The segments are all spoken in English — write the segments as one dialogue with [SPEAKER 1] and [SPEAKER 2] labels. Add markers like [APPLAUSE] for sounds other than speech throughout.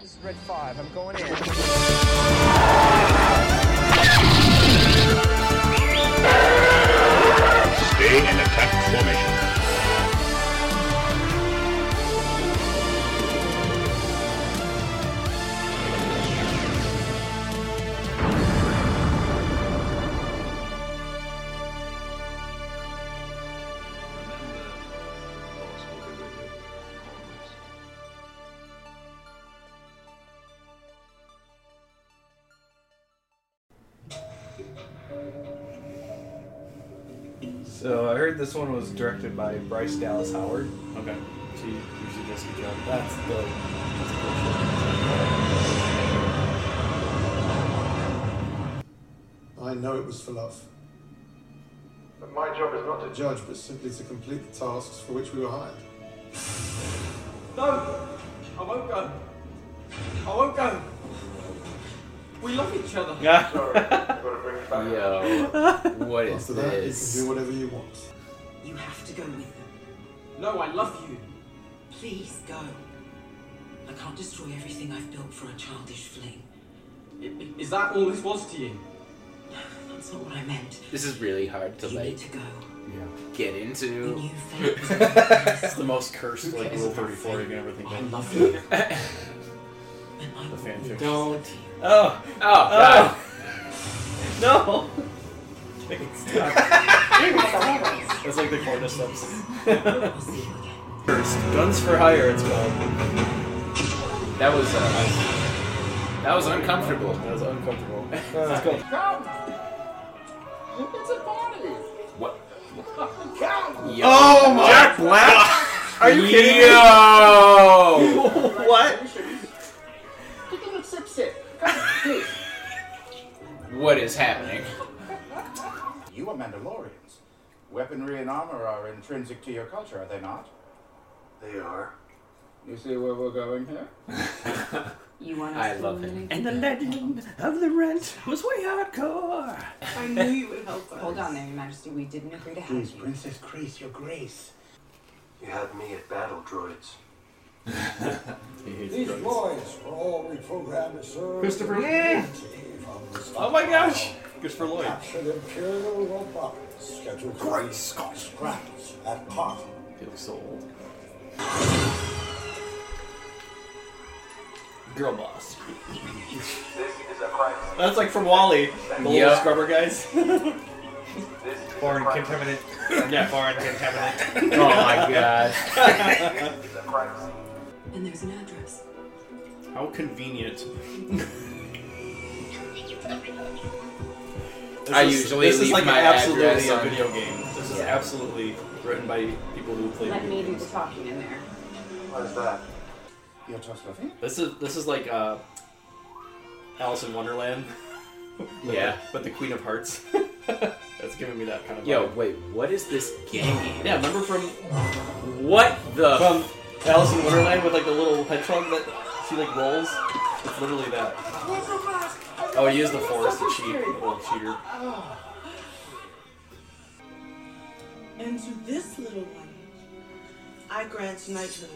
[SPEAKER 1] That's red five. I'm going in.
[SPEAKER 2] Stay in attack formation.
[SPEAKER 3] Remember, Lois will be with you always.
[SPEAKER 4] So I heard this one was directed by Bryce Dallas Howard.
[SPEAKER 5] Okay. She usually does a good job.
[SPEAKER 4] That's the.
[SPEAKER 6] I know it was for love. But my job is not to judge, but simply to complete the tasks for which we were hired.
[SPEAKER 7] No! I won't go. I won't go. We love each other.
[SPEAKER 5] Yeah.
[SPEAKER 8] Yo, what is
[SPEAKER 6] After that, you can
[SPEAKER 8] this?
[SPEAKER 6] do whatever you want.
[SPEAKER 7] You have to go with them. No, I love you. Please go. I can't destroy everything I've built for a childish fling. Is that all this was to you? That's not what I meant.
[SPEAKER 8] This is really hard to
[SPEAKER 7] you
[SPEAKER 8] like
[SPEAKER 7] need to go.
[SPEAKER 8] get
[SPEAKER 7] You
[SPEAKER 8] into. [LAUGHS]
[SPEAKER 7] knew fate.
[SPEAKER 5] It's the most cursed like
[SPEAKER 7] cares
[SPEAKER 5] Rule
[SPEAKER 7] about
[SPEAKER 5] 34 you can ever think
[SPEAKER 7] I
[SPEAKER 5] of.
[SPEAKER 7] love
[SPEAKER 8] [LAUGHS]
[SPEAKER 7] you. and I
[SPEAKER 5] The fan
[SPEAKER 7] will
[SPEAKER 5] fiction.
[SPEAKER 7] always
[SPEAKER 8] Don't.
[SPEAKER 7] love you.
[SPEAKER 5] Oh,
[SPEAKER 8] Oh, God.
[SPEAKER 4] [LAUGHS]
[SPEAKER 5] no! That's like the cordyceps.
[SPEAKER 7] I'll see you again.
[SPEAKER 5] Cursed. Guns for Hire, it's called.
[SPEAKER 8] that was uh, that was uncomfortable.
[SPEAKER 5] That was uncomfortable. Let's go.
[SPEAKER 8] What? Yo.
[SPEAKER 5] Oh my! Jack Black? Are you kidding me?
[SPEAKER 8] Yo.
[SPEAKER 5] what?
[SPEAKER 8] What is happening?
[SPEAKER 2] You are Mandalorians. Weaponry and armor are intrinsic to your culture, are they not?
[SPEAKER 9] They are.
[SPEAKER 2] You see where we're going here?
[SPEAKER 10] You want
[SPEAKER 8] I love him.
[SPEAKER 5] And the legend of the rent was way hardcore.
[SPEAKER 10] I knew you would help us. Hold on there, Your Majesty. We didn't agree to help you.
[SPEAKER 2] Princess Grace, your grace.
[SPEAKER 9] You had me at battle droids.
[SPEAKER 6] These boys were all reprogrammed to serve.
[SPEAKER 5] Christopher- Yeah. Oh my gosh! Good for Lloyd.
[SPEAKER 6] Captured Imperial robots scheduled Great Scott! Scraps at Carthage.
[SPEAKER 5] He looks so old. Girl boss.
[SPEAKER 9] This is a crisis.
[SPEAKER 5] That's like from Wally, the little
[SPEAKER 8] Yeah.
[SPEAKER 5] scrubber
[SPEAKER 8] [LAUGHS]
[SPEAKER 5] guys.
[SPEAKER 9] This is
[SPEAKER 4] Foreign
[SPEAKER 9] a crisis.
[SPEAKER 4] contaminant.
[SPEAKER 5] yeah, foreign contaminant.
[SPEAKER 8] Oh my god.
[SPEAKER 9] This is a crisis.
[SPEAKER 10] And there's an address.
[SPEAKER 5] How convenient. This
[SPEAKER 8] I
[SPEAKER 5] is-
[SPEAKER 8] usually
[SPEAKER 5] this is
[SPEAKER 8] leave
[SPEAKER 5] like
[SPEAKER 8] my
[SPEAKER 5] absolutely
[SPEAKER 8] address
[SPEAKER 5] a
[SPEAKER 8] on-
[SPEAKER 5] video game. This is absolutely written by people who play
[SPEAKER 10] Let
[SPEAKER 5] video
[SPEAKER 10] me do
[SPEAKER 5] games.
[SPEAKER 10] the talking in there.
[SPEAKER 9] What is that?
[SPEAKER 2] Your Toslofi?
[SPEAKER 5] This is this is like uh, Alice in Wonderland. [LAUGHS]
[SPEAKER 8] Yeah.
[SPEAKER 5] but the Queen of Hearts. [LAUGHS] That's giving me that kind of.
[SPEAKER 8] Yo,
[SPEAKER 5] vibe.
[SPEAKER 8] wait. What is this game?
[SPEAKER 5] yeah. Remember from
[SPEAKER 8] What the?
[SPEAKER 5] from Alice in Wonderland with like the little hedgehog that she like rolls. It's literally that. Oh, he is the forest to cheat, the little cheater.
[SPEAKER 7] And to this little one, I grant knighthood.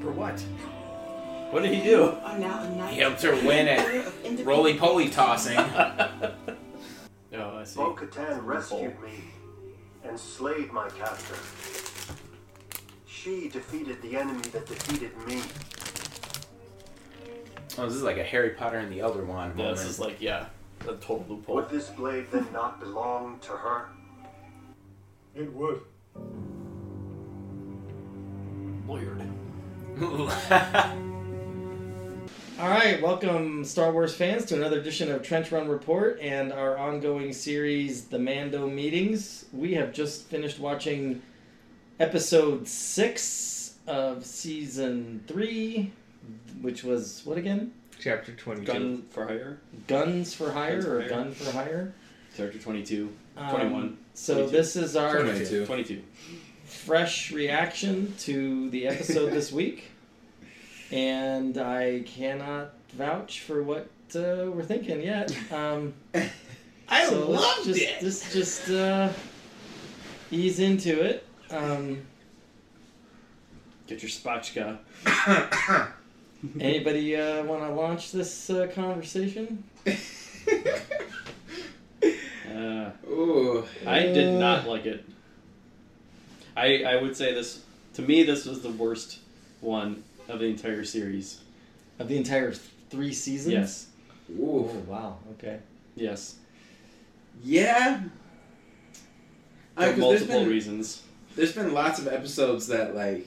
[SPEAKER 5] For what? What did he do?
[SPEAKER 7] Are Oh, now a knight.
[SPEAKER 8] He helped her win at roly poly tossing. Oh,
[SPEAKER 5] No, I see.
[SPEAKER 9] Bo Katan rescued me and slayed my captor. She defeated the enemy that defeated me.
[SPEAKER 8] Oh, this is like a Harry Potter and the Elder Wand
[SPEAKER 5] Yeah,
[SPEAKER 8] moment.
[SPEAKER 5] this is like yeah, a total loophole.
[SPEAKER 9] Would this blade then not belong to her?
[SPEAKER 6] It would.
[SPEAKER 5] Weird.
[SPEAKER 11] All right, welcome Star Wars fans to another edition of Trench Run Report and our ongoing series, The Mando Meetings. We have just finished watching episode six of season three, which was what again?
[SPEAKER 4] Chapter 22.
[SPEAKER 5] Gun for hire.
[SPEAKER 11] Guns for Hire
[SPEAKER 5] Guns for
[SPEAKER 11] or
[SPEAKER 5] Hire.
[SPEAKER 11] Gun for Hire?
[SPEAKER 5] Character 22,
[SPEAKER 11] Um,
[SPEAKER 5] 21,
[SPEAKER 11] So
[SPEAKER 5] 22.
[SPEAKER 11] this is our
[SPEAKER 4] 22.
[SPEAKER 5] 22.
[SPEAKER 11] fresh reaction to the episode this week, and I cannot vouch for what uh, we're thinking yet. Um,
[SPEAKER 4] I
[SPEAKER 11] so let's
[SPEAKER 4] loved
[SPEAKER 11] just,
[SPEAKER 4] it.
[SPEAKER 11] Let's just uh, ease into it. Um,
[SPEAKER 5] Get your spatchka.
[SPEAKER 11] Anybody uh, want to launch this uh, conversation?
[SPEAKER 5] Uh,
[SPEAKER 8] Ooh.
[SPEAKER 5] I did
[SPEAKER 11] Uh.
[SPEAKER 5] not like it. I I would say this to me this was the worst one of the entire series.
[SPEAKER 11] Of the entire th- three seasons?
[SPEAKER 5] Yes.
[SPEAKER 8] Ooh.
[SPEAKER 11] Oh, wow. Okay.
[SPEAKER 5] Yes.
[SPEAKER 8] Yeah.
[SPEAKER 11] Uh,
[SPEAKER 5] For
[SPEAKER 8] Because there's
[SPEAKER 5] multiple
[SPEAKER 8] been
[SPEAKER 5] reasons.
[SPEAKER 8] there's been lots of episodes that like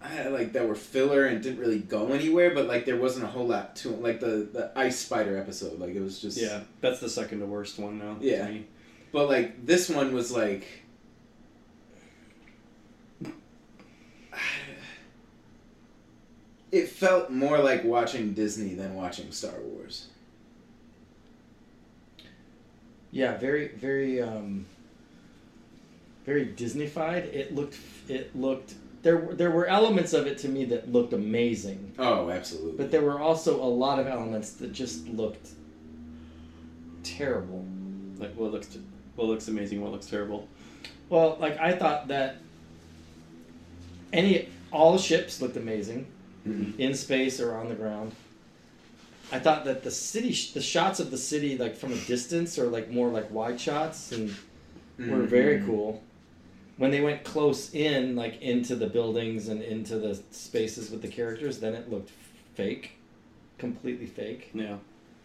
[SPEAKER 8] I, like that were filler and didn't really go anywhere, but like there wasn't a whole lot to 'em. Like the the ice spider episode, like it was just
[SPEAKER 5] Yeah, that's the second to worst one now. to
[SPEAKER 8] Yeah.
[SPEAKER 5] me.
[SPEAKER 8] But like this one was like [SIGHS] it felt more like watching Disney than watching Star Wars.
[SPEAKER 11] Yeah, very, very, um, very Disneyfied. It looked, it looked. There, were- there were elements of it to me that looked amazing,
[SPEAKER 8] Oh, absolutely.
[SPEAKER 11] but there were also a lot of elements that just looked terrible.
[SPEAKER 5] Like what looks what looks amazing, what looks terrible.
[SPEAKER 11] Well, like I thought that any all ships looked amazing
[SPEAKER 8] Mhm.
[SPEAKER 11] in space or on the ground. I thought that the city, sh- the shots of the city, like from a distance or like more like wide shots, and were
[SPEAKER 5] Mm-hmm.
[SPEAKER 11] very
[SPEAKER 8] Mhm.
[SPEAKER 11] cool. When they went close in, like into the buildings and into the spaces with the characters, then it looked fake, completely fake.
[SPEAKER 5] Yeah.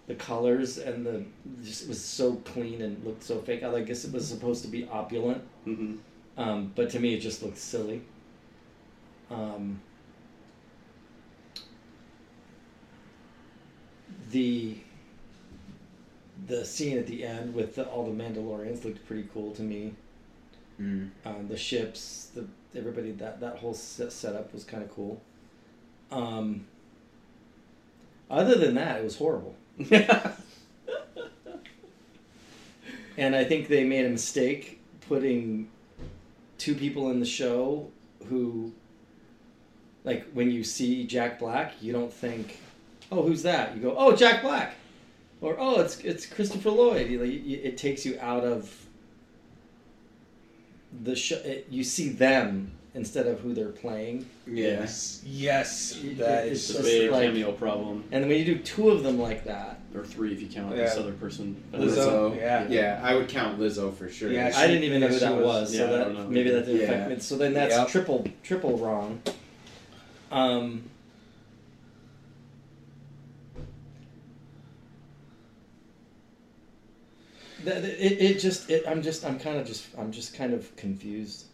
[SPEAKER 11] The colors and the just it was so clean and looked so fake. I guess it was supposed to be opulent, [LAUGHS]
[SPEAKER 5] Mm-hmm.
[SPEAKER 11] um, but to me, it just looked silly. Um, the the scene at the end with the, all the Mandalorians looked pretty cool to me.
[SPEAKER 8] Mm.
[SPEAKER 11] Um, the ships, the everybody that that whole set, setup was kind of cool. Um, other than that, it was horrible. And I think they made a mistake putting two people in the show who, like, when you see Jack Black, you don't think, "Oh, who's that?" You go, "Oh, Jack Black," or "Oh, it's it's Christopher Lloyd." You- like, you- It takes you out of the show. It, you see them instead of who they're playing.
[SPEAKER 8] Yeah.
[SPEAKER 4] Yes,
[SPEAKER 11] It-
[SPEAKER 4] that
[SPEAKER 11] it's
[SPEAKER 4] is
[SPEAKER 5] It's a
[SPEAKER 11] just
[SPEAKER 5] big
[SPEAKER 11] like-
[SPEAKER 5] cameo problem.
[SPEAKER 11] And when you do two of them like that,
[SPEAKER 5] Or three if you count
[SPEAKER 4] Yeah.
[SPEAKER 5] this other person. But
[SPEAKER 4] Lizzo.
[SPEAKER 5] it's-
[SPEAKER 4] yeah.
[SPEAKER 8] Yeah, I would count Lizzo for sure.
[SPEAKER 4] Yeah,
[SPEAKER 11] I didn't even know
[SPEAKER 4] Yeah,
[SPEAKER 11] who
[SPEAKER 4] she
[SPEAKER 11] that
[SPEAKER 4] was-
[SPEAKER 11] was.
[SPEAKER 5] yeah, I
[SPEAKER 11] so
[SPEAKER 5] don't know.
[SPEAKER 11] that maybe that didn't affect
[SPEAKER 8] Yeah.
[SPEAKER 11] me. So then that's
[SPEAKER 4] Yep.
[SPEAKER 11] triple triple wrong. Um, Th- th- it, it just it, I'm just I'm kind of just I'm just kind of confused.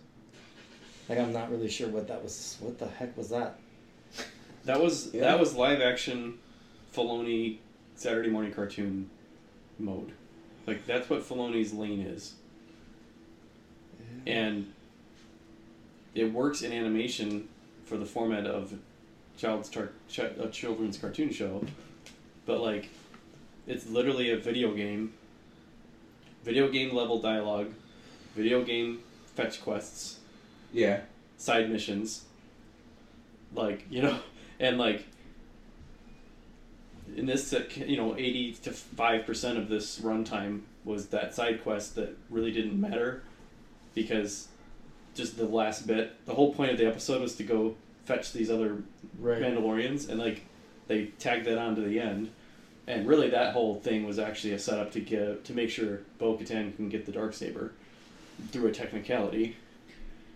[SPEAKER 11] Like I'm not really sure what that was. What the heck was that?
[SPEAKER 5] That was
[SPEAKER 8] Yeah.
[SPEAKER 5] that was live action Filoni Saturday morning cartoon mode. Like that's what Filoni's lane is. And it works in animation for the format of child's tar- ch- a children's cartoon show, but like it's literally a video game. Video game level dialogue, video game fetch quests
[SPEAKER 8] Yeah.
[SPEAKER 5] side missions. Like, you know, [LAUGHS] and like in this, uh, you know, 80 to 5% of this runtime was that side quest that really didn't matter because just the last bit, the whole point of the episode was to go fetch these other
[SPEAKER 11] Right.
[SPEAKER 5] Mandalorians and like they tagged that on to the end. And really, that whole thing was actually a setup to get to make sure Bo Katan can get the dark saber through a technicality.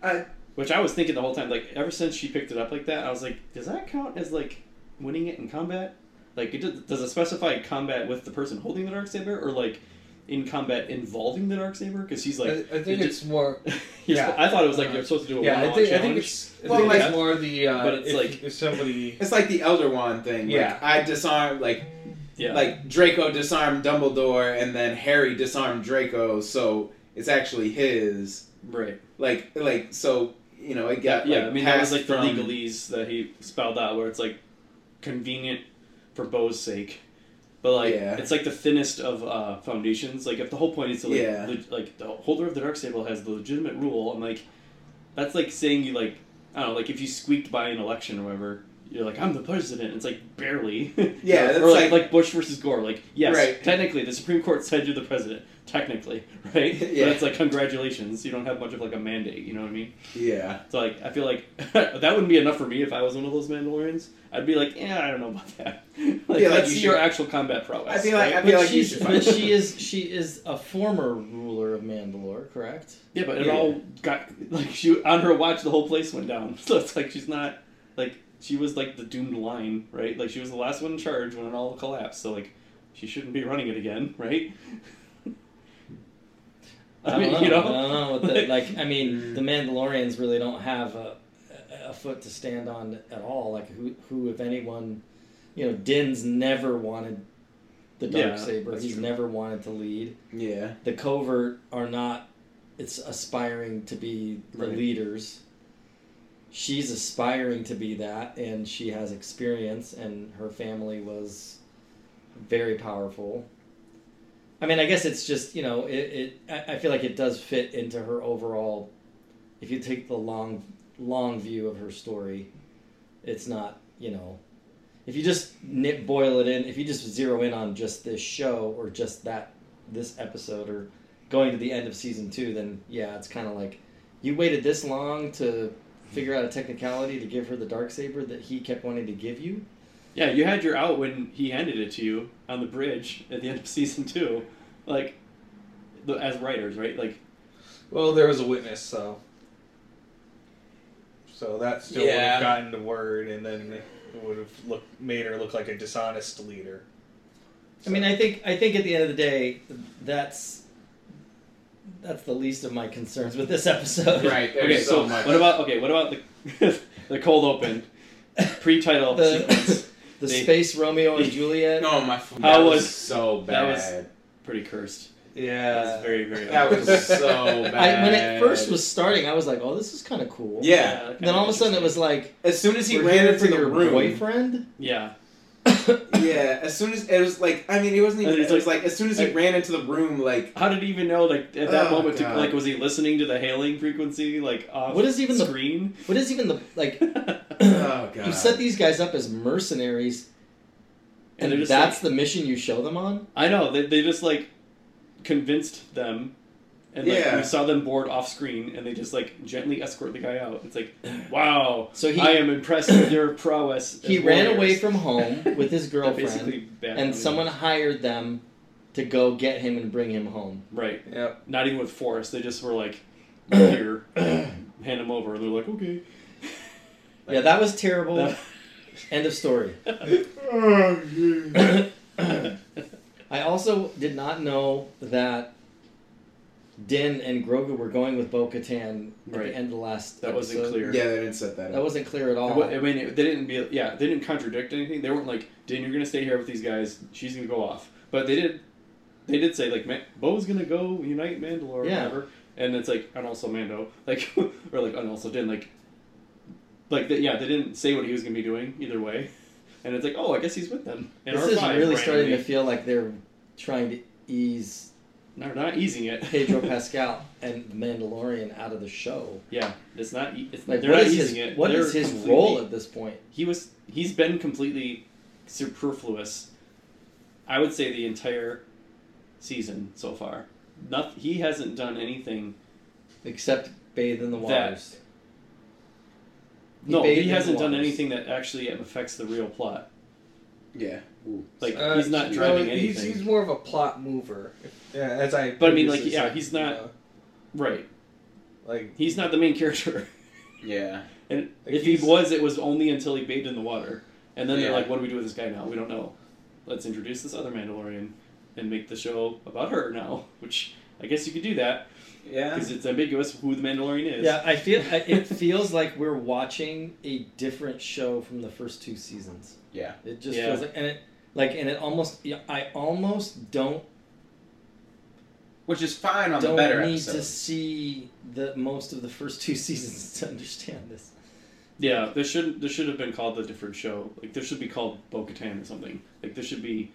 [SPEAKER 8] I,
[SPEAKER 5] Which I was thinking the whole time, like ever since she picked it up like that, I was like, does that count as like winning it in combat? Like, it does, does it specify combat with the person holding the dark saber, or like in combat involving the dark saber? Because she's like,
[SPEAKER 4] I, I think
[SPEAKER 5] it
[SPEAKER 4] it's more.
[SPEAKER 5] just- [LAUGHS]
[SPEAKER 4] yeah.
[SPEAKER 5] I thought it was like
[SPEAKER 4] Uh,
[SPEAKER 5] you're supposed to do a
[SPEAKER 4] Yeah, I
[SPEAKER 5] one-on-one
[SPEAKER 4] think, I
[SPEAKER 5] challenge.
[SPEAKER 4] think it's, I
[SPEAKER 8] Well,
[SPEAKER 4] think
[SPEAKER 8] like-
[SPEAKER 4] it's more the. Uh,
[SPEAKER 5] But it's
[SPEAKER 4] if,
[SPEAKER 5] like-
[SPEAKER 4] if somebody.
[SPEAKER 8] it's like the Elder Wand thing.
[SPEAKER 4] Yeah.
[SPEAKER 8] Like, I disarm like
[SPEAKER 5] yeah,
[SPEAKER 8] like Draco disarmed Dumbledore, and then Harry disarmed Draco, so it's actually his.
[SPEAKER 5] right.
[SPEAKER 8] Like like so you know it got
[SPEAKER 5] yeah,
[SPEAKER 8] like,
[SPEAKER 5] I mean that was
[SPEAKER 8] passed
[SPEAKER 5] like
[SPEAKER 8] from,
[SPEAKER 5] the legalese that he spelled out, where it's like convenient for Bo's sake, but like
[SPEAKER 8] Yeah.
[SPEAKER 5] it's like the thinnest of uh, foundations. Like if the whole point is to like,
[SPEAKER 8] Yeah.
[SPEAKER 5] leg- like the holder of the dark sable has the legitimate rule, I'm like that's like saying you like I don't know, like if you squeaked by an election or whatever, you're like, I'm the president. It's like barely. [LAUGHS]
[SPEAKER 8] Yeah, that's
[SPEAKER 5] or like,
[SPEAKER 8] like-
[SPEAKER 5] like Bush versus Gore. Like, yes,
[SPEAKER 8] Right.
[SPEAKER 5] technically, the Supreme Court said you're the president. Technically, [LAUGHS] right?
[SPEAKER 8] Yeah.
[SPEAKER 5] But it's like congratulations. You don't have much of like a mandate. You know what I mean?
[SPEAKER 8] Yeah.
[SPEAKER 5] So like, I feel like [LAUGHS] that wouldn't be enough for me if I was one of those Mandalorians. I'd be like, yeah, I don't know about that. [LAUGHS] like,
[SPEAKER 8] Yeah, like
[SPEAKER 5] let's
[SPEAKER 8] you
[SPEAKER 5] see
[SPEAKER 8] should-
[SPEAKER 5] your actual combat prowess.
[SPEAKER 8] I feel like-
[SPEAKER 5] right?
[SPEAKER 8] I feel
[SPEAKER 11] But
[SPEAKER 8] like you
[SPEAKER 11] she's-
[SPEAKER 8] should find-
[SPEAKER 11] but she is she is a former ruler of Mandalore, correct?
[SPEAKER 5] Yeah, but it
[SPEAKER 8] Yeah.
[SPEAKER 5] all got like she on her watch. The whole place went down. [LAUGHS] So it's like she's not like she was like the doomed line, right? Like she was the last one in charge when it all collapsed. So like she shouldn't be running it again, right? [LAUGHS] I, mean, [LAUGHS]
[SPEAKER 11] don't
[SPEAKER 5] you know,
[SPEAKER 11] I don't know what the, like.
[SPEAKER 5] [LAUGHS]
[SPEAKER 11] I mean, the Mandalorians really don't have a, a foot to stand on at all. Like who who if anyone, you know, Din's never wanted the dark
[SPEAKER 5] Yeah,
[SPEAKER 11] saber.
[SPEAKER 5] that's
[SPEAKER 11] He's
[SPEAKER 5] true.
[SPEAKER 11] never wanted to lead.
[SPEAKER 8] Yeah.
[SPEAKER 11] The covert are not. It's aspiring to be the
[SPEAKER 5] Right.
[SPEAKER 11] leaders. She's aspiring to be that, and she has experience, and her family was very powerful. I mean, I guess it's just you know, it. it I, I feel like it does fit into her overall. If you take the long, long view of her story, it's not you know, if you just nip boil it in, if you just zero in on just this show or just that this episode or going to the end of season two, then yeah, it's kind of like you waited this long to figure out a technicality to give her the dark saber that he kept wanting to give you.
[SPEAKER 5] yeah, you had your out when he handed it to you on the bridge at the end of [LAUGHS] season two, like the, as writers, right? Like
[SPEAKER 4] Well, there was a witness, so. So that still would
[SPEAKER 8] Yeah.
[SPEAKER 4] have gotten the word, and then it would have look, made her look like a dishonest leader.
[SPEAKER 11] I mean, I think I think at the end of the day, that's that's the least of my concerns with this episode. [LAUGHS]
[SPEAKER 8] Right. There's
[SPEAKER 5] okay,
[SPEAKER 8] so,
[SPEAKER 5] so,
[SPEAKER 8] much.
[SPEAKER 5] what about okay, what about the [LAUGHS] the cold open pre-title sequence?
[SPEAKER 11] The, [LAUGHS] the
[SPEAKER 5] They-
[SPEAKER 11] space
[SPEAKER 8] [LAUGHS]
[SPEAKER 11] Romeo and Juliet.
[SPEAKER 8] No, my. f-
[SPEAKER 5] How
[SPEAKER 8] that
[SPEAKER 5] was-
[SPEAKER 8] so
[SPEAKER 5] that was-
[SPEAKER 8] bad.
[SPEAKER 5] Pretty cursed.
[SPEAKER 4] Yeah.
[SPEAKER 5] That's very very.
[SPEAKER 8] That was,
[SPEAKER 5] [LAUGHS]
[SPEAKER 8] so bad.
[SPEAKER 11] I, when it first was starting, I was like, "Oh, this is kind of cool."
[SPEAKER 8] [LAUGHS] Yeah.
[SPEAKER 5] that
[SPEAKER 11] Then all of a sudden, it
[SPEAKER 5] interesting.
[SPEAKER 11] was like,
[SPEAKER 8] As soon as he
[SPEAKER 11] "We're
[SPEAKER 8] ran
[SPEAKER 11] here
[SPEAKER 8] into
[SPEAKER 11] for
[SPEAKER 8] the
[SPEAKER 11] your
[SPEAKER 8] room.
[SPEAKER 11] boyfriend."
[SPEAKER 5] yeah,
[SPEAKER 8] [LAUGHS] Yeah. As soon as it was like, I mean, it wasn't even.
[SPEAKER 5] And it's
[SPEAKER 8] It was like as soon as he
[SPEAKER 5] like-
[SPEAKER 8] ran into the room, like
[SPEAKER 5] How did he even know? Like at that
[SPEAKER 8] Oh,
[SPEAKER 5] moment, to,
[SPEAKER 8] God.
[SPEAKER 5] like was he listening to the hailing frequency? Like off
[SPEAKER 11] What is even the-
[SPEAKER 5] screen? [LAUGHS]
[SPEAKER 11] What is even the like?
[SPEAKER 8] oh god.
[SPEAKER 11] You set these guys up as mercenaries,
[SPEAKER 5] And
[SPEAKER 11] and,
[SPEAKER 5] they're just
[SPEAKER 11] that's
[SPEAKER 5] like-
[SPEAKER 11] the mission you show them on.
[SPEAKER 5] I know they, they just like convinced them, and like
[SPEAKER 8] Yeah.
[SPEAKER 5] we saw them board off screen, and they just like gently escort the guy out. It's
[SPEAKER 11] [CLEARS THROAT]
[SPEAKER 5] like, wow.
[SPEAKER 11] So he-
[SPEAKER 5] I am impressed with your prowess. as
[SPEAKER 11] He ran
[SPEAKER 5] warriors.
[SPEAKER 11] away from home
[SPEAKER 5] [LAUGHS]
[SPEAKER 11] with his
[SPEAKER 5] That
[SPEAKER 11] girlfriend,
[SPEAKER 5] basically bad
[SPEAKER 11] and
[SPEAKER 5] movie.
[SPEAKER 11] someone hired them to go get him and bring him home.
[SPEAKER 5] right,
[SPEAKER 4] Yep.
[SPEAKER 5] not even with force. They just were
[SPEAKER 11] [CLEARS THROAT]
[SPEAKER 5] like, here, hand him over, and they're like, okay.
[SPEAKER 11] yeah, that was terrible.
[SPEAKER 5] That-
[SPEAKER 11] [LAUGHS] End of story. I also did not know that Din and Grogu were going with Bo Katan at
[SPEAKER 5] Right.
[SPEAKER 11] the end of the
[SPEAKER 5] [COUGHS]
[SPEAKER 11] last.
[SPEAKER 5] That wasn't
[SPEAKER 11] episode.
[SPEAKER 5] clear.
[SPEAKER 8] Yeah, they didn't set that
[SPEAKER 11] That
[SPEAKER 8] up.
[SPEAKER 11] wasn't clear at all.
[SPEAKER 5] Well, Uh, I mean, it- they didn't be yeah, they didn't contradict anything. They weren't like, "Dan, you're gonna stay here with these guys. She's gonna go off." But they did, they did say like, Man- "Bo's gonna go unite Mandalore or
[SPEAKER 11] Yeah.
[SPEAKER 5] whatever," and it's like, and also Mando, [LAUGHS] like, or like, and also Din, like, like they, yeah, they didn't say what he was gonna be doing either way, and it's like, oh, I guess he's with them. And
[SPEAKER 11] this
[SPEAKER 5] our
[SPEAKER 11] is
[SPEAKER 5] five,
[SPEAKER 11] really
[SPEAKER 5] randomly.
[SPEAKER 11] starting to feel like they're trying to ease
[SPEAKER 5] No, they're not easing it. [LAUGHS]
[SPEAKER 11] Pedro Pascal and Mandalorian out of the show.
[SPEAKER 5] yeah, it's not. e- It's
[SPEAKER 11] Like,
[SPEAKER 5] they're
[SPEAKER 11] what
[SPEAKER 5] not
[SPEAKER 11] is his
[SPEAKER 5] easing it.
[SPEAKER 11] what
[SPEAKER 5] They're
[SPEAKER 11] is his
[SPEAKER 5] completely-
[SPEAKER 11] role at this point?
[SPEAKER 5] he was he's been completely superfluous i would say the entire season so far Noth- he hasn't done anything
[SPEAKER 11] Except bathe in the
[SPEAKER 5] That-
[SPEAKER 11] waters. He
[SPEAKER 5] no
[SPEAKER 11] bathed
[SPEAKER 5] he
[SPEAKER 11] in the
[SPEAKER 5] hasn't done
[SPEAKER 11] waters.
[SPEAKER 5] anything that actually affects the real plot
[SPEAKER 8] Yeah. Ooh.
[SPEAKER 5] like he's not driving anything
[SPEAKER 4] Uh, He's, he's more of a plot mover. Yeah, as I.
[SPEAKER 5] But I mean, like,
[SPEAKER 4] previously
[SPEAKER 5] yeah,
[SPEAKER 4] said,
[SPEAKER 5] he's
[SPEAKER 4] you
[SPEAKER 5] not-
[SPEAKER 4] know,
[SPEAKER 5] right
[SPEAKER 4] like
[SPEAKER 5] he's not the main character [LAUGHS]
[SPEAKER 8] Yeah.
[SPEAKER 5] and
[SPEAKER 4] Like,
[SPEAKER 5] if he
[SPEAKER 4] he's-
[SPEAKER 5] was it was only until he bathed in the water and then they're
[SPEAKER 8] Yeah.
[SPEAKER 5] like what do we do with this guy now we don't know let's introduce this other mandalorian and make the show about her now [LAUGHS] which i guess you could do that
[SPEAKER 8] Yeah.
[SPEAKER 5] because it's ambiguous who the mandalorian is
[SPEAKER 11] Yeah, I feel I- it feels like we're watching a different show from the first two seasons.
[SPEAKER 8] Yeah.
[SPEAKER 11] It just
[SPEAKER 5] Yeah.
[SPEAKER 11] feels like and it like and it almost yeah, I almost don't
[SPEAKER 8] Which is fine on the
[SPEAKER 11] don't
[SPEAKER 8] better
[SPEAKER 11] need
[SPEAKER 8] episode.
[SPEAKER 11] to see the most of the first two [LAUGHS] seasons to understand this.
[SPEAKER 5] Yeah, this should this should have been called a different show. Like this should be called Bo Katan or something. Like this should be,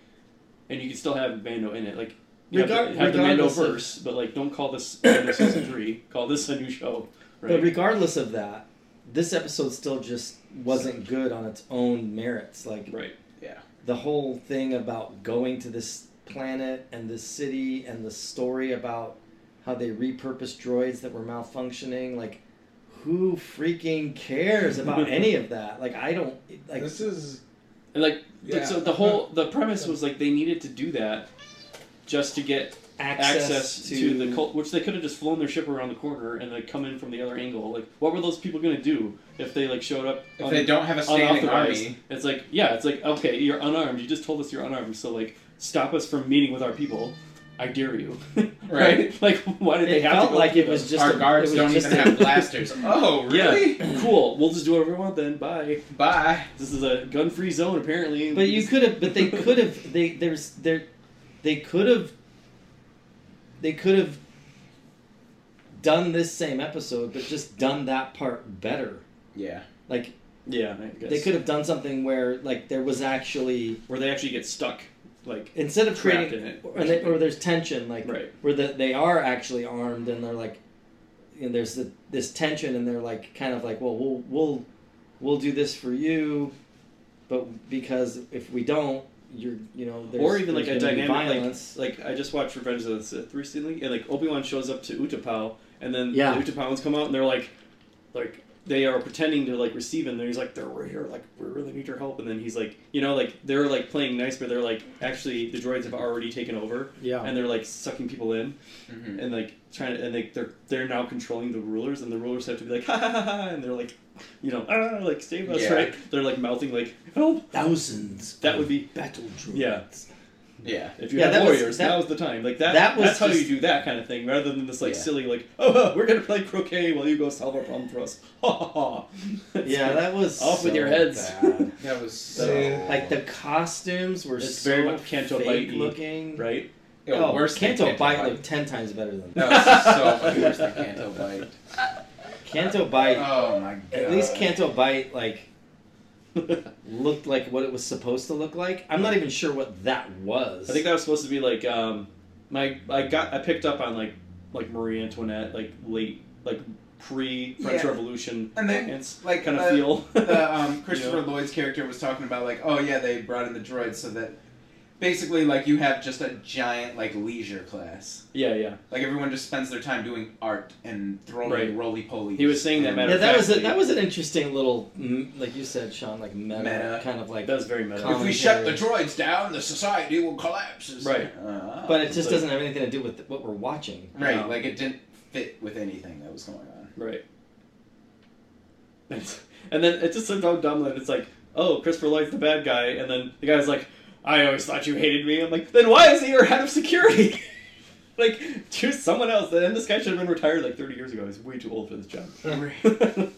[SPEAKER 5] and you can still have Mando in it. Like you have,
[SPEAKER 11] Regard-
[SPEAKER 5] the, have the Mando
[SPEAKER 11] regardless of- [COUGHS]
[SPEAKER 5] verse, but like don't call this Mando season three. Call this a new show,
[SPEAKER 11] But
[SPEAKER 5] right?
[SPEAKER 11] regardless of that, this episode still just wasn't good on its own merits. Like
[SPEAKER 5] Right.
[SPEAKER 8] Yeah.
[SPEAKER 11] the whole thing about going to this planet and this city and the story about how they repurposed droids that were malfunctioning. Like, who freaking
[SPEAKER 5] [LAUGHS]
[SPEAKER 11] cares about any of that? Like, I don't. Like,
[SPEAKER 4] this is
[SPEAKER 5] And like,
[SPEAKER 4] Yeah.
[SPEAKER 5] so the whole
[SPEAKER 11] [LAUGHS]
[SPEAKER 5] the premise was like they needed to do that just to get
[SPEAKER 11] access,
[SPEAKER 5] access, to, the cult, which they could have just flown their ship around the corner and like come in from the other angle. Like, what were those people gonna do if they like showed up?
[SPEAKER 8] If they don't have a standing
[SPEAKER 5] unauthorized?
[SPEAKER 8] army.
[SPEAKER 5] it's like yeah, it's like okay, you're unarmed. You just told us you're unarmed, so like stop us from meeting with our people. I dare you, [LAUGHS]
[SPEAKER 8] Right.
[SPEAKER 5] Like, why did
[SPEAKER 11] It
[SPEAKER 5] they have to
[SPEAKER 11] felt
[SPEAKER 5] go
[SPEAKER 11] like
[SPEAKER 5] through
[SPEAKER 11] it was
[SPEAKER 5] that?
[SPEAKER 11] just
[SPEAKER 8] Our
[SPEAKER 11] a-
[SPEAKER 8] guards
[SPEAKER 11] it
[SPEAKER 8] don't
[SPEAKER 11] was just
[SPEAKER 8] even
[SPEAKER 11] a-
[SPEAKER 8] have blasters. Oh, really?
[SPEAKER 5] Yeah, cool. We'll just do whatever we want then. Bye.
[SPEAKER 8] Bye.
[SPEAKER 5] This is a gun-free zone, apparently.
[SPEAKER 11] But you could have. But they could have. They there's there. They could have. They could have done this same episode, but just done that part better.
[SPEAKER 8] Yeah.
[SPEAKER 11] Like
[SPEAKER 5] Yeah, I guess.
[SPEAKER 11] they could have done something where like there was actually
[SPEAKER 5] where they actually get stuck. Like,
[SPEAKER 11] instead of
[SPEAKER 5] Trapped
[SPEAKER 11] creating
[SPEAKER 5] in it or
[SPEAKER 11] or, they, or there's tension like
[SPEAKER 5] Right.
[SPEAKER 11] where the, they are actually armed and they're like and there's the, this tension and they're like kind of like well we'll we'll we'll do this for you but because if we don't you're you know there's,
[SPEAKER 5] or even like a
[SPEAKER 11] there's gonna be
[SPEAKER 5] dynamic
[SPEAKER 11] violence
[SPEAKER 5] like like I just watched Revenge of the Sith recently, and like Obi Wan shows up to Utapau, and then
[SPEAKER 11] Yeah.
[SPEAKER 5] the Utapauans come out, and they're like, like they are pretending to like receive him. And he's like, "They're we're here, like we really need your help." And then he's like, you know, like they're like playing nice, but they're like actually the droids have already taken over,
[SPEAKER 11] Yeah.
[SPEAKER 5] and they're like sucking people in,
[SPEAKER 8] Mhm.
[SPEAKER 5] and like trying to, and they they're they're now controlling the rulers, and the rulers have to be like, [LAUGHS] ha ha ha, ha and they're like, you know, ah, like save us,
[SPEAKER 8] Yeah.
[SPEAKER 5] right? They're like mouthing like, help.
[SPEAKER 11] thousands
[SPEAKER 5] That would be
[SPEAKER 11] battle droids
[SPEAKER 5] Yeah.
[SPEAKER 8] Yeah.
[SPEAKER 5] If you
[SPEAKER 11] Yeah,
[SPEAKER 5] have
[SPEAKER 11] that was-
[SPEAKER 5] warriors,
[SPEAKER 11] that-
[SPEAKER 5] now's the time. Like that.
[SPEAKER 11] that was
[SPEAKER 5] that's how you
[SPEAKER 11] just-
[SPEAKER 5] do that kind of thing, rather than this like
[SPEAKER 8] Yeah.
[SPEAKER 5] silly like, oh, we're gonna play croquet while you go solve our problem for us. [LAUGHS] Ha ha ha.
[SPEAKER 11] yeah that was
[SPEAKER 5] Off with
[SPEAKER 11] so
[SPEAKER 5] your heads.
[SPEAKER 11] bad.
[SPEAKER 8] That was
[SPEAKER 4] So-
[SPEAKER 8] so.
[SPEAKER 11] like the costumes were
[SPEAKER 5] It's
[SPEAKER 11] so
[SPEAKER 5] very much Canto
[SPEAKER 11] fake
[SPEAKER 5] Bite-y.
[SPEAKER 11] looking
[SPEAKER 5] right. [LAUGHS]
[SPEAKER 8] Yo,
[SPEAKER 11] oh,
[SPEAKER 8] worse than
[SPEAKER 11] Canto Bite
[SPEAKER 8] Bite.
[SPEAKER 11] looked ten times better than that
[SPEAKER 8] That was so much worse
[SPEAKER 11] [LAUGHS]
[SPEAKER 8] than Canto Bite.
[SPEAKER 11] Canto Bite
[SPEAKER 8] Oh my god.
[SPEAKER 11] At least Canto Bite like looked like what it was supposed to look like. I'm not even sure what that was.
[SPEAKER 5] I think that was supposed to be like um, my I got I picked up on like like Marie Antoinette like late like pre French
[SPEAKER 8] Yeah.
[SPEAKER 5] Revolution
[SPEAKER 8] And they-
[SPEAKER 5] it's
[SPEAKER 8] like,
[SPEAKER 5] kind of
[SPEAKER 8] uh,
[SPEAKER 5] feel.
[SPEAKER 8] the,
[SPEAKER 5] [LAUGHS]
[SPEAKER 8] um, Christopher
[SPEAKER 5] Yeah.
[SPEAKER 8] Lloyd's character was talking about like, oh yeah, they brought in the droids so that basically like you have just a giant like leisure class.
[SPEAKER 5] yeah, yeah.
[SPEAKER 8] Like everyone just spends their time doing art and throwing
[SPEAKER 5] Right.
[SPEAKER 8] roly poly.
[SPEAKER 5] He was saying that matter
[SPEAKER 11] yeah,
[SPEAKER 5] of
[SPEAKER 11] that
[SPEAKER 5] fact,
[SPEAKER 11] was a,
[SPEAKER 5] they-
[SPEAKER 11] that was an interesting little mm, like you said, Sean, like meta,
[SPEAKER 8] Meta.
[SPEAKER 11] kind of like.
[SPEAKER 5] That was very meta.
[SPEAKER 8] If we shut the droids down, the society will collapse. It's
[SPEAKER 5] Right.
[SPEAKER 8] like, uh,
[SPEAKER 11] But it
[SPEAKER 5] Like-
[SPEAKER 11] just doesn't have anything to do with what we're watching.
[SPEAKER 8] right,
[SPEAKER 5] No.
[SPEAKER 8] like it didn't fit with anything that was going on.
[SPEAKER 5] Right. And and then it just looked how dumb that it's like, oh, Christopher Lloyd's the bad guy, and then the guy's like, I always thought you hated me. I'm like, then why is he your head of security? [LAUGHS] like, choose someone else. And this guy should have been retired like 30 years ago. He's way too old for this job. [LAUGHS]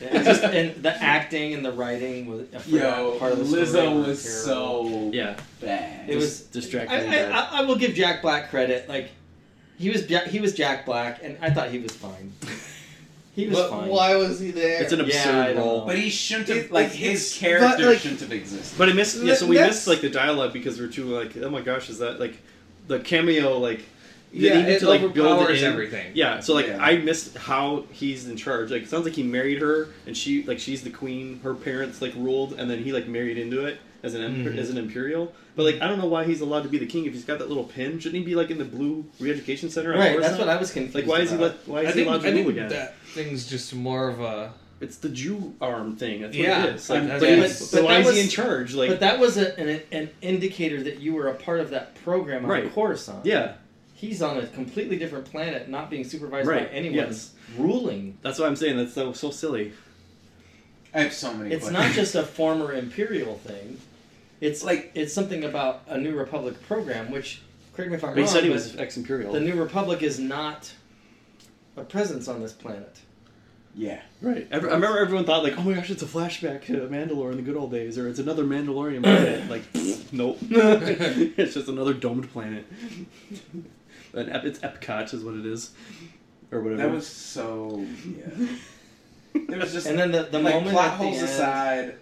[SPEAKER 11] Yeah, and, just, and the acting and the writing was I forgot,
[SPEAKER 8] Yo,
[SPEAKER 11] part of the story
[SPEAKER 8] Lizzo
[SPEAKER 11] were
[SPEAKER 8] was so
[SPEAKER 11] terrible.
[SPEAKER 5] yeah,
[SPEAKER 8] bad.
[SPEAKER 11] It was
[SPEAKER 5] distracting.
[SPEAKER 11] I, I, I- I will give Jack Black credit. Like he was Ja- he was Jack Black, and I thought he was
[SPEAKER 5] [LAUGHS]
[SPEAKER 11] fine. He was
[SPEAKER 4] but
[SPEAKER 11] fine.
[SPEAKER 4] why was he there?
[SPEAKER 5] it's an
[SPEAKER 11] yeah,
[SPEAKER 5] absurd
[SPEAKER 11] I don't
[SPEAKER 5] role.
[SPEAKER 11] know.
[SPEAKER 8] But he shouldn't have
[SPEAKER 4] It-
[SPEAKER 8] like
[SPEAKER 4] it's-
[SPEAKER 8] his
[SPEAKER 4] it's-
[SPEAKER 8] character
[SPEAKER 4] but, like-
[SPEAKER 8] shouldn't have existed.
[SPEAKER 5] But I missed. Yeah, so we
[SPEAKER 4] That's-
[SPEAKER 5] missed like the dialogue because we're too like, oh my gosh, is that like the cameo like? they
[SPEAKER 4] Yeah,
[SPEAKER 5] needed
[SPEAKER 4] it
[SPEAKER 5] to, like, build
[SPEAKER 4] overpowers
[SPEAKER 5] it in.
[SPEAKER 4] everything.
[SPEAKER 5] Yeah, so like
[SPEAKER 8] Yeah.
[SPEAKER 5] I missed how he's in charge. Like it sounds like he married her, and she like she's the queen. Her parents like ruled, and then he like married into it as an emper-
[SPEAKER 11] Mhm.
[SPEAKER 5] as an imperial. But like I don't know why he's allowed to be the king if he's got that little pin. Shouldn't he be like in the blue re-education center? on
[SPEAKER 11] Right,
[SPEAKER 5] Coruscant?
[SPEAKER 11] that's what I was confused.
[SPEAKER 5] Like why is he
[SPEAKER 11] about.
[SPEAKER 5] let, why
[SPEAKER 4] I
[SPEAKER 5] is he
[SPEAKER 4] think,
[SPEAKER 5] allowed to
[SPEAKER 4] I
[SPEAKER 5] rule
[SPEAKER 4] think
[SPEAKER 5] again?
[SPEAKER 4] that thing's just more of a.
[SPEAKER 5] It's the Jew arm thing. That's
[SPEAKER 4] Yeah,
[SPEAKER 5] what it is. Like,
[SPEAKER 4] that's-
[SPEAKER 5] but-
[SPEAKER 4] yeah.
[SPEAKER 5] but-
[SPEAKER 11] But
[SPEAKER 5] so why
[SPEAKER 11] that
[SPEAKER 5] is
[SPEAKER 11] was-
[SPEAKER 5] he in charge? Like
[SPEAKER 11] but that was a, an, an indicator that you were a part of that program on
[SPEAKER 5] Right.
[SPEAKER 11] Coruscant.
[SPEAKER 5] yeah.
[SPEAKER 11] He's on a completely different planet, not being supervised
[SPEAKER 5] Right,
[SPEAKER 11] by anyone
[SPEAKER 5] yes.
[SPEAKER 11] ruling.
[SPEAKER 5] That's what I'm saying. That's so, so silly.
[SPEAKER 8] I have so many
[SPEAKER 11] It's
[SPEAKER 8] questions.
[SPEAKER 11] not just a former imperial thing. It's like it's something about a New Republic program, which correct me if I'm
[SPEAKER 5] But
[SPEAKER 11] wrong.
[SPEAKER 5] he said he
[SPEAKER 11] but
[SPEAKER 5] was ex-imperial.
[SPEAKER 11] the New Republic is not a presence on this planet.
[SPEAKER 8] [LAUGHS] Yeah.
[SPEAKER 5] right. Every, I remember everyone thought like, oh my gosh, it's a flashback to Mandalore in the good old days, or it's another Mandalorian
[SPEAKER 8] [LAUGHS]
[SPEAKER 5] planet. like, nope. it's just another domed planet. An ep- it's Epcot is what it is, or whatever.
[SPEAKER 8] That was so yeah. There was just
[SPEAKER 11] And then the, the
[SPEAKER 8] like
[SPEAKER 11] moment
[SPEAKER 8] plot
[SPEAKER 11] at the
[SPEAKER 8] holes
[SPEAKER 11] end,
[SPEAKER 8] aside.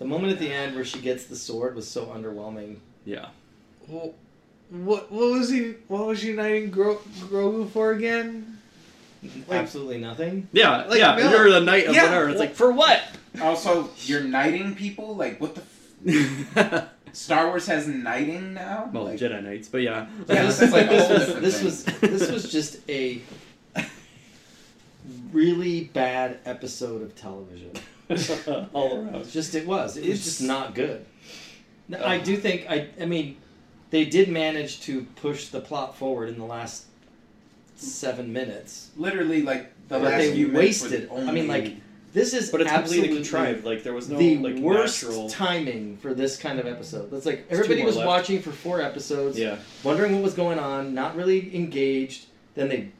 [SPEAKER 11] the moment at the end where she gets the sword was so underwhelming.
[SPEAKER 5] yeah.
[SPEAKER 4] What what was he? What was uniting Gro- Grogu for again?
[SPEAKER 11] absolutely nothing.
[SPEAKER 5] Yeah,
[SPEAKER 8] Like,
[SPEAKER 5] yeah.
[SPEAKER 8] no.
[SPEAKER 5] You're the knight of
[SPEAKER 8] Yeah.
[SPEAKER 5] whatever. It's like for what?
[SPEAKER 8] Also, you're knighting people? Like, what the. F- Star Wars has knighting now?
[SPEAKER 5] [LAUGHS] Well,
[SPEAKER 8] like,
[SPEAKER 5] Jedi Knights, but yeah.
[SPEAKER 8] Yeah, this is like a
[SPEAKER 11] this
[SPEAKER 8] whole
[SPEAKER 11] was
[SPEAKER 8] different
[SPEAKER 11] this
[SPEAKER 8] thing.
[SPEAKER 11] was this was just a really bad episode of television.
[SPEAKER 5] [LAUGHS] All around.
[SPEAKER 11] Just it was. It was
[SPEAKER 8] It's-
[SPEAKER 11] just not good. No, I do think I. I mean, they did manage to push the plot forward in the last seven minutes.
[SPEAKER 8] literally like the
[SPEAKER 11] But
[SPEAKER 8] last
[SPEAKER 11] they
[SPEAKER 8] few minutes were the
[SPEAKER 11] wasted- I
[SPEAKER 8] only-
[SPEAKER 11] mean, like, This is
[SPEAKER 5] But it's completely
[SPEAKER 11] absolutely
[SPEAKER 5] contrived. Like there was no
[SPEAKER 11] the
[SPEAKER 5] like
[SPEAKER 11] worst
[SPEAKER 5] natural.
[SPEAKER 11] timing for this kind of episode. That's like everybody
[SPEAKER 5] more
[SPEAKER 11] was
[SPEAKER 5] left.
[SPEAKER 11] watching for four episodes,
[SPEAKER 5] Yeah.
[SPEAKER 11] wondering what was going on, not really engaged. Then they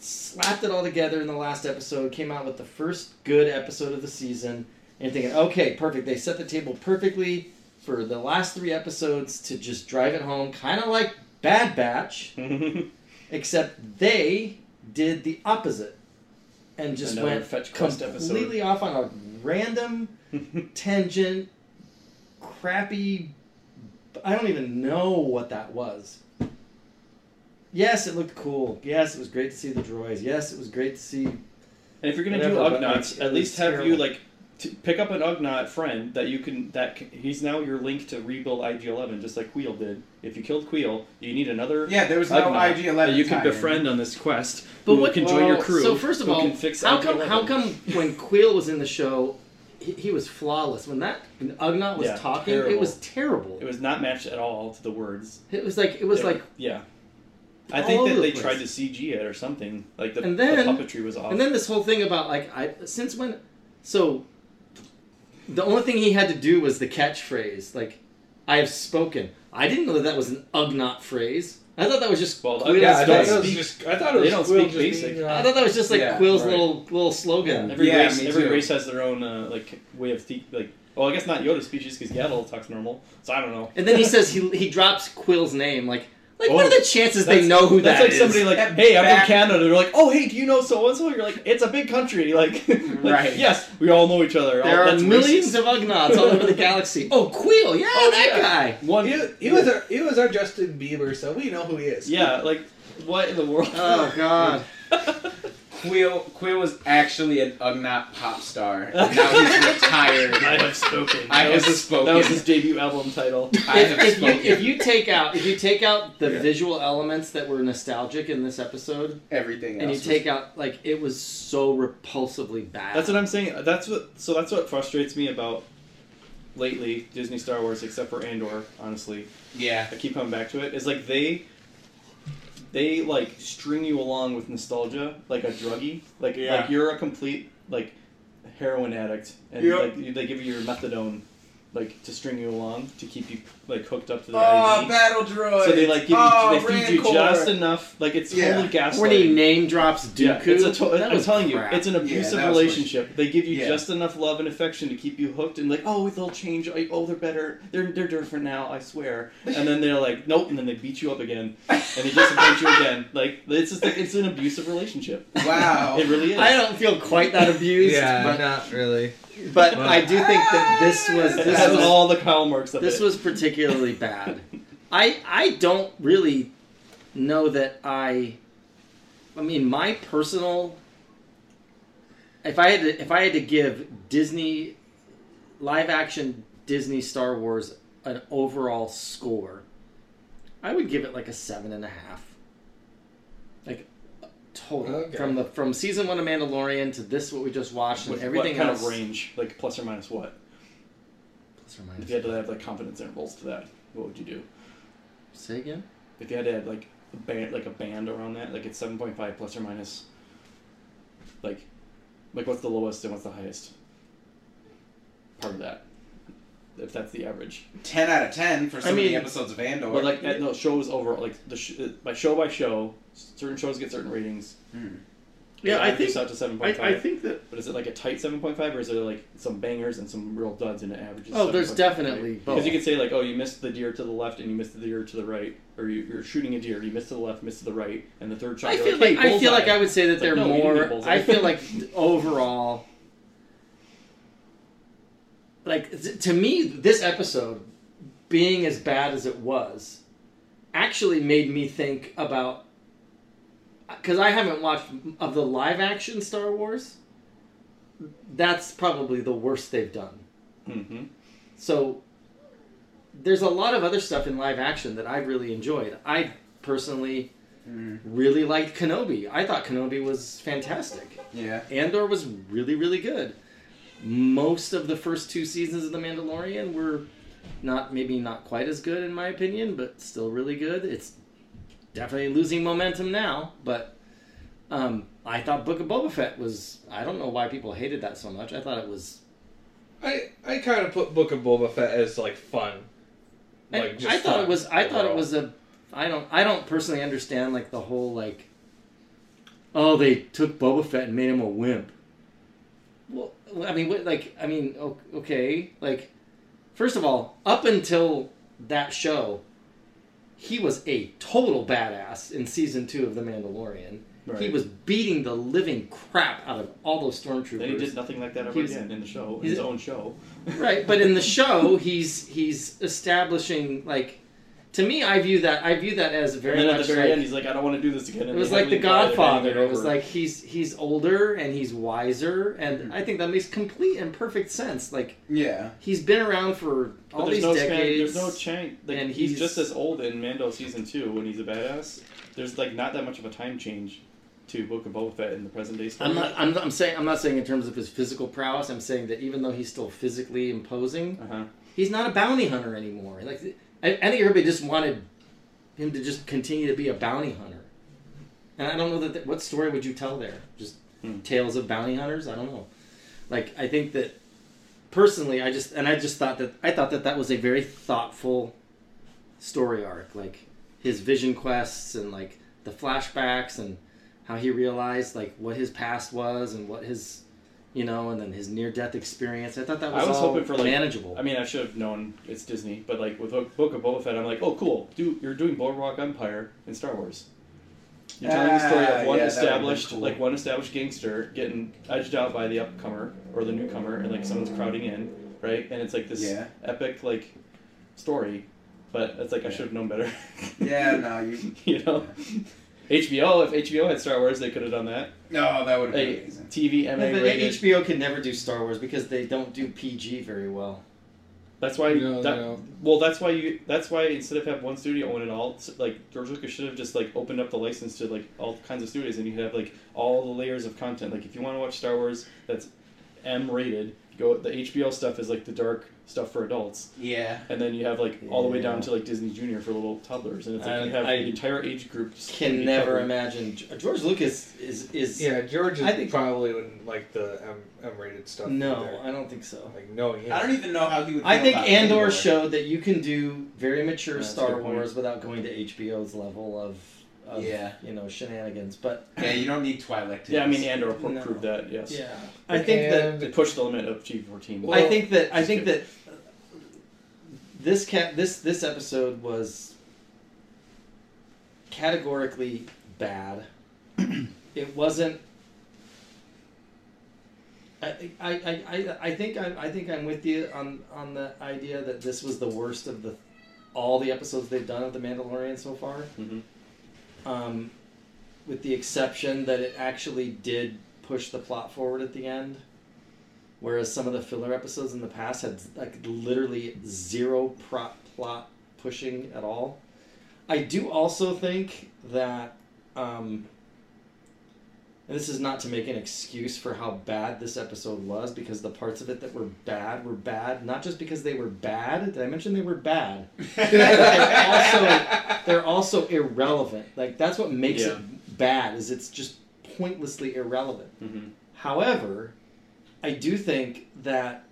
[SPEAKER 11] slapped it all together in the last episode, came out with the first good episode of the season, and thinking, okay, perfect. They set the table perfectly for the last three episodes to just drive it home, kind of like Bad Batch,
[SPEAKER 5] [LAUGHS]
[SPEAKER 8] [LAUGHS]
[SPEAKER 11] except they did the opposite and just
[SPEAKER 5] Another
[SPEAKER 11] went
[SPEAKER 5] fetch quest
[SPEAKER 11] completely off on a random tangent, crappy. I don't even know what that was. Yes, it looked cool. Yes, it was great to see the droids. Yes, it was great to see.
[SPEAKER 5] And if you're gonna
[SPEAKER 11] Whatever,
[SPEAKER 5] do
[SPEAKER 11] but,
[SPEAKER 5] Ugnaughts,
[SPEAKER 11] like,
[SPEAKER 5] at least
[SPEAKER 11] it's
[SPEAKER 5] have you
[SPEAKER 11] terrible.
[SPEAKER 5] like t- pick up an Ugnaught friend that you can that c- he's now your link to rebuild IG Eleven, just like Queel did. If you killed Queel, you need another.
[SPEAKER 8] yeah, there was no
[SPEAKER 5] Ugnaught
[SPEAKER 8] IG
[SPEAKER 5] that
[SPEAKER 8] eleven.
[SPEAKER 5] you can befriend on this quest. But what can join your crew?
[SPEAKER 11] Oh, So first of
[SPEAKER 5] who
[SPEAKER 11] all,
[SPEAKER 5] can fix
[SPEAKER 11] how come?
[SPEAKER 5] IG-11.
[SPEAKER 11] How come [LAUGHS] when Quill was in the show, he, he was flawless. When that when Ugnaught was
[SPEAKER 5] Yeah,
[SPEAKER 11] talking,
[SPEAKER 5] terrible.
[SPEAKER 11] it was terrible.
[SPEAKER 5] It was not matched at all to the words.
[SPEAKER 11] It was like it was like,
[SPEAKER 5] yeah. I
[SPEAKER 11] all
[SPEAKER 5] think
[SPEAKER 11] over
[SPEAKER 5] that
[SPEAKER 11] the
[SPEAKER 5] they
[SPEAKER 11] place.
[SPEAKER 5] tried to CG it or something. Like the,
[SPEAKER 11] And
[SPEAKER 5] the
[SPEAKER 11] then-
[SPEAKER 5] puppetry was off.
[SPEAKER 11] and then this whole thing about like I since when, so. The only thing he had to do was the catchphrase, like "I have spoken." I didn't know that that was an Ugnaught phrase. I thought that was just
[SPEAKER 5] Well,
[SPEAKER 11] Quill's
[SPEAKER 4] Yeah, I thought
[SPEAKER 5] don't
[SPEAKER 4] it
[SPEAKER 11] thing.
[SPEAKER 4] was
[SPEAKER 5] speak-
[SPEAKER 4] just. I thought it
[SPEAKER 5] they
[SPEAKER 4] was
[SPEAKER 5] don't
[SPEAKER 4] Quill
[SPEAKER 5] speak
[SPEAKER 4] just being,
[SPEAKER 5] basic.
[SPEAKER 4] uh,
[SPEAKER 11] I thought that was just like
[SPEAKER 8] Yeah,
[SPEAKER 11] Quill's
[SPEAKER 8] right.
[SPEAKER 11] little little slogan.
[SPEAKER 5] Every
[SPEAKER 8] Yeah,
[SPEAKER 5] race,
[SPEAKER 8] me
[SPEAKER 5] every
[SPEAKER 8] too.
[SPEAKER 5] race has their own uh, like way of speak. Like, well, I guess not Yoda species because Yaddle talks normal, so I don't know.
[SPEAKER 11] And then he says he he drops Quill's name. Like like what
[SPEAKER 5] Oh,
[SPEAKER 11] are the chances
[SPEAKER 5] That's-
[SPEAKER 11] they know who
[SPEAKER 5] that's
[SPEAKER 11] that
[SPEAKER 5] like
[SPEAKER 11] is?
[SPEAKER 5] somebody like,
[SPEAKER 8] That
[SPEAKER 5] hey, I'm from
[SPEAKER 8] back-
[SPEAKER 5] Canada. They're like, oh, hey, do you know so and so? You're like, it's a big country. [LAUGHS] Like, like,
[SPEAKER 8] Right.
[SPEAKER 5] Yes, we all know each other.
[SPEAKER 11] there
[SPEAKER 5] all,
[SPEAKER 11] are
[SPEAKER 5] oh, that's
[SPEAKER 11] millions
[SPEAKER 5] racist.
[SPEAKER 11] of Ugnaughts all
[SPEAKER 5] [LAUGHS]
[SPEAKER 11] over the galaxy. Oh, Quill, yeah,
[SPEAKER 5] Oh,
[SPEAKER 11] that
[SPEAKER 5] yeah.
[SPEAKER 11] guy.
[SPEAKER 5] One.
[SPEAKER 4] he, he was our he was our Justin Bieber, so we know who he is.
[SPEAKER 5] Yeah, like what in the world?
[SPEAKER 11] Oh
[SPEAKER 8] [LAUGHS]
[SPEAKER 11] God,
[SPEAKER 8] Quill Quill was actually an Ugnaught pop star. And now
[SPEAKER 5] [LAUGHS]
[SPEAKER 8] he's retired.
[SPEAKER 5] I have spoken.
[SPEAKER 8] I
[SPEAKER 5] that
[SPEAKER 8] have
[SPEAKER 5] was his, That
[SPEAKER 8] spoken.
[SPEAKER 5] was his debut album title.
[SPEAKER 8] I
[SPEAKER 11] if,
[SPEAKER 8] have
[SPEAKER 11] if you,
[SPEAKER 8] spoken.
[SPEAKER 5] [LAUGHS]
[SPEAKER 11] if you take out if you take out the visual elements that were nostalgic in this episode,
[SPEAKER 8] Everything
[SPEAKER 11] and you
[SPEAKER 8] else
[SPEAKER 11] take out like it was so repulsively bad.
[SPEAKER 5] That's what I'm saying. That's what. So that's what frustrates me about lately Disney Star Wars, except for Andor. Honestly,
[SPEAKER 8] was, yeah.
[SPEAKER 5] I keep coming back to it. Is like they they like string you along with nostalgia, like a druggie. Like
[SPEAKER 8] Yeah.
[SPEAKER 5] like you're a complete like heroin addict, and like you, they give you your methadone. Like to string you along to keep you like hooked up to the
[SPEAKER 4] Oh,
[SPEAKER 5] IV.
[SPEAKER 4] battle droid.
[SPEAKER 5] So they like give
[SPEAKER 4] oh,
[SPEAKER 5] you, they feed you
[SPEAKER 4] Rancor.
[SPEAKER 5] just enough. Like it's
[SPEAKER 4] Yeah.
[SPEAKER 5] totally gaslighting.
[SPEAKER 11] when he name drops Dooku.
[SPEAKER 5] Yeah, it's a to-
[SPEAKER 11] that
[SPEAKER 5] I'm
[SPEAKER 11] was
[SPEAKER 5] telling
[SPEAKER 11] crap.
[SPEAKER 5] you, it's an abusive
[SPEAKER 8] that was
[SPEAKER 5] relationship. They give you
[SPEAKER 8] Yeah.
[SPEAKER 5] just enough love and affection to keep you hooked, and like, oh, they'll change. Like, oh, they're better. They're they're different now. I swear. And then they're like, nope. And then they beat you up again, and they just beat you
[SPEAKER 11] [LAUGHS]
[SPEAKER 5] again. Like it's just like it's an abusive relationship.
[SPEAKER 8] Wow.
[SPEAKER 5] It really is.
[SPEAKER 11] I don't feel quite that abused,
[SPEAKER 4] Yeah,
[SPEAKER 11] but
[SPEAKER 4] not really.
[SPEAKER 11] But I do think that this was
[SPEAKER 5] It
[SPEAKER 11] this
[SPEAKER 5] has
[SPEAKER 11] was,
[SPEAKER 5] all the cow marks of
[SPEAKER 11] this
[SPEAKER 5] it.
[SPEAKER 11] was particularly bad. I I don't really know that I. I mean, my personal. If I had to, if I had to give Disney, live action Disney Star Wars an overall score, I would give it like a seven and a half. Like total
[SPEAKER 4] Okay.
[SPEAKER 11] from the from season one of Mandalorian to this what we just watched and
[SPEAKER 5] With
[SPEAKER 11] everything
[SPEAKER 5] what kind
[SPEAKER 11] else.
[SPEAKER 5] of range, like plus or minus what?
[SPEAKER 11] Plus or minus.
[SPEAKER 5] If you had to have like confidence intervals to that, what would you do?
[SPEAKER 11] Say again.
[SPEAKER 5] If you had to add like a band, like a band around that, like it's seven point five plus or minus. Like, like what's the lowest and what's the highest? Part of that, if that's the average.
[SPEAKER 8] Ten out of ten for some of
[SPEAKER 11] mean-
[SPEAKER 8] the episodes of Andor.
[SPEAKER 5] But like at, no shows overall, like the sh- uh, by show by show, certain shows get certain ratings.
[SPEAKER 8] Hmm.
[SPEAKER 5] It
[SPEAKER 11] Yeah, I
[SPEAKER 5] averages
[SPEAKER 11] think
[SPEAKER 5] out to seven
[SPEAKER 11] I,
[SPEAKER 5] point
[SPEAKER 11] I
[SPEAKER 5] five.
[SPEAKER 11] think that
[SPEAKER 5] But is it like a tight seven point five, or is there like some bangers and some real duds and it averages?
[SPEAKER 11] Oh, there's
[SPEAKER 5] 7.5?
[SPEAKER 11] definitely
[SPEAKER 5] Because
[SPEAKER 11] both.
[SPEAKER 5] you could say like, oh, you missed the deer to the left and you missed the deer to the right, or you, you're shooting a deer, you missed to the left, missed to the right, and the third shot.
[SPEAKER 11] I
[SPEAKER 5] you're
[SPEAKER 11] feel
[SPEAKER 5] like,
[SPEAKER 11] like
[SPEAKER 5] hey,
[SPEAKER 11] I feel like
[SPEAKER 5] bullseye.
[SPEAKER 11] I would say that
[SPEAKER 5] It's like,
[SPEAKER 11] they're
[SPEAKER 5] no, we didn't need
[SPEAKER 11] more.
[SPEAKER 5] bullseye.
[SPEAKER 11] I
[SPEAKER 5] [LAUGHS]
[SPEAKER 11] feel like overall, like th- to me, this episode being as bad as it was actually made me think about. I- because uh, I haven't watched m- of the live action Star Wars. That's probably the worst they've done.
[SPEAKER 5] Mm-hmm.
[SPEAKER 11] So there's a lot of other stuff in live action that I really enjoyed. I personally really liked Kenobi. I thought Kenobi was fantastic.
[SPEAKER 8] Yeah.
[SPEAKER 11] Andor was really, really good. Most of the first two seasons of The Mandalorian were not maybe not quite as good in my opinion, but still really good. It's definitely losing momentum now, but um, I thought Book of Boba Fett was. I don't know why people hated that so much. I thought it was.
[SPEAKER 4] I I kind of put Book of Boba Fett as like fun.
[SPEAKER 11] I-
[SPEAKER 4] Like just
[SPEAKER 11] I thought
[SPEAKER 4] fun
[SPEAKER 11] it was. I thought it
[SPEAKER 4] overall.
[SPEAKER 11] was a. I don't. I don't personally understand like the whole like. Oh, they took Boba Fett and made him a wimp. Well, I mean, what, like, I mean, o- okay, like, first of all, up until that show, he was a total badass in season two of The Mandalorian. He
[SPEAKER 5] Right.
[SPEAKER 11] was beating the living crap out of all those stormtroopers.
[SPEAKER 5] Then he did nothing like that ever
[SPEAKER 11] He's-
[SPEAKER 5] again in the show, in
[SPEAKER 11] he's-
[SPEAKER 5] his own show.
[SPEAKER 11] right but in the show he's he's establishing like to me i view that i view that as
[SPEAKER 5] [LAUGHS]
[SPEAKER 11] very
[SPEAKER 5] and then at
[SPEAKER 11] much
[SPEAKER 5] the very
[SPEAKER 11] like,
[SPEAKER 5] end, he's like, I don't want to do this again.
[SPEAKER 11] it
[SPEAKER 5] and
[SPEAKER 11] was
[SPEAKER 5] they
[SPEAKER 11] like the
[SPEAKER 5] heavily imply they're handing
[SPEAKER 11] godfather it was
[SPEAKER 5] over.
[SPEAKER 11] like he's he's older and he's wiser and
[SPEAKER 5] Hmm.
[SPEAKER 11] i think that makes complete and perfect sense like
[SPEAKER 8] Yeah.
[SPEAKER 11] he's been around for
[SPEAKER 5] But
[SPEAKER 11] all
[SPEAKER 5] there's
[SPEAKER 11] these
[SPEAKER 5] no span-
[SPEAKER 11] decades
[SPEAKER 5] there's no change. Like,
[SPEAKER 11] and
[SPEAKER 5] he's,
[SPEAKER 11] he's-
[SPEAKER 5] just as old in Mando season two when he's a badass. There's like not that much of a time change to Book of Boba Fett in the present day story.
[SPEAKER 11] I'm not. I'm, I'm saying. I'm not saying in terms of his physical prowess. I'm saying that even though he's still physically imposing,
[SPEAKER 5] Uh-huh.
[SPEAKER 11] he's not a bounty hunter anymore. Like I, I think everybody just wanted him to just continue to be a bounty hunter. And I don't know that th- what story would you tell there? Just
[SPEAKER 5] Hmm.
[SPEAKER 11] tales of bounty hunters. I don't know. Like I think that personally, I just and I just thought that I thought that that was a very thoughtful story arc. Like his vision quests and like the flashbacks and how he realized like what his past was and what his you know and then his near death experience. I thought that was,
[SPEAKER 5] I was
[SPEAKER 11] all
[SPEAKER 5] hoping for like
[SPEAKER 11] manageable.
[SPEAKER 5] I mean, I should have known it's Disney, but like with Book Book of Boba Fett, I'm like, oh, cool. Do you're doing Boardwalk Empire and Star Wars. You're telling the story
[SPEAKER 8] Ah,
[SPEAKER 5] of one
[SPEAKER 8] yeah, that would've been
[SPEAKER 5] established,
[SPEAKER 8] cool.
[SPEAKER 5] like one established gangster getting edged out by the upcomer or the newcomer, and like someone's crowding in, right? And it's like this
[SPEAKER 8] Yeah.
[SPEAKER 5] epic like story, but it's like I should have known better.
[SPEAKER 8] Yeah, no, you.
[SPEAKER 5] [LAUGHS] you know, HBO. If HBO had Star Wars, they could have done that.
[SPEAKER 8] No, that would have been
[SPEAKER 5] Like
[SPEAKER 8] amazing.
[SPEAKER 5] TV
[SPEAKER 11] Yeah,
[SPEAKER 5] MA
[SPEAKER 11] but
[SPEAKER 5] rated.
[SPEAKER 11] HBO can never do Star Wars because they don't do PG very well.
[SPEAKER 5] That's why.
[SPEAKER 4] No,
[SPEAKER 5] that-
[SPEAKER 4] no.
[SPEAKER 5] Well, that's why you. That's why instead of have one studio own it all, s- like George Lucas should have just like opened up the license to like all kinds of studios, and you have like all the layers of content. Like if you want to watch Star Wars, that's M rated. Go the HBO stuff is like the dark stuff for adults,
[SPEAKER 8] Yeah.
[SPEAKER 5] and then you have like all the way down
[SPEAKER 11] Yeah.
[SPEAKER 5] to like Disney Junior for little toddlers, and it's like
[SPEAKER 11] I-
[SPEAKER 5] you have
[SPEAKER 11] I
[SPEAKER 5] the entire age groups.
[SPEAKER 11] Can never imagine. George Lucas is is
[SPEAKER 4] Yeah, George is
[SPEAKER 11] I think-
[SPEAKER 4] probably wouldn't like the M M rated stuff.
[SPEAKER 11] no.
[SPEAKER 4] either.
[SPEAKER 11] I don't think so.
[SPEAKER 4] like knowing him.
[SPEAKER 8] I don't even know how he would.
[SPEAKER 11] I
[SPEAKER 8] feel
[SPEAKER 11] think
[SPEAKER 8] about
[SPEAKER 11] Andor showed that you can do very mature
[SPEAKER 5] That's a
[SPEAKER 11] Star
[SPEAKER 5] good point.
[SPEAKER 11] Wars without going to HBO's level of, of
[SPEAKER 8] Yeah.
[SPEAKER 11] you know shenanigans. But
[SPEAKER 8] Yeah, you don't need Twilight. To
[SPEAKER 5] Yeah, I mean Andor pro-
[SPEAKER 11] No.
[SPEAKER 5] proved that. Yes.
[SPEAKER 11] yeah, I think that
[SPEAKER 5] They pushed the limit of G fourteen.
[SPEAKER 11] I think that I think that uh, this cat this this episode was categorically bad. it wasn't. I, I, I- I, I think I, I think I'm with you on on the idea that this was the worst of the all the episodes they've done of the Mandalorian so far.
[SPEAKER 5] Mhm.
[SPEAKER 11] Um, with the exception that it actually did push the plot forward at the end whereas some of the filler episodes in the past had like literally zero prop plot pushing at all. I do also think that, um, and this is not to make an excuse for how bad this episode was, because the parts of it that were bad were bad, not just because they were bad. Did I mention they were bad? they're also they're also irrelevant. Like that's what makes it bad is it's just pointlessly irrelevant.
[SPEAKER 5] Mhm.
[SPEAKER 11] However, I do think that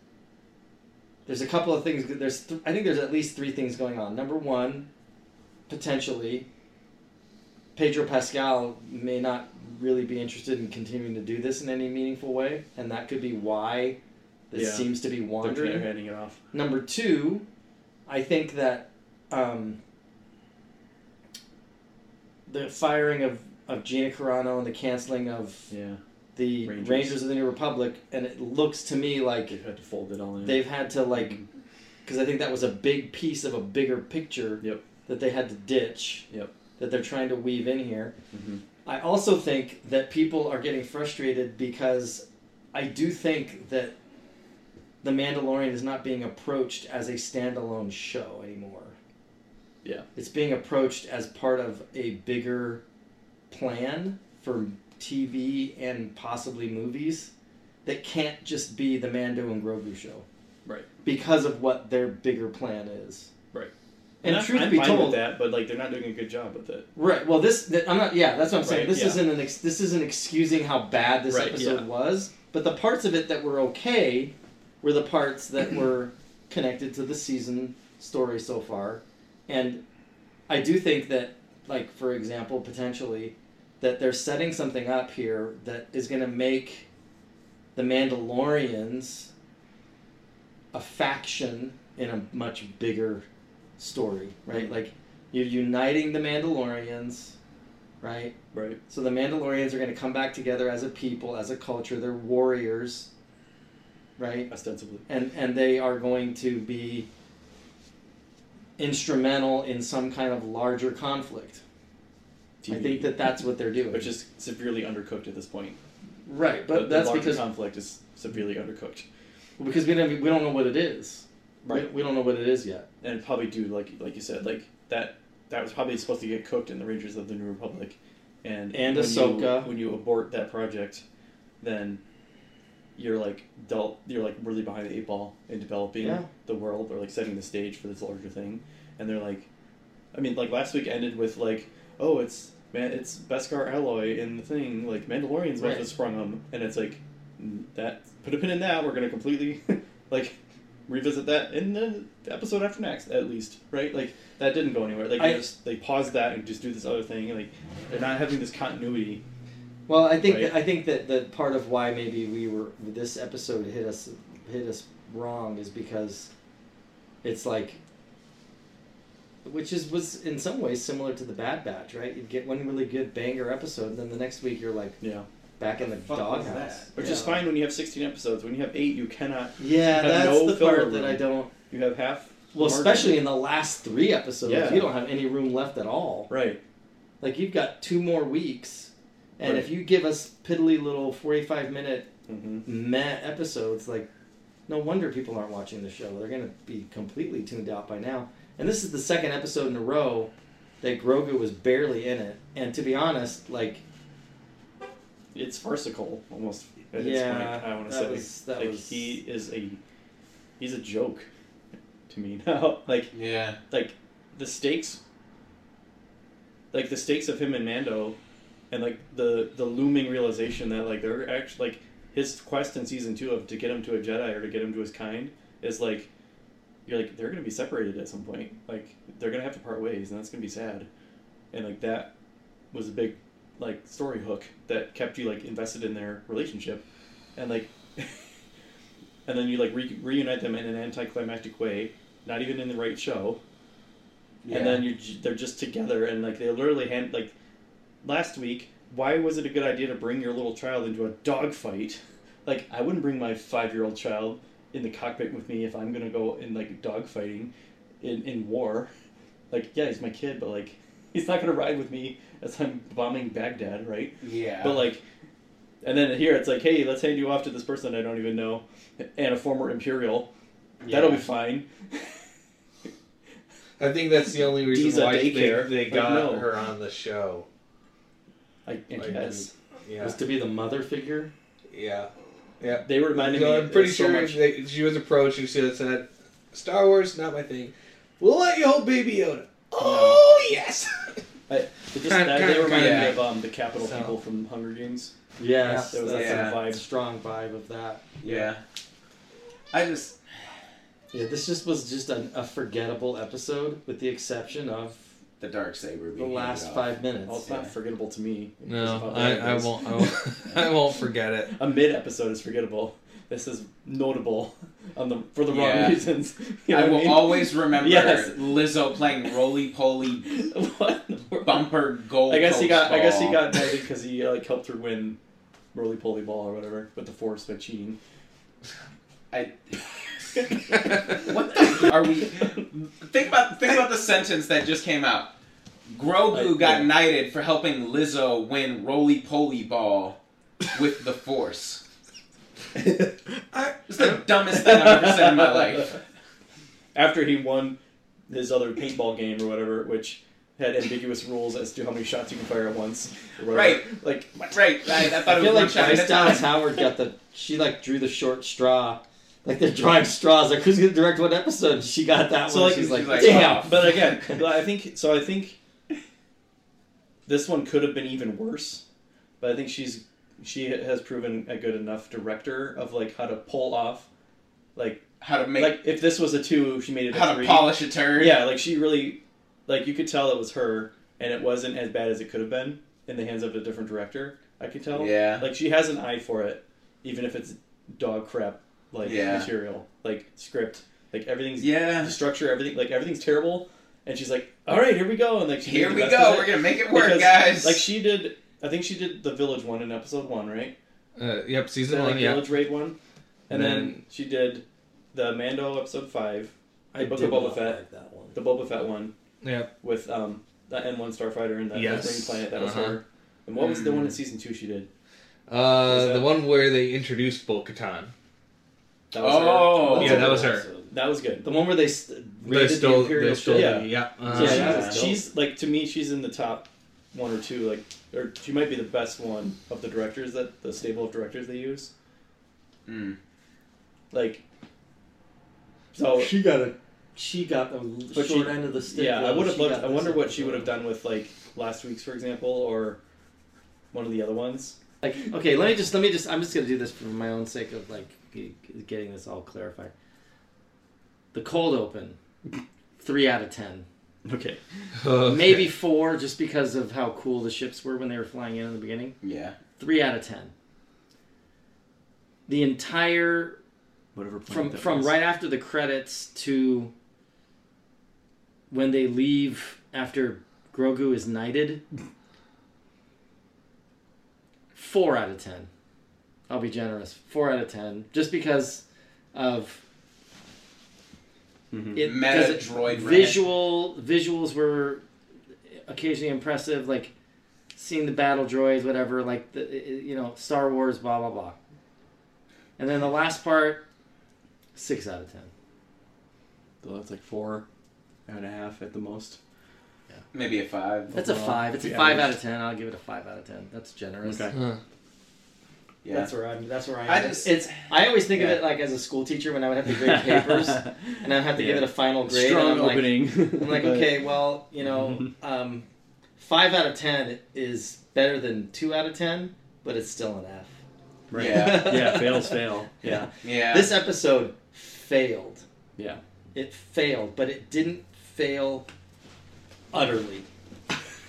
[SPEAKER 11] there's a couple of things. There's th- I think there's at least three things going on. Number one, potentially, Pedro Pascal may not really be interested in continuing to do this in any meaningful way, and that could be why this
[SPEAKER 5] Yeah.
[SPEAKER 11] seems to be
[SPEAKER 5] they're,
[SPEAKER 11] wandering.
[SPEAKER 5] they're handing it off.
[SPEAKER 11] Number two, I think that um, the firing of, of Gina Carano and the canceling of
[SPEAKER 5] Yeah,
[SPEAKER 11] the Rangers.
[SPEAKER 5] Rangers.
[SPEAKER 11] of the New Republic, and it looks to me like
[SPEAKER 5] they've had to fold it all in.
[SPEAKER 11] they've had to like, because I think that was a big piece of a bigger picture
[SPEAKER 5] Yep.
[SPEAKER 11] that they had to ditch.
[SPEAKER 5] Yep.
[SPEAKER 11] That they're trying to weave in here,
[SPEAKER 5] Mhm.
[SPEAKER 11] I also think that people are getting frustrated because I do think that The Mandalorian is not being approached as a standalone show anymore.
[SPEAKER 5] Yeah.
[SPEAKER 11] It's being approached as part of a bigger plan for TV and possibly movies that can't just be the Mando and Grogu show
[SPEAKER 5] Right.
[SPEAKER 11] because of what their bigger plan is.
[SPEAKER 5] Right.
[SPEAKER 11] And,
[SPEAKER 5] I'm,
[SPEAKER 11] truth
[SPEAKER 5] I'm
[SPEAKER 11] be
[SPEAKER 5] fine
[SPEAKER 11] told,
[SPEAKER 5] with that, but like they're not doing a good job with it.
[SPEAKER 11] Right. Well, this that, I'm not. Yeah, that's what I'm saying.
[SPEAKER 5] Right,
[SPEAKER 11] This
[SPEAKER 5] yeah.
[SPEAKER 11] isn't an ex, this isn't excusing how bad this
[SPEAKER 5] Right,
[SPEAKER 11] episode
[SPEAKER 5] yeah.
[SPEAKER 11] was, but the parts of it that were okay were the
[SPEAKER 5] [CLEARS THROAT]
[SPEAKER 11] parts that were connected to the season story so far, and I do think that, like for example, potentially that they're setting something up here that is going to make the Mandalorians a faction in a much bigger story, right? Like you're uniting the Mandalorians, right?
[SPEAKER 5] Right.
[SPEAKER 11] So the Mandalorians are going to come back together as a people, as a culture. They're warriors, right?
[SPEAKER 5] Ostensibly.
[SPEAKER 11] And and they are going to be instrumental in some kind of larger conflict. I think that that's what they're doing.
[SPEAKER 5] which is severely undercooked at this point.
[SPEAKER 11] right,
[SPEAKER 5] The-
[SPEAKER 11] but
[SPEAKER 5] the
[SPEAKER 11] that's
[SPEAKER 5] larger
[SPEAKER 11] because
[SPEAKER 5] conflict is severely undercooked,
[SPEAKER 11] because we don't we don't know what it is. We-
[SPEAKER 5] Right.
[SPEAKER 11] we don't know what it is yet.
[SPEAKER 5] and probably due like like you said like that that was probably supposed to get cooked in the Rangers of the New Republic, and
[SPEAKER 11] And
[SPEAKER 5] when
[SPEAKER 11] Ahsoka.
[SPEAKER 5] You, when you abort that project, then you're like dealt you're like really behind the eight ball in developing
[SPEAKER 11] Yeah.
[SPEAKER 5] the world or like setting the stage for this larger thing, and they're like, I mean like last week ended with like oh it's man it's Beskar alloy in the thing like Mandalorians must
[SPEAKER 11] Right.
[SPEAKER 5] have sprung them, and it's like mm, that put a pin in that we're gonna completely [LAUGHS] like revisit that in the episode after next, at least, right? Like that didn't go anywhere. Like
[SPEAKER 11] I-
[SPEAKER 5] they just they paused that and just do this other thing. and, Like they're not having this continuity.
[SPEAKER 11] Well, I think
[SPEAKER 5] Right?
[SPEAKER 11] that, I think that, that part of why maybe we were this episode hit us hit us wrong is because it's like which is was in some ways similar to the Bad Batch, right? You'd get one really good banger episode, then the next week you're like
[SPEAKER 5] Yeah,
[SPEAKER 11] back in the
[SPEAKER 7] The fuck was
[SPEAKER 11] doghouse.
[SPEAKER 5] which is fine when you have sixteen episodes. When you have eight, you cannot. You
[SPEAKER 11] Yeah,
[SPEAKER 5] have
[SPEAKER 11] that's
[SPEAKER 5] no
[SPEAKER 11] the
[SPEAKER 5] filler
[SPEAKER 11] part that I
[SPEAKER 5] room.
[SPEAKER 11] don't.
[SPEAKER 5] You have half. the
[SPEAKER 11] Well,
[SPEAKER 5] margin.
[SPEAKER 11] especially in the last three episodes,
[SPEAKER 5] Yeah.
[SPEAKER 11] you don't have any room left at all.
[SPEAKER 5] right.
[SPEAKER 11] Like you've got two more weeks, and
[SPEAKER 5] Right.
[SPEAKER 11] if you give us piddly little forty-five minute Mm-hmm.
[SPEAKER 5] hmm
[SPEAKER 11] meh episodes, like no wonder people aren't watching the show. They're gonna be completely tuned out by now. And this is the second episode in a row that Grogu was barely in it. And to be honest, like
[SPEAKER 5] It's farcical almost. At
[SPEAKER 11] Yeah,
[SPEAKER 5] this point, I want to
[SPEAKER 11] that
[SPEAKER 5] say
[SPEAKER 11] was- that
[SPEAKER 5] like
[SPEAKER 11] was-
[SPEAKER 5] he is a he's a joke to me [LAUGHS] now. Like
[SPEAKER 8] Yeah.
[SPEAKER 5] like the stakes like the stakes of him and Mando and like the the looming realization that like they're actually like his quest in season two of to get him to a Jedi or to get him to his kind is like you're like they're gonna be separated at some point. Like they're gonna have to part ways and that's gonna be sad. And like that was a big like story hook that kept you like invested in their relationship. And like [LAUGHS] and then you like re- reunite them in an anticlimactic way, not even in the right show and then you they're just together and like they literally hand like last week why was it a good idea to bring your little child into a dog fight [LAUGHS] like i wouldn't bring my five year old child in the cockpit with me if i'm gonna go in like dog fighting in, in war like yeah he's my kid but like [LAUGHS] he's not gonna ride with me as i'm bombing baghdad right
[SPEAKER 8] Yeah.
[SPEAKER 5] but like and then here it's like hey let's hand you off to this person i don't even know and a former imperial that'll be fine
[SPEAKER 4] I think that's the only reason
[SPEAKER 5] Dee's at
[SPEAKER 4] why they,
[SPEAKER 5] daycare.
[SPEAKER 4] they
[SPEAKER 5] Like,
[SPEAKER 4] got
[SPEAKER 5] no.
[SPEAKER 4] her on the show.
[SPEAKER 5] i, I
[SPEAKER 4] Like,
[SPEAKER 5] guess
[SPEAKER 4] Yeah.
[SPEAKER 11] was to be the mother figure.
[SPEAKER 4] Yeah. Yeah.
[SPEAKER 5] they reminded
[SPEAKER 4] No,
[SPEAKER 5] me
[SPEAKER 4] I'm pretty
[SPEAKER 5] of so
[SPEAKER 4] sure
[SPEAKER 5] much-
[SPEAKER 4] they, she was approached and she said, Star Wars, not my thing. We'll let you hold Baby Yoda. Oh, yes!
[SPEAKER 5] I, it just,
[SPEAKER 4] Kind-
[SPEAKER 5] that,
[SPEAKER 4] kind
[SPEAKER 5] they
[SPEAKER 4] of-
[SPEAKER 5] reminded
[SPEAKER 4] yeah.
[SPEAKER 5] me of um, the capital
[SPEAKER 4] So.
[SPEAKER 5] people from Hunger Games.
[SPEAKER 11] Yes,
[SPEAKER 5] There was
[SPEAKER 11] that's
[SPEAKER 5] that
[SPEAKER 4] Yeah.
[SPEAKER 5] kind
[SPEAKER 11] a
[SPEAKER 5] of vibe.
[SPEAKER 11] strong vibe of that.
[SPEAKER 8] yeah. I just.
[SPEAKER 11] Yeah, this just was just a, a forgettable episode, with the exception of
[SPEAKER 8] The dark saber.
[SPEAKER 11] the last five
[SPEAKER 5] Well, it's
[SPEAKER 11] minutes.
[SPEAKER 5] not forgettable to me. It's
[SPEAKER 4] No,
[SPEAKER 5] about
[SPEAKER 4] I,
[SPEAKER 5] Hunger
[SPEAKER 4] I
[SPEAKER 5] Games.
[SPEAKER 4] won't. I won't, [LAUGHS] I won't forget it.
[SPEAKER 5] A mid episode is forgettable. This is notable [LAUGHS] on the for the
[SPEAKER 8] Yeah.
[SPEAKER 5] wrong reasons. [LAUGHS] You know
[SPEAKER 8] I
[SPEAKER 5] what
[SPEAKER 8] will
[SPEAKER 5] mean?
[SPEAKER 8] always remember
[SPEAKER 5] Yes.
[SPEAKER 8] Lizzo playing roly poly
[SPEAKER 5] [LAUGHS] What in the world?
[SPEAKER 8] bumper gold.
[SPEAKER 5] I guess he got.
[SPEAKER 8] post
[SPEAKER 5] I guess he
[SPEAKER 8] ball.
[SPEAKER 5] got knighted because he like helped her win roly poly ball or whatever with the force by cheating.
[SPEAKER 8] I, what the, are we? Think about think about the sentence that just came out. Grogu
[SPEAKER 5] I-
[SPEAKER 8] got
[SPEAKER 5] yeah.
[SPEAKER 8] knighted for helping Lizzo win roly poly ball with
[SPEAKER 5] [LAUGHS]
[SPEAKER 8] the Force. it's the dumbest thing I've ever said in
[SPEAKER 5] [LAUGHS]
[SPEAKER 8] my life.
[SPEAKER 5] After he won his other paintball game or whatever, which had ambiguous rules as to how many shots you can fire at once. or whatever.
[SPEAKER 8] Right.
[SPEAKER 5] Like,
[SPEAKER 8] Right, I, I thought
[SPEAKER 11] I
[SPEAKER 8] it was
[SPEAKER 11] feel
[SPEAKER 8] one
[SPEAKER 11] like
[SPEAKER 8] shot at a
[SPEAKER 11] Bryce Dallas
[SPEAKER 8] time.
[SPEAKER 11] Howard got the. She like drew the short straw. Like they're drawing straws. Like who's gonna direct what episode? She got that
[SPEAKER 5] So,
[SPEAKER 11] one.
[SPEAKER 5] like,
[SPEAKER 11] she's like,
[SPEAKER 8] she's like,
[SPEAKER 11] damn.
[SPEAKER 8] oh.
[SPEAKER 5] but again, but I think so. I think this one could have been even worse, but I think she's she has proven a good enough director of like how to pull off, like
[SPEAKER 8] How to make
[SPEAKER 5] like if this was a two, she made it a
[SPEAKER 8] how to
[SPEAKER 5] three.
[SPEAKER 8] polish a turd.
[SPEAKER 5] Yeah, like she really, like you could tell it was her, and it wasn't as bad as it could have been in the hands of a different director. I could tell.
[SPEAKER 8] Yeah.
[SPEAKER 5] like she has an eye for it, even if it's dog crap like
[SPEAKER 8] Yeah.
[SPEAKER 5] material, like script, like everything's
[SPEAKER 8] Yeah.
[SPEAKER 5] the structure, everything like everything's terrible. And she's like, "All right, here we go." And like, she made
[SPEAKER 8] Here
[SPEAKER 5] the
[SPEAKER 8] we
[SPEAKER 5] best of
[SPEAKER 8] go.
[SPEAKER 5] it.
[SPEAKER 8] We're gonna make it work,
[SPEAKER 5] Because,
[SPEAKER 8] guys.
[SPEAKER 5] Like she did, I think she did the village one in episode one, right?
[SPEAKER 4] Uh, yep,
[SPEAKER 5] Is
[SPEAKER 4] season
[SPEAKER 5] that
[SPEAKER 4] one.
[SPEAKER 5] like
[SPEAKER 4] Yeah,
[SPEAKER 5] village raid one?
[SPEAKER 4] And
[SPEAKER 5] And then,
[SPEAKER 4] then-
[SPEAKER 5] she did the Mando episode five,
[SPEAKER 11] I
[SPEAKER 5] Book
[SPEAKER 11] did
[SPEAKER 5] of Boba
[SPEAKER 11] not
[SPEAKER 5] Fett.
[SPEAKER 11] like that one.
[SPEAKER 5] the Boba Fett one
[SPEAKER 4] yeah.
[SPEAKER 5] with um the N one starfighter and that
[SPEAKER 4] Yes.
[SPEAKER 5] green planet. That was
[SPEAKER 4] Uh-huh.
[SPEAKER 5] her. And what was the one in season two she did?
[SPEAKER 4] Uh,
[SPEAKER 5] that-
[SPEAKER 4] the one where they introduced Bo-Katan.
[SPEAKER 5] That was
[SPEAKER 8] Oh.
[SPEAKER 5] her.
[SPEAKER 4] yeah, that was her.
[SPEAKER 5] her. That was good.
[SPEAKER 11] The one where they st-
[SPEAKER 4] They
[SPEAKER 11] raided
[SPEAKER 4] stole.
[SPEAKER 11] the Imperial
[SPEAKER 4] They stole.
[SPEAKER 11] ship.
[SPEAKER 5] Yeah.
[SPEAKER 4] the- Yeah. uh-huh.
[SPEAKER 5] Yeah,
[SPEAKER 11] Yeah,
[SPEAKER 5] that-
[SPEAKER 11] that's dope.
[SPEAKER 5] she's like to me, she's in the top one or two. Like, or she might be the best one of the directors that the stable of directors they use.
[SPEAKER 8] Mm.
[SPEAKER 5] Like, so
[SPEAKER 11] She got a. She got the
[SPEAKER 5] But
[SPEAKER 11] short
[SPEAKER 5] she-
[SPEAKER 11] end of the stick.
[SPEAKER 5] yeah, I
[SPEAKER 11] though.
[SPEAKER 5] would have
[SPEAKER 11] She
[SPEAKER 5] loved.
[SPEAKER 11] got
[SPEAKER 5] I
[SPEAKER 11] this
[SPEAKER 5] wonder what she
[SPEAKER 11] episode.
[SPEAKER 5] would have done with like last week's, for example, or one of the other ones.
[SPEAKER 11] Like, okay, let me just let me just I'm just gonna do this for my own sake of like g- getting this all clarified. The cold open, three out of ten,
[SPEAKER 5] Okay.
[SPEAKER 4] Uh, Okay.
[SPEAKER 11] maybe four, just because of how cool the ships were when they were flying in in the beginning.
[SPEAKER 8] Yeah.
[SPEAKER 11] Three out of ten. The entire
[SPEAKER 5] Whatever.
[SPEAKER 11] from from right after the credits to when they leave after Grogu is knighted. [LAUGHS] Four out of ten. I'll be generous. Four out of ten, just because of
[SPEAKER 5] Mm-hmm.
[SPEAKER 11] it.
[SPEAKER 8] Meta
[SPEAKER 11] 'cause it-
[SPEAKER 8] droid rant.
[SPEAKER 11] visual visuals were occasionally impressive, like seeing the battle droids, whatever. Like the you know Star Wars, blah blah blah. And then the last part, six out of ten.
[SPEAKER 5] That's like four and a half at the most.
[SPEAKER 8] Maybe a five.
[SPEAKER 11] That's a
[SPEAKER 5] Overall,
[SPEAKER 11] five. It's a
[SPEAKER 5] the
[SPEAKER 11] five out
[SPEAKER 5] average.
[SPEAKER 11] of ten. I'll give it a five out of ten. That's generous.
[SPEAKER 5] Okay.
[SPEAKER 4] Huh.
[SPEAKER 8] Yeah.
[SPEAKER 11] That's where I'm. That's where I am.
[SPEAKER 8] I just-
[SPEAKER 11] it's. I always think of
[SPEAKER 8] Yeah.
[SPEAKER 11] it like as a school teacher when I would have
[SPEAKER 5] [LAUGHS]
[SPEAKER 11] to grade papers and I'd have to give it a final grade. and
[SPEAKER 5] Strong
[SPEAKER 11] I'm like-
[SPEAKER 5] opening.
[SPEAKER 11] I'm
[SPEAKER 5] [LAUGHS]
[SPEAKER 11] like,
[SPEAKER 5] But-
[SPEAKER 11] okay, well, you know, um, five out of ten is better than two out of ten, but it's still an F.
[SPEAKER 5] Right.
[SPEAKER 8] Yeah.
[SPEAKER 5] yeah, fails fail.
[SPEAKER 11] [LAUGHS]
[SPEAKER 5] Yeah.
[SPEAKER 8] Yeah.
[SPEAKER 11] This episode failed.
[SPEAKER 5] Yeah.
[SPEAKER 11] It failed, but it didn't fail
[SPEAKER 8] [LAUGHS]
[SPEAKER 11] utterly.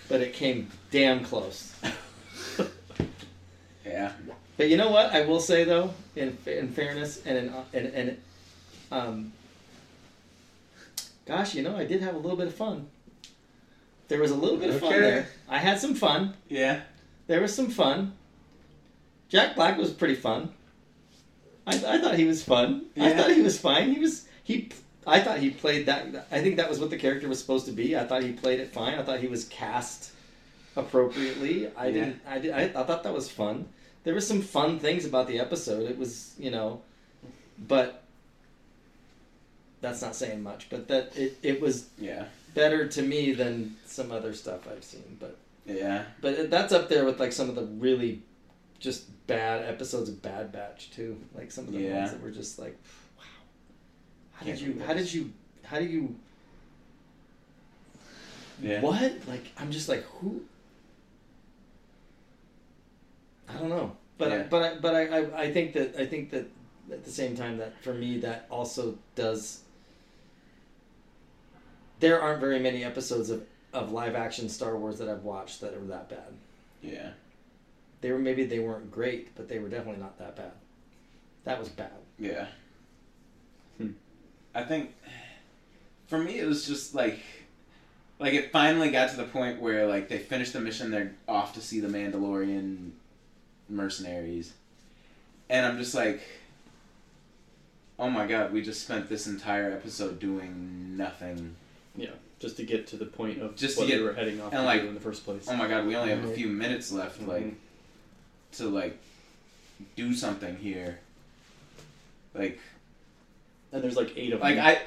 [SPEAKER 11] But it came damn close.
[SPEAKER 8] yeah.
[SPEAKER 11] But you know what? I will say though, in in fairness and in and and um, gosh, you know, I did have a little bit of fun. There was a little bit of fun
[SPEAKER 8] Okay.
[SPEAKER 11] there. I had some fun.
[SPEAKER 8] Yeah.
[SPEAKER 11] There was some fun. Jack Black was pretty fun. I, I thought he was fun. I
[SPEAKER 8] Yeah.
[SPEAKER 11] thought he was fine. He was he. I thought he played that. I think that was what the character was supposed to be. I thought he played it fine. I thought he was cast appropriately. I
[SPEAKER 8] Yeah.
[SPEAKER 11] didn't. I did. I, I thought that was fun. There were some fun things about the episode. It was you know, but that's not saying much. But that it it was
[SPEAKER 8] Yeah.
[SPEAKER 11] better to me than some other stuff I've seen. But
[SPEAKER 8] Yeah.
[SPEAKER 11] but it- that's up there with like some of the really just bad episodes of Bad Batch too. Like some of the
[SPEAKER 8] Yeah.
[SPEAKER 11] ones that were just like, wow, how did
[SPEAKER 8] Can't
[SPEAKER 11] you?
[SPEAKER 8] believe
[SPEAKER 11] How
[SPEAKER 8] this.
[SPEAKER 11] did you? How do you?
[SPEAKER 8] Yeah.
[SPEAKER 11] What? Like I'm just like who? I don't know. But I,
[SPEAKER 8] Yeah.
[SPEAKER 11] but I, but I, I I think that I think that at the same time that for me that also does. There aren't very many episodes of, of live action Star Wars that I've watched that are that bad.
[SPEAKER 8] Yeah.
[SPEAKER 11] they were maybe they weren't great, but they were definitely not that bad. That was bad.
[SPEAKER 8] Yeah.
[SPEAKER 5] Hmm.
[SPEAKER 8] I think for me it was just like like it finally got to the point where like they finished the mission, they're off to see the Mandalorian mercenaries. And I'm just like Oh my god, we just spent this entire episode doing nothing.
[SPEAKER 5] Yeah. just to get to the point of
[SPEAKER 8] Just to
[SPEAKER 5] what
[SPEAKER 8] get-
[SPEAKER 5] they were heading off
[SPEAKER 8] and,
[SPEAKER 5] to
[SPEAKER 8] like,
[SPEAKER 5] do in the first place.
[SPEAKER 8] Oh my god, we only have a
[SPEAKER 11] Right.
[SPEAKER 8] few minutes left, like to like do something here. Like
[SPEAKER 5] And there's like eight of
[SPEAKER 8] like
[SPEAKER 5] them.
[SPEAKER 8] I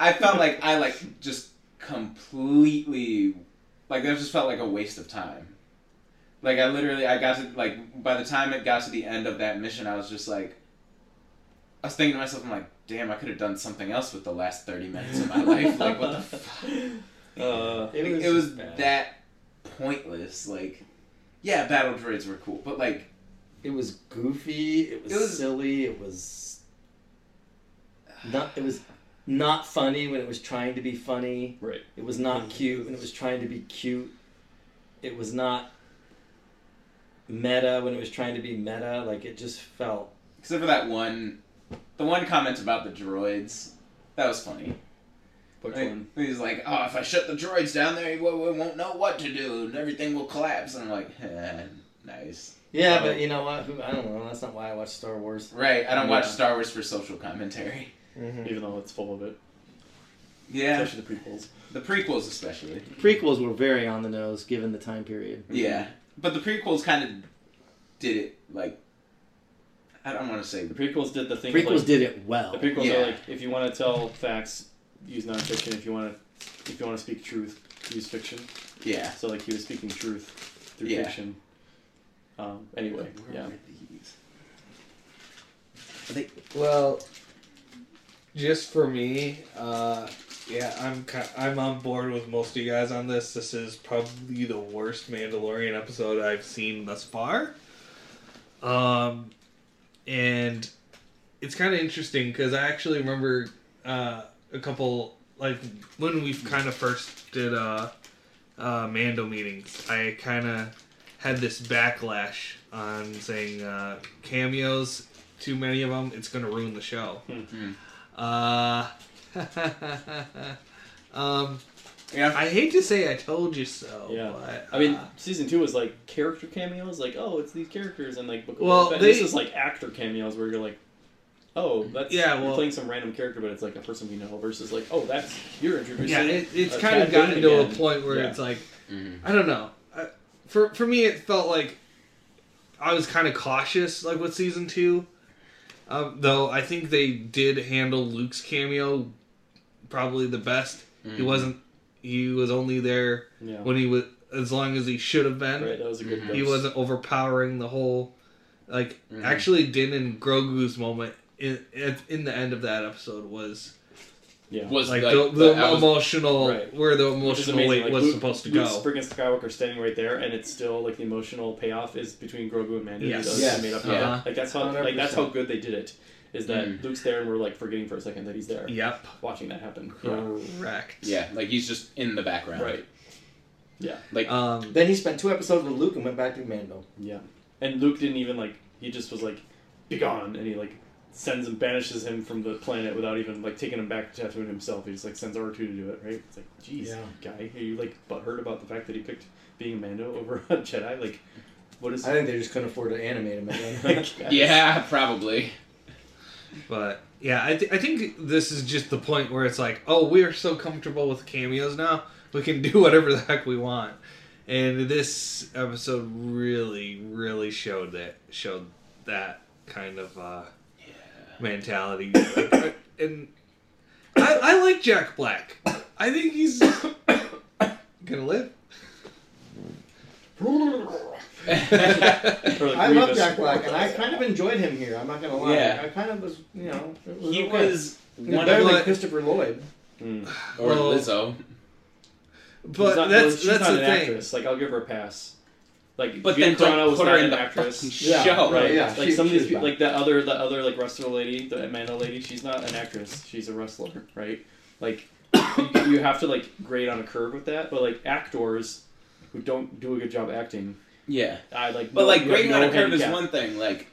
[SPEAKER 8] I I felt like I like just completely like that just felt like a waste of time. Like I literally I got to like by the time it got to the end of that mission I was just like I was thinking to myself I'm like damn I could have done something else with the last 30 minutes of my life like what the
[SPEAKER 5] [LAUGHS]
[SPEAKER 8] fuck
[SPEAKER 5] Uh,
[SPEAKER 8] it was,
[SPEAKER 5] bad.
[SPEAKER 8] that pointless like yeah battle droids were cool but like
[SPEAKER 11] It was goofy. It was,
[SPEAKER 8] It was-
[SPEAKER 11] silly. It was not. It was not funny when it was trying to be funny.
[SPEAKER 5] Right.
[SPEAKER 11] It was not cute when it was trying to be cute. It was not meta when it was trying to be meta. Like it just felt.
[SPEAKER 8] except for that one the one comment about the droids that was funny
[SPEAKER 5] Which
[SPEAKER 8] Like,
[SPEAKER 5] one?
[SPEAKER 8] He's like, oh, if I shut the droids down there, we we won't know what to do, and everything will collapse. And I'm like, eh, nice.
[SPEAKER 11] Yeah,
[SPEAKER 8] Oh.
[SPEAKER 11] but you know what? Who I don't know. That's not why I watch Star Wars.
[SPEAKER 8] Right, I don't watch
[SPEAKER 5] Yeah.
[SPEAKER 8] Star Wars for social commentary.
[SPEAKER 5] Even though it's full of it,
[SPEAKER 8] Yeah,
[SPEAKER 5] especially the prequels.
[SPEAKER 8] the prequels especially.
[SPEAKER 5] Mm-hmm.
[SPEAKER 11] Prequels were very on the nose given the time period.
[SPEAKER 8] Yeah, but the prequels kind of did it like. I don't want to say
[SPEAKER 5] The prequels did the thing. of,
[SPEAKER 11] Prequels
[SPEAKER 5] like,
[SPEAKER 11] did it well.
[SPEAKER 5] The prequels
[SPEAKER 8] Yeah.
[SPEAKER 5] are like if you want to tell facts, use nonfiction. If you want to, if you want to speak truth, use fiction.
[SPEAKER 8] yeah.
[SPEAKER 5] So like he was speaking truth through
[SPEAKER 8] Yeah.
[SPEAKER 5] fiction. Um, anyway,
[SPEAKER 8] Where
[SPEAKER 5] yeah.
[SPEAKER 8] were these?
[SPEAKER 4] Well, just for me, uh, yeah, I'm ki I'm on board with most of you guys on this. This is probably the worst Mandalorian episode I've seen thus far. Um, and it's kind of interesting because I actually remember uh, a couple like when we kind of first did uh, uh, Mando meetings. I kind of had this backlash on saying uh, cameos too many of them, it's going to ruin the show.
[SPEAKER 5] Hmm.
[SPEAKER 4] Uh, [LAUGHS] um,
[SPEAKER 8] Yeah,
[SPEAKER 4] I hate to say I told you so.
[SPEAKER 5] Yeah.
[SPEAKER 4] but,
[SPEAKER 5] I mean,
[SPEAKER 4] uh,
[SPEAKER 5] season two was like character cameos, like oh, it's these characters, and like Book of
[SPEAKER 4] Well,
[SPEAKER 5] Boba Fett.
[SPEAKER 4] they-
[SPEAKER 5] this is like actor cameos where you're like, oh, that's
[SPEAKER 4] Yeah,
[SPEAKER 5] you're
[SPEAKER 4] well-
[SPEAKER 5] playing some random character, but it's like a person we know versus like oh, that's you're introducing.
[SPEAKER 4] yeah, it, it's
[SPEAKER 5] a
[SPEAKER 4] kind of
[SPEAKER 5] Cad
[SPEAKER 4] gotten
[SPEAKER 5] Bane
[SPEAKER 4] to a
[SPEAKER 5] again.
[SPEAKER 4] point where
[SPEAKER 5] Yeah. Mm-hmm.
[SPEAKER 4] it's like,
[SPEAKER 8] Mhm.
[SPEAKER 4] I don't know. I, for for me, it felt like I was kind of cautious, like with season two. Um, though I think they did handle Luke's cameo probably the best. He wasn't. He was only there
[SPEAKER 5] Mm-hmm. Yeah.
[SPEAKER 4] when he was as long as he should have been.
[SPEAKER 5] Right, that was a good.
[SPEAKER 4] he
[SPEAKER 5] dose.
[SPEAKER 4] wasn't overpowering the whole like actually Din and Grogu's moment in at- in the end of that episode was
[SPEAKER 5] Yeah.
[SPEAKER 8] was
[SPEAKER 4] like,
[SPEAKER 8] like,
[SPEAKER 4] the,
[SPEAKER 8] that
[SPEAKER 4] the
[SPEAKER 8] was-
[SPEAKER 4] emotional
[SPEAKER 5] Right.
[SPEAKER 4] where the
[SPEAKER 5] Which is
[SPEAKER 4] emotional
[SPEAKER 5] amazing.
[SPEAKER 4] weight
[SPEAKER 5] like,
[SPEAKER 4] was
[SPEAKER 5] Luke-
[SPEAKER 4] supposed to
[SPEAKER 5] Luke's
[SPEAKER 4] go.
[SPEAKER 5] Freaking Skywalker standing right there, and it's still like the emotional payoff is between Grogu and Mando.
[SPEAKER 4] Yes. Uh-huh.
[SPEAKER 5] Those
[SPEAKER 11] Yes.
[SPEAKER 5] made up
[SPEAKER 8] Yeah.
[SPEAKER 5] yeah. Like that's how like that's how
[SPEAKER 11] 100%.
[SPEAKER 5] good they did it. Is that
[SPEAKER 8] Mm.
[SPEAKER 5] Luke's there and we're like forgetting for a second that he's there,
[SPEAKER 4] Yep,
[SPEAKER 5] watching that happen. Yeah.
[SPEAKER 4] correct.
[SPEAKER 8] yeah, like he's just in the background.
[SPEAKER 5] Right.
[SPEAKER 8] Like
[SPEAKER 4] Um,
[SPEAKER 11] Then he spent two episodes with Luke and went back to Mando.
[SPEAKER 5] Yeah. And Luke didn't even like. He just was like, "Be gone," and he like sends and banishes him from the planet without even like taking him back to Tatooine himself. He just like sends R two to do it. Right. It's like, jeez,
[SPEAKER 11] Yeah.
[SPEAKER 5] guy, are you like butthurt about the fact that he picked being a Mando over a Jedi? Like, what is? [LAUGHS]
[SPEAKER 11] I think they just couldn't afford to animate him again.
[SPEAKER 8] yeah, [LAUGHS] probably.
[SPEAKER 4] but yeah, I, th- I think this is just the point where it's like, oh, we are so comfortable with cameos now, we can [LAUGHS] do whatever the heck we want. And this episode really, really showed that showed that kind of uh, mentality. and I, I like Jack Black. I think he's gonna live.
[SPEAKER 5] Or, like,
[SPEAKER 11] [LAUGHS] I love
[SPEAKER 5] Grievous.
[SPEAKER 11] Jack Black, and I kind of enjoyed him here. I'm not gonna lie.
[SPEAKER 8] Yeah.
[SPEAKER 11] I kind of was, you know, it was
[SPEAKER 8] He
[SPEAKER 11] okay.
[SPEAKER 8] was
[SPEAKER 11] It was
[SPEAKER 8] one
[SPEAKER 11] better
[SPEAKER 8] of
[SPEAKER 11] than
[SPEAKER 4] But-
[SPEAKER 11] Christopher Lloyd.
[SPEAKER 5] Mm.
[SPEAKER 8] or
[SPEAKER 4] Well-
[SPEAKER 8] Lizzo.
[SPEAKER 4] But
[SPEAKER 5] She's not- well,
[SPEAKER 4] that's
[SPEAKER 5] she's
[SPEAKER 4] that's
[SPEAKER 5] not
[SPEAKER 4] the
[SPEAKER 5] an
[SPEAKER 4] thing.
[SPEAKER 5] Actress. Like I'll give her a pass. Like
[SPEAKER 8] But
[SPEAKER 5] but
[SPEAKER 8] then
[SPEAKER 5] then
[SPEAKER 8] don't
[SPEAKER 5] was
[SPEAKER 8] put her
[SPEAKER 5] not
[SPEAKER 8] in
[SPEAKER 5] an
[SPEAKER 8] the
[SPEAKER 5] actress.
[SPEAKER 8] fucking show.
[SPEAKER 11] Yeah,
[SPEAKER 5] Right,
[SPEAKER 11] yeah,
[SPEAKER 5] like
[SPEAKER 11] she-
[SPEAKER 5] some of
[SPEAKER 11] she
[SPEAKER 5] these,
[SPEAKER 11] was
[SPEAKER 5] people,
[SPEAKER 11] bad.
[SPEAKER 5] like that other, that other like wrestler lady, the Amanda lady. She's not an actress; she's a wrestler, right? Like you, you have to like grade on a curve with that. But like actors who don't do a good job acting,
[SPEAKER 8] Yeah,
[SPEAKER 5] I like.
[SPEAKER 8] but
[SPEAKER 5] no-
[SPEAKER 8] like
[SPEAKER 5] you have
[SPEAKER 8] grading
[SPEAKER 5] no
[SPEAKER 8] on a curve is
[SPEAKER 5] handicap.
[SPEAKER 8] one thing. Like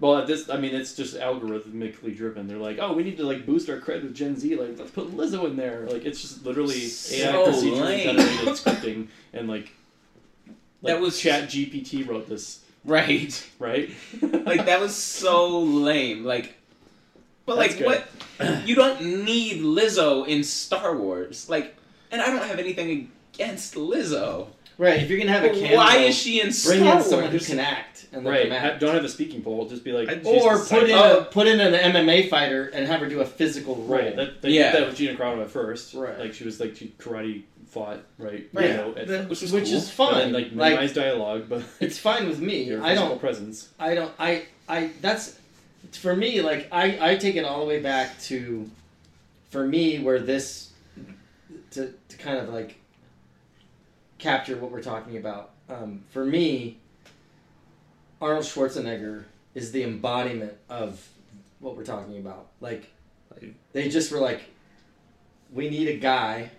[SPEAKER 5] Well, at this, I mean, it's just algorithmically driven. They're like, oh, we need to like boost our cred with Gen Z. Like, let's put Lizzo in there. Like, it's just literally
[SPEAKER 8] So
[SPEAKER 5] AI procedurally
[SPEAKER 8] lame.
[SPEAKER 5] generated scripting and like,
[SPEAKER 8] That
[SPEAKER 5] like,
[SPEAKER 8] was-
[SPEAKER 5] Chat GPT wrote this,
[SPEAKER 8] [LAUGHS] right.
[SPEAKER 5] right?
[SPEAKER 8] like that was so lame. Like But
[SPEAKER 5] That's
[SPEAKER 8] like,
[SPEAKER 5] good.
[SPEAKER 8] what? You don't need Lizzo in Star Wars. Like, and I don't have anything against Lizzo.
[SPEAKER 11] Right, if you're gonna have a
[SPEAKER 8] But
[SPEAKER 11] cameo,
[SPEAKER 8] why is she in Star
[SPEAKER 11] bring in
[SPEAKER 8] Wars?
[SPEAKER 11] someone who can act and let
[SPEAKER 5] Right.
[SPEAKER 11] them act.
[SPEAKER 5] ha- don't have a speaking pole. Just be like,
[SPEAKER 4] I'd-
[SPEAKER 5] "She's
[SPEAKER 11] or
[SPEAKER 5] the
[SPEAKER 11] put
[SPEAKER 5] psych-" Oh,
[SPEAKER 11] in
[SPEAKER 8] Oh.
[SPEAKER 11] a, put in an MMA fighter and have her do a physical role.
[SPEAKER 5] Right. That, they
[SPEAKER 8] Yeah.
[SPEAKER 5] did that with Gina Carano at first.
[SPEAKER 11] Right.
[SPEAKER 5] Like she was like she karate fought right.
[SPEAKER 11] Right.
[SPEAKER 5] You know, at,
[SPEAKER 11] That-
[SPEAKER 5] which was
[SPEAKER 11] which
[SPEAKER 5] cool.
[SPEAKER 11] is fun.
[SPEAKER 5] But then, like
[SPEAKER 11] Like-
[SPEAKER 5] minimize dialogue, but
[SPEAKER 11] It's fine with me.
[SPEAKER 5] your
[SPEAKER 11] [LAUGHS] I
[SPEAKER 5] physical
[SPEAKER 11] don't.
[SPEAKER 5] presence.
[SPEAKER 11] I don't. I. I. That's for me. Like I. I take it all the way back to, for me, where this, to to kind of like. Capture what we're talking about. Um, for me, Arnold Schwarzenegger is the embodiment of what we're talking about. Like, they just were like, we need a guy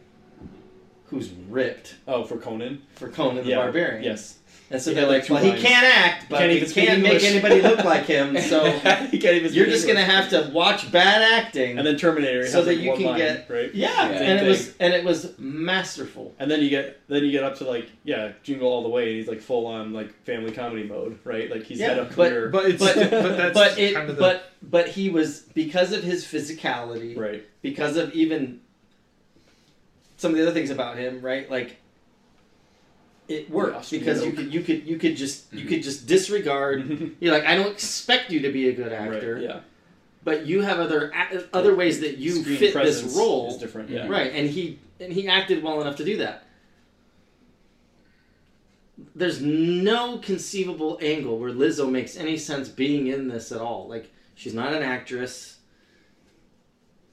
[SPEAKER 11] who's ripped
[SPEAKER 5] Oh, for Conan.
[SPEAKER 11] for Conan the
[SPEAKER 5] Yeah.
[SPEAKER 11] Barbarian. [LAUGHS]
[SPEAKER 5] Yes.
[SPEAKER 11] And so
[SPEAKER 5] He
[SPEAKER 11] they're
[SPEAKER 5] had, like,
[SPEAKER 11] like,
[SPEAKER 5] two
[SPEAKER 11] well, he
[SPEAKER 5] lines.
[SPEAKER 11] can't act, but
[SPEAKER 5] can't
[SPEAKER 11] he
[SPEAKER 5] even
[SPEAKER 11] can't,
[SPEAKER 5] speak
[SPEAKER 11] make
[SPEAKER 5] English."
[SPEAKER 11] anybody look
[SPEAKER 5] [LAUGHS]
[SPEAKER 11] like him. So
[SPEAKER 5] you can't even.
[SPEAKER 11] you're
[SPEAKER 5] speak
[SPEAKER 11] just gonna
[SPEAKER 5] English.
[SPEAKER 11] have to watch bad acting.
[SPEAKER 5] And then Terminator.
[SPEAKER 11] So
[SPEAKER 5] has,
[SPEAKER 11] that
[SPEAKER 5] like,
[SPEAKER 11] you
[SPEAKER 5] one
[SPEAKER 11] can
[SPEAKER 5] line,
[SPEAKER 11] get-
[SPEAKER 5] right.
[SPEAKER 11] yeah,
[SPEAKER 8] Yeah.
[SPEAKER 11] and it
[SPEAKER 5] Same
[SPEAKER 11] was and it was masterful.
[SPEAKER 5] And then you get then you get up to like yeah Jingle All the Way and he's like full on like family comedy mode right like he's
[SPEAKER 11] Yeah,
[SPEAKER 5] had a
[SPEAKER 11] but-
[SPEAKER 5] career
[SPEAKER 4] But it's [LAUGHS]
[SPEAKER 11] But-
[SPEAKER 4] but, that's
[SPEAKER 11] but it
[SPEAKER 4] kind of the
[SPEAKER 11] but but he was because of his physicality, [LAUGHS]
[SPEAKER 5] right
[SPEAKER 11] because of even some of the other things about him, right? Like it worked
[SPEAKER 5] Austrian Mm-hmm.
[SPEAKER 11] because you
[SPEAKER 5] oak.
[SPEAKER 11] could you could you could just you could just disregard. You're like, I don't expect you to be a good actor,
[SPEAKER 5] right yeah
[SPEAKER 11] but you have other a- other ways that you
[SPEAKER 5] Screen
[SPEAKER 11] fit this
[SPEAKER 5] presence
[SPEAKER 11] role.
[SPEAKER 5] is different yeah
[SPEAKER 11] Right, and he and he acted well enough to do that. There's no conceivable angle where Lizzo makes any sense being in this at all. Like she's not an actress.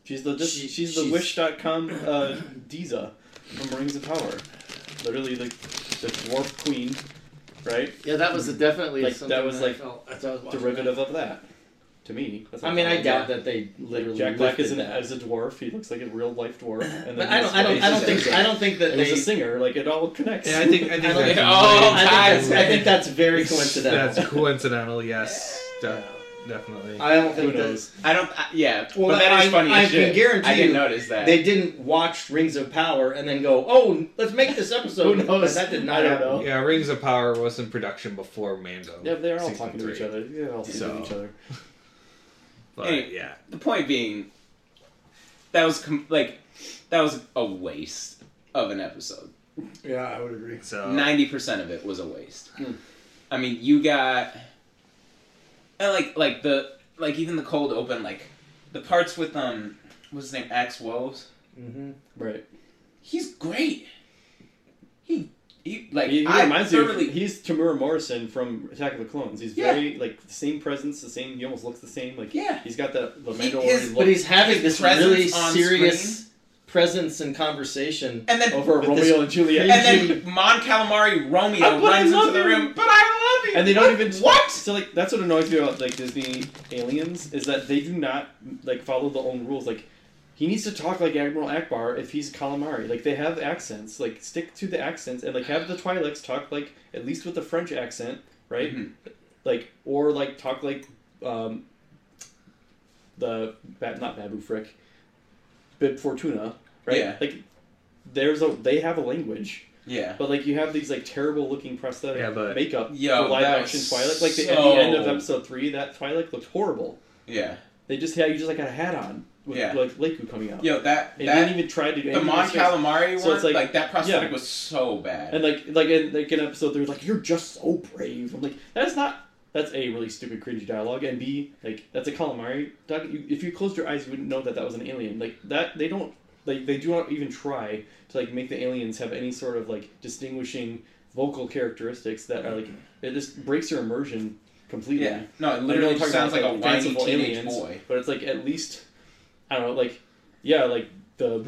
[SPEAKER 5] she's the
[SPEAKER 11] She-
[SPEAKER 5] she's the
[SPEAKER 11] she's-
[SPEAKER 5] [COUGHS] Wish.com uh, Deeza from Rings of Power literally the the dwarf queen right
[SPEAKER 11] Yeah, that was definitely
[SPEAKER 5] Like,
[SPEAKER 11] something
[SPEAKER 5] that was,
[SPEAKER 11] I
[SPEAKER 5] like,
[SPEAKER 11] felt as I was watching
[SPEAKER 5] derivative of that to me that's
[SPEAKER 11] that. I
[SPEAKER 5] what
[SPEAKER 11] mean, I
[SPEAKER 5] thought.
[SPEAKER 11] doubt that they literally.
[SPEAKER 5] Like, Jack Black
[SPEAKER 11] lifted
[SPEAKER 5] is an,
[SPEAKER 11] that.
[SPEAKER 5] as a dwarf he looks like a real life
[SPEAKER 11] [LAUGHS]
[SPEAKER 5] dwarf and then
[SPEAKER 11] But I
[SPEAKER 5] he's-
[SPEAKER 11] don't. I don't. I don't
[SPEAKER 8] he's-
[SPEAKER 5] [LAUGHS]
[SPEAKER 11] think. I don't think that
[SPEAKER 5] and he's
[SPEAKER 11] they.
[SPEAKER 5] a singer like it all connects
[SPEAKER 4] Yeah, I think I think
[SPEAKER 11] I don't
[SPEAKER 4] that's
[SPEAKER 11] think-
[SPEAKER 8] Oh,
[SPEAKER 11] I think that's, I think that's very coincidental.
[SPEAKER 4] That's coincidental. Yes, de- definitely.
[SPEAKER 11] I don't
[SPEAKER 5] who
[SPEAKER 11] think that-
[SPEAKER 5] knows
[SPEAKER 8] I don't. I, yeah,
[SPEAKER 11] Well,
[SPEAKER 8] but that is
[SPEAKER 11] I-
[SPEAKER 8] funny.
[SPEAKER 11] I
[SPEAKER 8] as
[SPEAKER 11] can
[SPEAKER 8] shit.
[SPEAKER 11] guarantee
[SPEAKER 8] I didn't
[SPEAKER 11] you
[SPEAKER 8] notice that.
[SPEAKER 11] They didn't watch Rings of Power and then go, "Oh, let's make this episode."
[SPEAKER 5] Who knows?
[SPEAKER 11] That did
[SPEAKER 5] I
[SPEAKER 11] not
[SPEAKER 5] don't
[SPEAKER 11] happen.
[SPEAKER 5] know.
[SPEAKER 4] yeah, Rings of Power was in production before Mando.
[SPEAKER 5] [LAUGHS] yeah they're all
[SPEAKER 4] season
[SPEAKER 5] talking to
[SPEAKER 4] three.
[SPEAKER 5] each other they're all talking
[SPEAKER 8] So-
[SPEAKER 5] to each other
[SPEAKER 4] But,
[SPEAKER 8] Anyway.
[SPEAKER 4] yeah,
[SPEAKER 8] the point being, that was com- like, that was a waste of an episode.
[SPEAKER 11] Yeah, I would agree.
[SPEAKER 4] so
[SPEAKER 8] Ninety percent of it was a waste.
[SPEAKER 5] Mm.
[SPEAKER 8] I mean, you got and like like the like even the cold open like the parts with um what's his name Axe Wolves.
[SPEAKER 11] Mm-hmm.
[SPEAKER 5] right
[SPEAKER 8] He's great. He he like
[SPEAKER 5] he, he
[SPEAKER 8] I
[SPEAKER 5] reminds you. of-
[SPEAKER 8] thoroughly
[SPEAKER 5] He's Tamura Morrison from Attack of the Clones. He's
[SPEAKER 8] Yeah.
[SPEAKER 5] very like the same presence, the same. He almost looks the same. Like
[SPEAKER 8] Yeah.
[SPEAKER 5] he's got that the
[SPEAKER 8] He
[SPEAKER 5] Mandalorian
[SPEAKER 8] is-
[SPEAKER 5] look
[SPEAKER 11] But he's having
[SPEAKER 8] His
[SPEAKER 11] this
[SPEAKER 8] presence
[SPEAKER 11] really
[SPEAKER 8] on
[SPEAKER 11] serious presence and conversation.
[SPEAKER 8] and then
[SPEAKER 5] over
[SPEAKER 11] but
[SPEAKER 5] Romeo
[SPEAKER 11] this
[SPEAKER 5] and Juliet.
[SPEAKER 8] and then Mon Calamari Romeo
[SPEAKER 5] Uh, but I
[SPEAKER 8] runs into
[SPEAKER 5] love
[SPEAKER 8] the
[SPEAKER 5] you.
[SPEAKER 8] room. But I love you.
[SPEAKER 5] And they don't even
[SPEAKER 8] [LAUGHS] what?
[SPEAKER 5] So like that's what annoys me about like Disney aliens is that they do not like follow the own rules. Like he needs to talk like Admiral Akbar if he's calamari. Like they have accents. Like stick to the accents and like have the Twi'leks talk like at least with the French accent, right?
[SPEAKER 8] Mhm.
[SPEAKER 5] Like or like talk like um the Ba- not Babu Frick, Bib Fortuna, right?
[SPEAKER 8] Yeah.
[SPEAKER 5] Like there's a they have a language.
[SPEAKER 8] Yeah.
[SPEAKER 5] But like you have these like terrible looking prosthetic
[SPEAKER 4] Yeah, but-
[SPEAKER 5] makeup
[SPEAKER 8] Yo,
[SPEAKER 5] for live
[SPEAKER 8] that
[SPEAKER 5] action
[SPEAKER 8] was
[SPEAKER 5] Twilight. Like the, at
[SPEAKER 8] so-
[SPEAKER 5] the end of episode three, that Twilight looked horrible.
[SPEAKER 8] Yeah.
[SPEAKER 5] They just had you just like had a hat on with
[SPEAKER 8] Yeah.
[SPEAKER 5] like Leku coming out.
[SPEAKER 8] Yo, that
[SPEAKER 5] They
[SPEAKER 8] that
[SPEAKER 5] didn't even try to do
[SPEAKER 8] the
[SPEAKER 5] anything
[SPEAKER 8] Mon
[SPEAKER 5] with space.
[SPEAKER 8] Calamari
[SPEAKER 5] So
[SPEAKER 8] one
[SPEAKER 5] it's
[SPEAKER 8] like,
[SPEAKER 5] like-
[SPEAKER 8] that prosthetic
[SPEAKER 5] yeah.
[SPEAKER 8] was so bad.
[SPEAKER 5] And like like in like an episode, they're like, "You're just so brave." I'm like, that's not. That's a really stupid, cringy dialogue, and B, like that's a calamari. Doug, you, if you closed your eyes, you wouldn't know that that was an alien. Like that, they don't. Like they do not even try to like make the aliens have any sort of like distinguishing vocal characteristics that are like it just breaks your immersion completely.
[SPEAKER 8] yeah. No, it
[SPEAKER 5] I know
[SPEAKER 8] literally
[SPEAKER 5] we're talking
[SPEAKER 8] sounds like
[SPEAKER 5] about,
[SPEAKER 8] a whiny
[SPEAKER 5] fanciful
[SPEAKER 8] teenage boy.
[SPEAKER 5] But it's like at least I don't know, like yeah, like the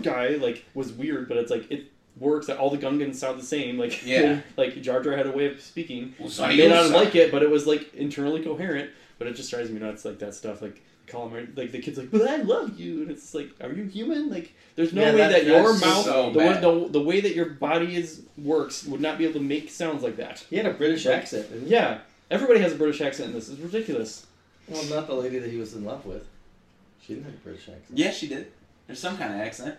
[SPEAKER 5] [LAUGHS] guy like was weird, but it's like it works. That all the Gungans sound the same. Like
[SPEAKER 8] Yeah.
[SPEAKER 5] [LAUGHS] like Jar Jar had a way of speaking.
[SPEAKER 8] Was
[SPEAKER 5] I may not like it, but it was like internally coherent. But it just drives me nuts, like that stuff, like. Calamari, like the kid's like, but I love you, and it's like, are you human? Like, there's no
[SPEAKER 11] Yeah,
[SPEAKER 5] way
[SPEAKER 11] that-
[SPEAKER 5] that your
[SPEAKER 11] that's
[SPEAKER 5] mouth,
[SPEAKER 8] so
[SPEAKER 5] the, way,
[SPEAKER 8] bad.
[SPEAKER 5] the, the way that your body is works, would not be able to make sounds like that.
[SPEAKER 11] He had a British
[SPEAKER 5] Right.
[SPEAKER 11] accent. Didn't he?
[SPEAKER 5] Yeah, everybody has a British accent in this. It's ridiculous.
[SPEAKER 11] Well, not the lady that he was in love with. She didn't have a British accent.
[SPEAKER 8] Yeah, she did. There's some kind of accent.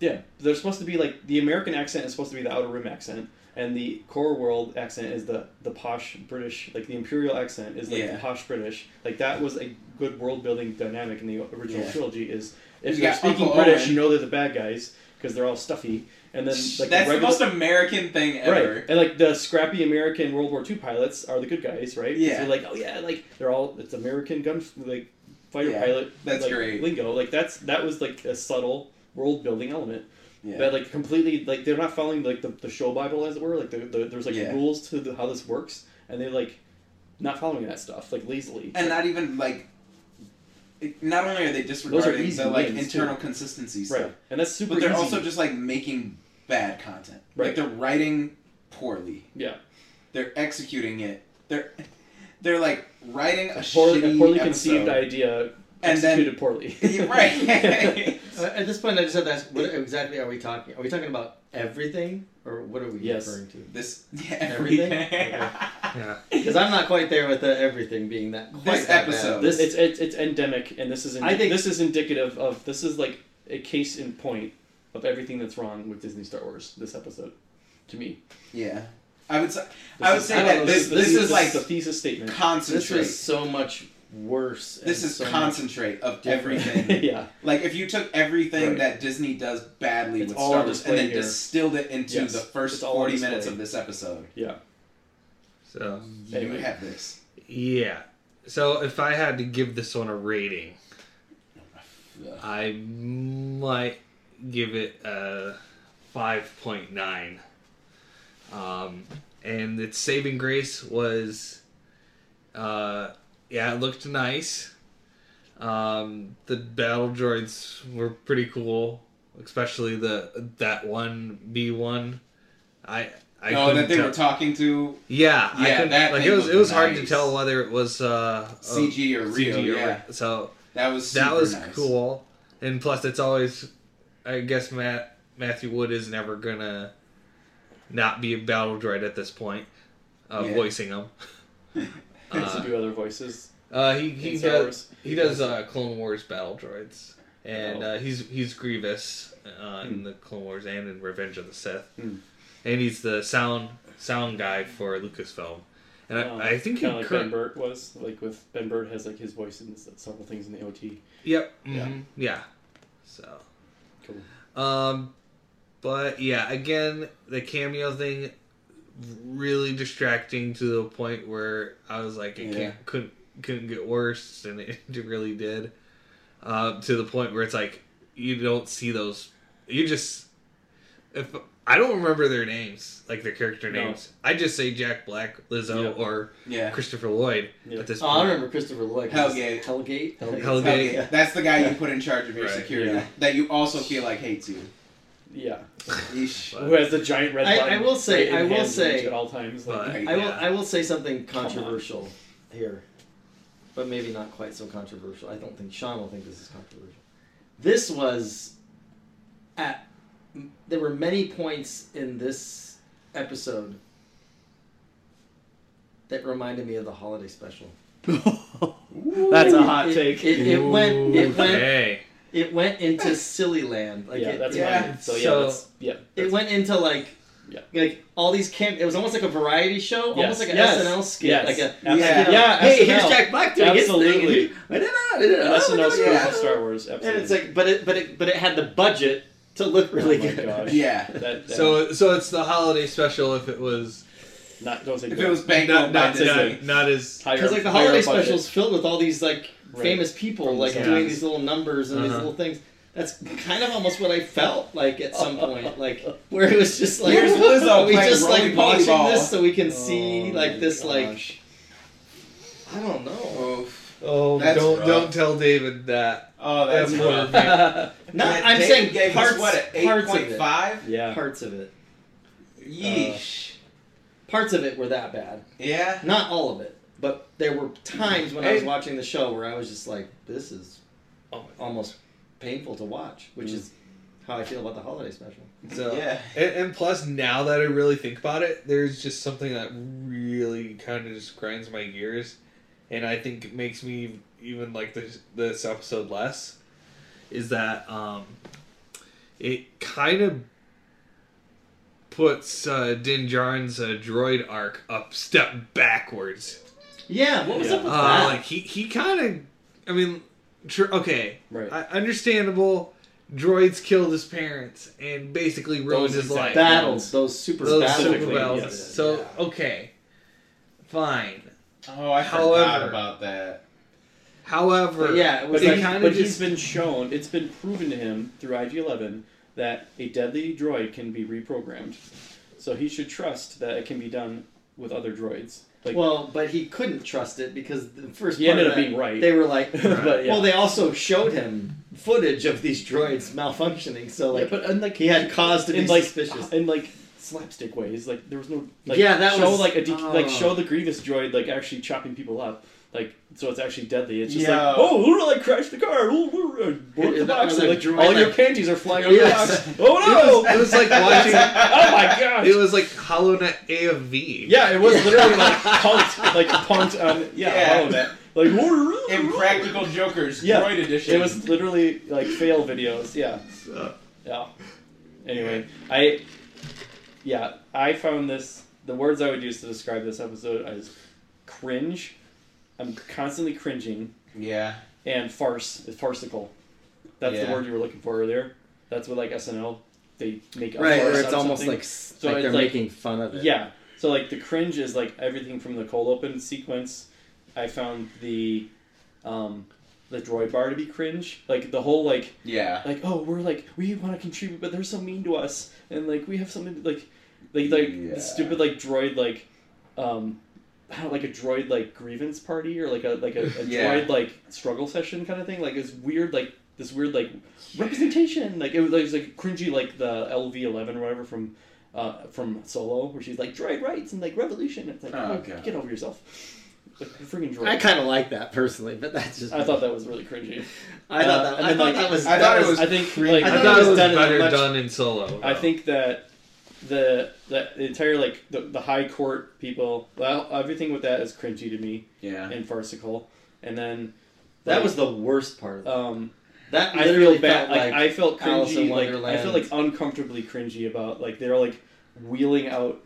[SPEAKER 5] Yeah, they're supposed to be like the American accent is supposed to be the outer rim accent, and the core world accent is the the posh British, like the imperial accent is like
[SPEAKER 8] Yeah.
[SPEAKER 5] the posh British. Like that was a good world building dynamic in the original
[SPEAKER 8] Yeah.
[SPEAKER 5] trilogy. Is if
[SPEAKER 8] You
[SPEAKER 5] you're
[SPEAKER 8] got
[SPEAKER 5] speaking
[SPEAKER 8] Uncle
[SPEAKER 5] British,
[SPEAKER 8] Owen.
[SPEAKER 5] you know they're the bad guys because they're all stuffy, and then like
[SPEAKER 8] That's
[SPEAKER 5] the
[SPEAKER 8] the
[SPEAKER 5] regular.
[SPEAKER 8] most American thing ever.
[SPEAKER 5] Right, and like the scrappy American World War II pilots are the good guys, right? 'Cause
[SPEAKER 8] Yeah.
[SPEAKER 5] they're like oh yeah, like they're all it's American gun like fighter
[SPEAKER 8] Yeah,
[SPEAKER 5] pilot.
[SPEAKER 8] that's
[SPEAKER 5] like,
[SPEAKER 8] great.
[SPEAKER 5] lingo. Like that's that was like a subtle world building element.
[SPEAKER 8] Yeah.
[SPEAKER 5] That like completely like they're not following like the, the show bible as it were. Like the, the, there's like
[SPEAKER 8] Yeah.
[SPEAKER 5] rules to the, how this works, and they like not following that stuff like lazily.
[SPEAKER 8] and not even like. it- Not only are they disregarding
[SPEAKER 5] easy
[SPEAKER 8] the like
[SPEAKER 5] wins, too.
[SPEAKER 8] internal consistency stuff,
[SPEAKER 5] right, and that's super.
[SPEAKER 8] but they're
[SPEAKER 5] easy.
[SPEAKER 8] also just like making bad content.
[SPEAKER 5] Right.
[SPEAKER 8] Like they're writing poorly.
[SPEAKER 5] yeah
[SPEAKER 8] They're executing it. They're they're like writing a,
[SPEAKER 5] a poorly,
[SPEAKER 8] shitty
[SPEAKER 5] a poorly
[SPEAKER 8] episode.
[SPEAKER 5] conceived idea
[SPEAKER 8] And then-
[SPEAKER 5] executed poorly.
[SPEAKER 8] [LAUGHS] Yeah,
[SPEAKER 5] [LAUGHS]
[SPEAKER 8] right.
[SPEAKER 11] Uh, at this point, I just have to ask, what exactly are we talking? Are we talking about everything, or what are we
[SPEAKER 5] Yes.
[SPEAKER 11] referring to?
[SPEAKER 8] this yeah,
[SPEAKER 11] [LAUGHS] Everything?
[SPEAKER 4] Yeah.
[SPEAKER 11] Because I'm not quite there with the everything being that quite
[SPEAKER 8] This
[SPEAKER 11] that bad.
[SPEAKER 8] episode.
[SPEAKER 5] This it's it's, it's endemic, and this is indi-
[SPEAKER 11] I think-
[SPEAKER 5] this is indicative of this is like a case in point of everything that's wrong with Disney Star Wars. This episode, to me,
[SPEAKER 8] yeah. I would say
[SPEAKER 5] This
[SPEAKER 8] I would
[SPEAKER 5] is-
[SPEAKER 8] say
[SPEAKER 5] don't
[SPEAKER 8] that
[SPEAKER 5] know,
[SPEAKER 8] this this, is, like
[SPEAKER 5] the thesis statement.
[SPEAKER 11] This
[SPEAKER 8] concentrate.
[SPEAKER 11] was so much worse. and
[SPEAKER 8] This is
[SPEAKER 11] so much-
[SPEAKER 8] concentrate of
[SPEAKER 5] [LAUGHS]
[SPEAKER 11] different.
[SPEAKER 8] everything.
[SPEAKER 5] [LAUGHS] yeah,
[SPEAKER 8] Like if you took everything
[SPEAKER 5] Right.
[SPEAKER 8] that Disney does badly
[SPEAKER 5] It's
[SPEAKER 8] with
[SPEAKER 5] all
[SPEAKER 8] Star
[SPEAKER 5] on
[SPEAKER 8] Wars
[SPEAKER 5] display
[SPEAKER 8] and then
[SPEAKER 5] here.
[SPEAKER 8] distilled it into
[SPEAKER 5] Yes,
[SPEAKER 8] the first
[SPEAKER 5] it's all on
[SPEAKER 8] forty
[SPEAKER 5] display.
[SPEAKER 8] minutes of this episode,
[SPEAKER 5] yeah.
[SPEAKER 4] So
[SPEAKER 5] Anyway.
[SPEAKER 8] you have this.
[SPEAKER 4] yeah. So if I had to give this one a rating,
[SPEAKER 8] Yeah.
[SPEAKER 4] I might give it a five point nine. Um, and its saving grace was, uh, yeah, it looked nice. Um, the battle droids were pretty cool, especially the that one B one. I I
[SPEAKER 8] oh,
[SPEAKER 4] couldn't
[SPEAKER 8] that they
[SPEAKER 4] tell-
[SPEAKER 8] were talking to
[SPEAKER 4] Yeah, I
[SPEAKER 8] Yeah,
[SPEAKER 4] couldn't-
[SPEAKER 8] that
[SPEAKER 4] like it
[SPEAKER 8] thing
[SPEAKER 4] was.
[SPEAKER 8] looked
[SPEAKER 4] It was hard to
[SPEAKER 8] nice.
[SPEAKER 4] tell whether it was uh, a
[SPEAKER 8] CG or real. yeah,
[SPEAKER 4] So
[SPEAKER 8] that was super
[SPEAKER 4] that was
[SPEAKER 8] nice.
[SPEAKER 4] cool, and plus, it's always. I guess Matt Matthew Wood is never gonna not be a battle droid at this point, uh,
[SPEAKER 8] Yeah.
[SPEAKER 4] voicing
[SPEAKER 8] [LAUGHS]
[SPEAKER 4] him.
[SPEAKER 5] Has
[SPEAKER 4] Uh,
[SPEAKER 5] to do other voices.
[SPEAKER 4] Uh, he he
[SPEAKER 5] in Star
[SPEAKER 4] does
[SPEAKER 5] Wars.
[SPEAKER 4] he does uh, Clone Wars battle droids, and
[SPEAKER 5] Oh. Hmm.
[SPEAKER 4] uh, he's he's Grievous uh, in the Clone Wars and in Revenge of the Sith, and he's the sound sound guy for Lucasfilm, and
[SPEAKER 5] Um,
[SPEAKER 4] I, I think he
[SPEAKER 5] kinda like
[SPEAKER 4] cur-
[SPEAKER 5] Ben Burt was like with Ben Burt has like his voice in several things in the OT.
[SPEAKER 4] Yep.
[SPEAKER 5] Yeah.
[SPEAKER 4] mhm, Yeah. So.
[SPEAKER 5] Cool.
[SPEAKER 4] Um, but yeah, again, the cameo thing really distracting to the point where I was like, it
[SPEAKER 8] Yeah.
[SPEAKER 4] can't, couldn't couldn't get worse, and it [LAUGHS] really did. Uh, to the point where it's like you don't see those. You just if I don't remember their names, like their character
[SPEAKER 5] No.
[SPEAKER 4] names. I just say Jack Black, Lizzo,
[SPEAKER 5] Yeah.
[SPEAKER 4] or
[SPEAKER 8] Yeah,
[SPEAKER 4] Christopher Lloyd.
[SPEAKER 5] Yeah.
[SPEAKER 4] At this
[SPEAKER 11] Oh,
[SPEAKER 4] point,
[SPEAKER 11] I remember Christopher Lloyd.
[SPEAKER 8] Hellgate.
[SPEAKER 11] Hellgate.
[SPEAKER 4] Hellgate.
[SPEAKER 8] Okay, That's the guy you put in charge of your
[SPEAKER 4] Right.
[SPEAKER 8] security
[SPEAKER 5] Yeah.
[SPEAKER 8] that you also feel like hates you.
[SPEAKER 5] Yeah,
[SPEAKER 4] [LAUGHS]
[SPEAKER 8] Yeesh.
[SPEAKER 4] Uh,
[SPEAKER 5] who has the giant red
[SPEAKER 11] I-
[SPEAKER 5] button
[SPEAKER 11] I will
[SPEAKER 5] right
[SPEAKER 11] say-
[SPEAKER 5] in
[SPEAKER 11] I will
[SPEAKER 5] hand's reach
[SPEAKER 11] say-
[SPEAKER 5] at all times. Like,
[SPEAKER 4] But,
[SPEAKER 11] I will.
[SPEAKER 4] yeah.
[SPEAKER 11] I will say something controversial here, but maybe not quite so controversial. I don't think Sean will think this is controversial. This was at. There were many points in this episode that reminded me of the holiday special.
[SPEAKER 5] That's a hot
[SPEAKER 11] It-
[SPEAKER 5] take.
[SPEAKER 11] It, it went. It went.
[SPEAKER 4] Okay.
[SPEAKER 11] It went into silly land. Like
[SPEAKER 5] yeah,
[SPEAKER 11] it,
[SPEAKER 5] that's
[SPEAKER 11] it,
[SPEAKER 8] yeah.
[SPEAKER 5] mine. So yeah,
[SPEAKER 4] So-
[SPEAKER 5] that's, yeah.
[SPEAKER 11] it went into like
[SPEAKER 5] Yeah.
[SPEAKER 11] like all these cam. It was almost like a variety show,
[SPEAKER 5] Yes.
[SPEAKER 11] almost like an
[SPEAKER 5] Yes.
[SPEAKER 11] SNL skit,
[SPEAKER 5] Yes.
[SPEAKER 11] like a
[SPEAKER 5] Absolutely.
[SPEAKER 11] like, you know,
[SPEAKER 5] Yeah,
[SPEAKER 11] Hey,
[SPEAKER 5] SNL.
[SPEAKER 11] here's Jack Black doing his thing.
[SPEAKER 5] Absolutely.
[SPEAKER 11] [LAUGHS] I did not. I did not.
[SPEAKER 5] That's
[SPEAKER 11] oh,
[SPEAKER 5] no
[SPEAKER 11] my
[SPEAKER 5] script
[SPEAKER 11] God.
[SPEAKER 5] of Star Wars.
[SPEAKER 11] And
[SPEAKER 5] Absolutely.
[SPEAKER 11] it's like, but it, but it, but it had the budget to look really
[SPEAKER 5] Oh my
[SPEAKER 11] good. [LAUGHS]
[SPEAKER 5] gosh.
[SPEAKER 8] Yeah.
[SPEAKER 5] That, that,
[SPEAKER 4] So so it's the holiday special if it was
[SPEAKER 5] not don't say
[SPEAKER 8] If
[SPEAKER 5] good.
[SPEAKER 8] it was
[SPEAKER 4] not,
[SPEAKER 8] bankrupt by
[SPEAKER 4] not,
[SPEAKER 8] Disney.
[SPEAKER 4] not, not as
[SPEAKER 5] Higher-
[SPEAKER 11] Because like the
[SPEAKER 5] higher
[SPEAKER 11] holiday
[SPEAKER 5] budget.
[SPEAKER 11] specials filled with all these like
[SPEAKER 5] Right.
[SPEAKER 11] famous people
[SPEAKER 5] From the
[SPEAKER 11] like
[SPEAKER 5] songs.
[SPEAKER 11] doing these little numbers and these
[SPEAKER 4] Uh-huh.
[SPEAKER 11] little things. That's kind of almost what I felt like at
[SPEAKER 5] [LAUGHS]
[SPEAKER 11] some point, like where it was just like
[SPEAKER 8] Here's Lizzo
[SPEAKER 11] are [LAUGHS] we
[SPEAKER 8] playing
[SPEAKER 11] just like
[SPEAKER 8] rolling
[SPEAKER 11] watching
[SPEAKER 8] volleyball.
[SPEAKER 11] this so we can
[SPEAKER 5] Oh
[SPEAKER 11] see
[SPEAKER 5] my
[SPEAKER 11] like this
[SPEAKER 5] gosh.
[SPEAKER 11] like I don't know.
[SPEAKER 8] Oof.
[SPEAKER 4] oh
[SPEAKER 8] That's
[SPEAKER 4] don't
[SPEAKER 8] rough.
[SPEAKER 4] don't tell David that
[SPEAKER 8] Oh, that's
[SPEAKER 4] That's
[SPEAKER 8] rough.
[SPEAKER 4] rough. [LAUGHS]
[SPEAKER 11] No,
[SPEAKER 8] That
[SPEAKER 11] I'm
[SPEAKER 8] Dave
[SPEAKER 11] saying
[SPEAKER 8] gave
[SPEAKER 11] parts,
[SPEAKER 8] us, what, an
[SPEAKER 11] parts of it.
[SPEAKER 8] 8.5?
[SPEAKER 11] [LAUGHS]
[SPEAKER 5] yeah.
[SPEAKER 11] Parts of it.
[SPEAKER 8] Yeesh.
[SPEAKER 11] Parts of it were that bad.
[SPEAKER 8] yeah.
[SPEAKER 11] Not all of it, but there were times when I was
[SPEAKER 8] Hey.
[SPEAKER 11] watching the show where I was just like, this is
[SPEAKER 4] Oh my
[SPEAKER 11] almost painful to watch, which is
[SPEAKER 5] Mm.
[SPEAKER 11] how I feel about the holiday special.
[SPEAKER 4] so
[SPEAKER 8] yeah.
[SPEAKER 4] and, and plus now that I really think about it there's just something that really kind of just grinds my gears and I think it makes me even like this this episode less is that um it kind of puts uh, Din Djarin's uh, droid arc up step backwards.
[SPEAKER 11] Yeah, what was up
[SPEAKER 5] Oh,
[SPEAKER 11] with
[SPEAKER 4] Uh,
[SPEAKER 11] that?
[SPEAKER 4] like he he kind of, I mean, tr- okay,
[SPEAKER 5] Right.
[SPEAKER 4] I, understandable. Droids killed his parents and basically ruined
[SPEAKER 5] Those
[SPEAKER 4] his
[SPEAKER 5] exact
[SPEAKER 4] life.
[SPEAKER 11] battles, those super
[SPEAKER 4] Those
[SPEAKER 11] battles.
[SPEAKER 4] super battles.
[SPEAKER 11] yes.
[SPEAKER 4] So okay, fine.
[SPEAKER 8] Oh, I
[SPEAKER 4] However-
[SPEAKER 8] forgot about that.
[SPEAKER 4] However,
[SPEAKER 11] But yeah, it was
[SPEAKER 4] it
[SPEAKER 11] like,
[SPEAKER 4] kinda
[SPEAKER 11] but
[SPEAKER 4] just-
[SPEAKER 11] he's
[SPEAKER 5] It's been shown, it's been proven to him through IG-11 that a deadly droid can be reprogrammed. So he should trust that it can be done with other droids. Like,
[SPEAKER 11] well, but he couldn't trust it because the first
[SPEAKER 5] He
[SPEAKER 11] part
[SPEAKER 5] ended
[SPEAKER 11] of
[SPEAKER 5] up
[SPEAKER 11] that,
[SPEAKER 5] being [LAUGHS] right.
[SPEAKER 11] They were like,
[SPEAKER 5] But, yeah.
[SPEAKER 11] well, they also showed him footage of these droids malfunctioning. So
[SPEAKER 5] yeah,
[SPEAKER 11] like,
[SPEAKER 5] but and like
[SPEAKER 11] he had cause to
[SPEAKER 5] in
[SPEAKER 11] be
[SPEAKER 5] like
[SPEAKER 11] suspicious.
[SPEAKER 5] in like slapstick ways. Like there was no like,
[SPEAKER 11] Yeah, that
[SPEAKER 5] show
[SPEAKER 11] was-
[SPEAKER 5] like a de-
[SPEAKER 11] oh.
[SPEAKER 5] like show the Grievous droid like actually chopping people up. Like so, it's actually deadly. It's just
[SPEAKER 8] Yeah.
[SPEAKER 5] like oh, who like crashed the car? Who who- who-
[SPEAKER 11] Yeah,
[SPEAKER 5] the
[SPEAKER 11] that
[SPEAKER 5] box?
[SPEAKER 11] was
[SPEAKER 5] And,
[SPEAKER 11] a
[SPEAKER 5] like
[SPEAKER 11] droid,
[SPEAKER 5] all your
[SPEAKER 11] like-
[SPEAKER 5] panties are flying over
[SPEAKER 11] Yes.
[SPEAKER 5] the box. Oh
[SPEAKER 4] [LAUGHS]
[SPEAKER 5] no!
[SPEAKER 4] it
[SPEAKER 11] [LAUGHS]
[SPEAKER 4] was like watching.
[SPEAKER 5] oh my god!
[SPEAKER 4] It was like Hollow Knight A of V.
[SPEAKER 5] yeah, it was literally like punked, like punked on yeah,
[SPEAKER 8] Yeah.
[SPEAKER 5] all of that. Like
[SPEAKER 8] Impractical Jokers
[SPEAKER 5] Yeah.
[SPEAKER 8] droid edition.
[SPEAKER 5] It was literally like fail videos. Yeah. Yeah. Anyway, I yeah I found this. The words I would use to describe this episode is cringe. I'm constantly cringing
[SPEAKER 8] yeah.
[SPEAKER 5] and farce is farcical. That's the
[SPEAKER 8] Yeah.
[SPEAKER 5] word you were looking for earlier. That's what like SNL they make a
[SPEAKER 11] right,
[SPEAKER 5] farce
[SPEAKER 11] where
[SPEAKER 5] out
[SPEAKER 11] it's
[SPEAKER 5] of
[SPEAKER 11] almost
[SPEAKER 5] something.
[SPEAKER 11] like, so
[SPEAKER 5] like
[SPEAKER 11] like
[SPEAKER 5] they're
[SPEAKER 11] they're making fun of it.
[SPEAKER 5] Yeah. So like the cringe is like everything from the cold open sequence. I found the um the droid bar to be cringe. Like the whole like
[SPEAKER 8] Yeah.
[SPEAKER 5] like oh we're like we want to contribute but they're so mean to us and like we have something like like like
[SPEAKER 8] Yeah.
[SPEAKER 5] the stupid like droid like um I don't know, like a droid like grievance party or like a like a, a
[SPEAKER 8] [LAUGHS] Yeah.
[SPEAKER 5] droid like struggle session kind of thing like it's weird like this weird like representation like it was like, it was, like cringy like the LV11 or whatever from uh, from Solo where she's like droid rights and like revolution it's like oh,
[SPEAKER 8] Oh, God.
[SPEAKER 5] get over yourself like the freaking droid
[SPEAKER 11] I kind of like that personally, but that's just
[SPEAKER 5] I thought that was really cringy
[SPEAKER 11] I thought
[SPEAKER 5] uh,
[SPEAKER 11] that,
[SPEAKER 5] and
[SPEAKER 11] I
[SPEAKER 5] then,
[SPEAKER 11] thought
[SPEAKER 5] like,
[SPEAKER 11] that was
[SPEAKER 8] I
[SPEAKER 11] that
[SPEAKER 8] thought it
[SPEAKER 11] was-
[SPEAKER 8] was
[SPEAKER 5] I think
[SPEAKER 8] cringe.
[SPEAKER 5] like
[SPEAKER 4] I,
[SPEAKER 11] I
[SPEAKER 4] thought,
[SPEAKER 11] thought it
[SPEAKER 4] it was
[SPEAKER 11] done in a
[SPEAKER 4] better
[SPEAKER 11] much-
[SPEAKER 4] done in solo.
[SPEAKER 5] I
[SPEAKER 4] though.
[SPEAKER 5] think that the the entire like the, the high court people, well, everything with that is cringy to me
[SPEAKER 8] Yeah.
[SPEAKER 5] and farcical. And then
[SPEAKER 11] that was the worst part. Of it.
[SPEAKER 5] um,
[SPEAKER 11] That
[SPEAKER 5] I feel
[SPEAKER 11] literally
[SPEAKER 5] bad.
[SPEAKER 11] felt
[SPEAKER 5] Like,
[SPEAKER 11] like
[SPEAKER 5] I felt
[SPEAKER 11] Alice in
[SPEAKER 5] cringy. Like I feel
[SPEAKER 11] Wonderland.
[SPEAKER 5] like uncomfortably cringy about like they're like wheeling out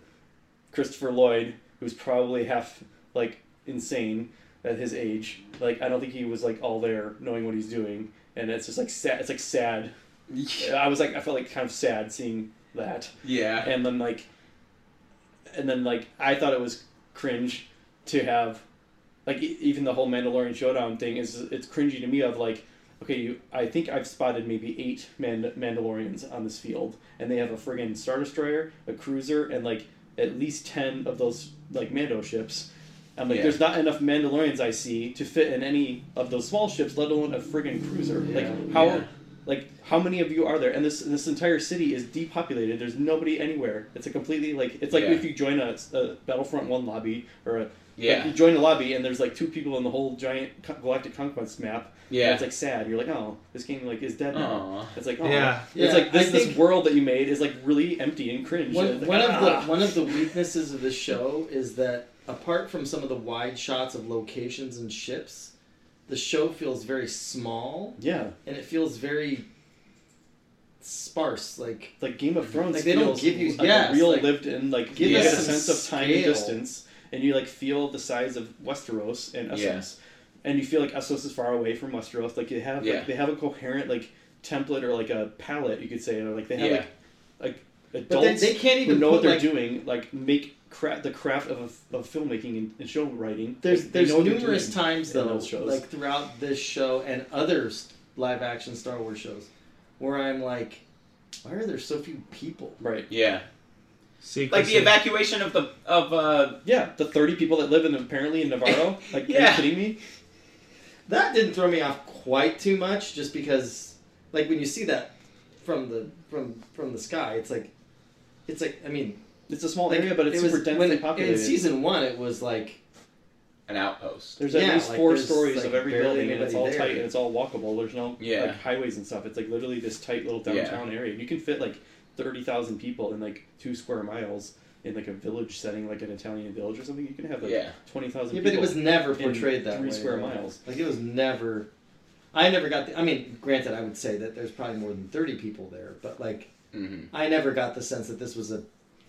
[SPEAKER 5] Christopher Lloyd, who's probably half like insane at his age. Like I don't think he was like all there knowing what he's doing, and it's just like sad. It's like
[SPEAKER 11] [LAUGHS]
[SPEAKER 5] sad. I was like I felt like kind of sad seeing that
[SPEAKER 8] Yeah.
[SPEAKER 5] and then like and then like i thought it was cringe to have like e- even the whole mandalorian showdown thing is it's cringy to me of like okay you, i think i've spotted maybe eight Mand- mandalorians on this field and they have a friggin star destroyer a cruiser and like at least 10 of those like mando ships i'm like
[SPEAKER 8] Yeah.
[SPEAKER 5] there's not enough mandalorians i see to fit in any of those small ships let alone a friggin cruiser like how
[SPEAKER 8] Yeah.
[SPEAKER 5] like how many of you are there and this this entire city is depopulated there's nobody anywhere it's a completely like it's like
[SPEAKER 8] Yeah.
[SPEAKER 5] if you join a, a battlefront one lobby or a
[SPEAKER 8] Yeah.
[SPEAKER 5] like you join a lobby and there's like two people in the whole giant co- galactic conquest map and
[SPEAKER 8] Yeah.
[SPEAKER 5] it's like sad you're like oh this game like is dead now
[SPEAKER 8] Aw.
[SPEAKER 5] it's like oh
[SPEAKER 4] Yeah.
[SPEAKER 11] Yeah,
[SPEAKER 5] it's like
[SPEAKER 11] I
[SPEAKER 5] this, this
[SPEAKER 11] think-
[SPEAKER 5] world that you made is like really empty and cringe
[SPEAKER 11] one,
[SPEAKER 5] It's like,
[SPEAKER 11] one of the
[SPEAKER 5] ah.
[SPEAKER 11] one of the weaknesses of the show is that apart from some of the wide shots of locations and ships, the show feels very small
[SPEAKER 5] yeah
[SPEAKER 11] and it feels very sparse. Like
[SPEAKER 5] It's like Game of Thrones.
[SPEAKER 11] Like, they don't
[SPEAKER 5] feels
[SPEAKER 11] give you-
[SPEAKER 5] like
[SPEAKER 11] yes,
[SPEAKER 5] a real
[SPEAKER 11] like,
[SPEAKER 5] lived in. Like
[SPEAKER 11] give
[SPEAKER 5] you
[SPEAKER 8] us
[SPEAKER 5] get a
[SPEAKER 8] some
[SPEAKER 5] sense of time and
[SPEAKER 11] scale.
[SPEAKER 5] distance, and you like feel the size of Westeros and Essos,
[SPEAKER 8] Yeah.
[SPEAKER 5] and you feel like Essos is far away from Westeros. Like you have,
[SPEAKER 8] Yeah.
[SPEAKER 5] like, they have a coherent like template or like a palette you could say, or like they have
[SPEAKER 8] Yeah.
[SPEAKER 5] like like
[SPEAKER 11] but they,
[SPEAKER 5] adults
[SPEAKER 11] they can't
[SPEAKER 5] who
[SPEAKER 11] even
[SPEAKER 5] know
[SPEAKER 11] put,
[SPEAKER 5] what they're
[SPEAKER 11] like,
[SPEAKER 5] doing. Like make cra- the craft of, of filmmaking and, and show writing.
[SPEAKER 11] There's
[SPEAKER 5] Like, they
[SPEAKER 11] there's
[SPEAKER 5] know what they're
[SPEAKER 11] numerous
[SPEAKER 5] doing.
[SPEAKER 11] times
[SPEAKER 5] in
[SPEAKER 11] though,
[SPEAKER 5] those shows.
[SPEAKER 11] like throughout this show and other live action Star Wars shows, where I'm like, why are there so few people?
[SPEAKER 5] Right.
[SPEAKER 8] Yeah. Like
[SPEAKER 4] Secrecy.
[SPEAKER 8] the evacuation of the of uh
[SPEAKER 5] Yeah, the thirty people that live in apparently in Navarro. Like,
[SPEAKER 8] Yeah.
[SPEAKER 5] are you kidding me?
[SPEAKER 11] That didn't throw me off quite too much, just because, like when you see that from the from from the sky, it's like, it's like I mean,
[SPEAKER 5] It's a small
[SPEAKER 11] like,
[SPEAKER 5] area, but it's
[SPEAKER 11] it was-
[SPEAKER 5] super
[SPEAKER 11] when
[SPEAKER 5] densely
[SPEAKER 11] it-
[SPEAKER 5] populated.
[SPEAKER 11] In season one, it was like
[SPEAKER 8] an outpost.
[SPEAKER 5] There's at
[SPEAKER 11] Yeah,
[SPEAKER 5] least
[SPEAKER 11] like,
[SPEAKER 5] four
[SPEAKER 11] there's,
[SPEAKER 5] stories
[SPEAKER 11] like,
[SPEAKER 5] of every
[SPEAKER 11] barely
[SPEAKER 5] building, and it's all
[SPEAKER 11] anybody there.
[SPEAKER 5] tight and it's all walkable. There's no
[SPEAKER 8] Yeah.
[SPEAKER 5] like highways and stuff. It's like literally this tight little
[SPEAKER 8] Yeah.
[SPEAKER 5] downtown area. You can fit like thirty thousand people in like two square miles in like a village setting, like an Italian village or something. You can have like
[SPEAKER 8] Yeah.
[SPEAKER 5] twenty thousand.
[SPEAKER 11] Yeah, but it was never
[SPEAKER 5] in
[SPEAKER 11] portrayed that
[SPEAKER 5] three
[SPEAKER 11] way,
[SPEAKER 5] square
[SPEAKER 11] though.
[SPEAKER 5] miles.
[SPEAKER 11] Like it was never. I never got the. I mean, granted, I would say that there's probably more than thirty people there, but like
[SPEAKER 8] Mm-hmm.
[SPEAKER 11] I never got the sense that this was a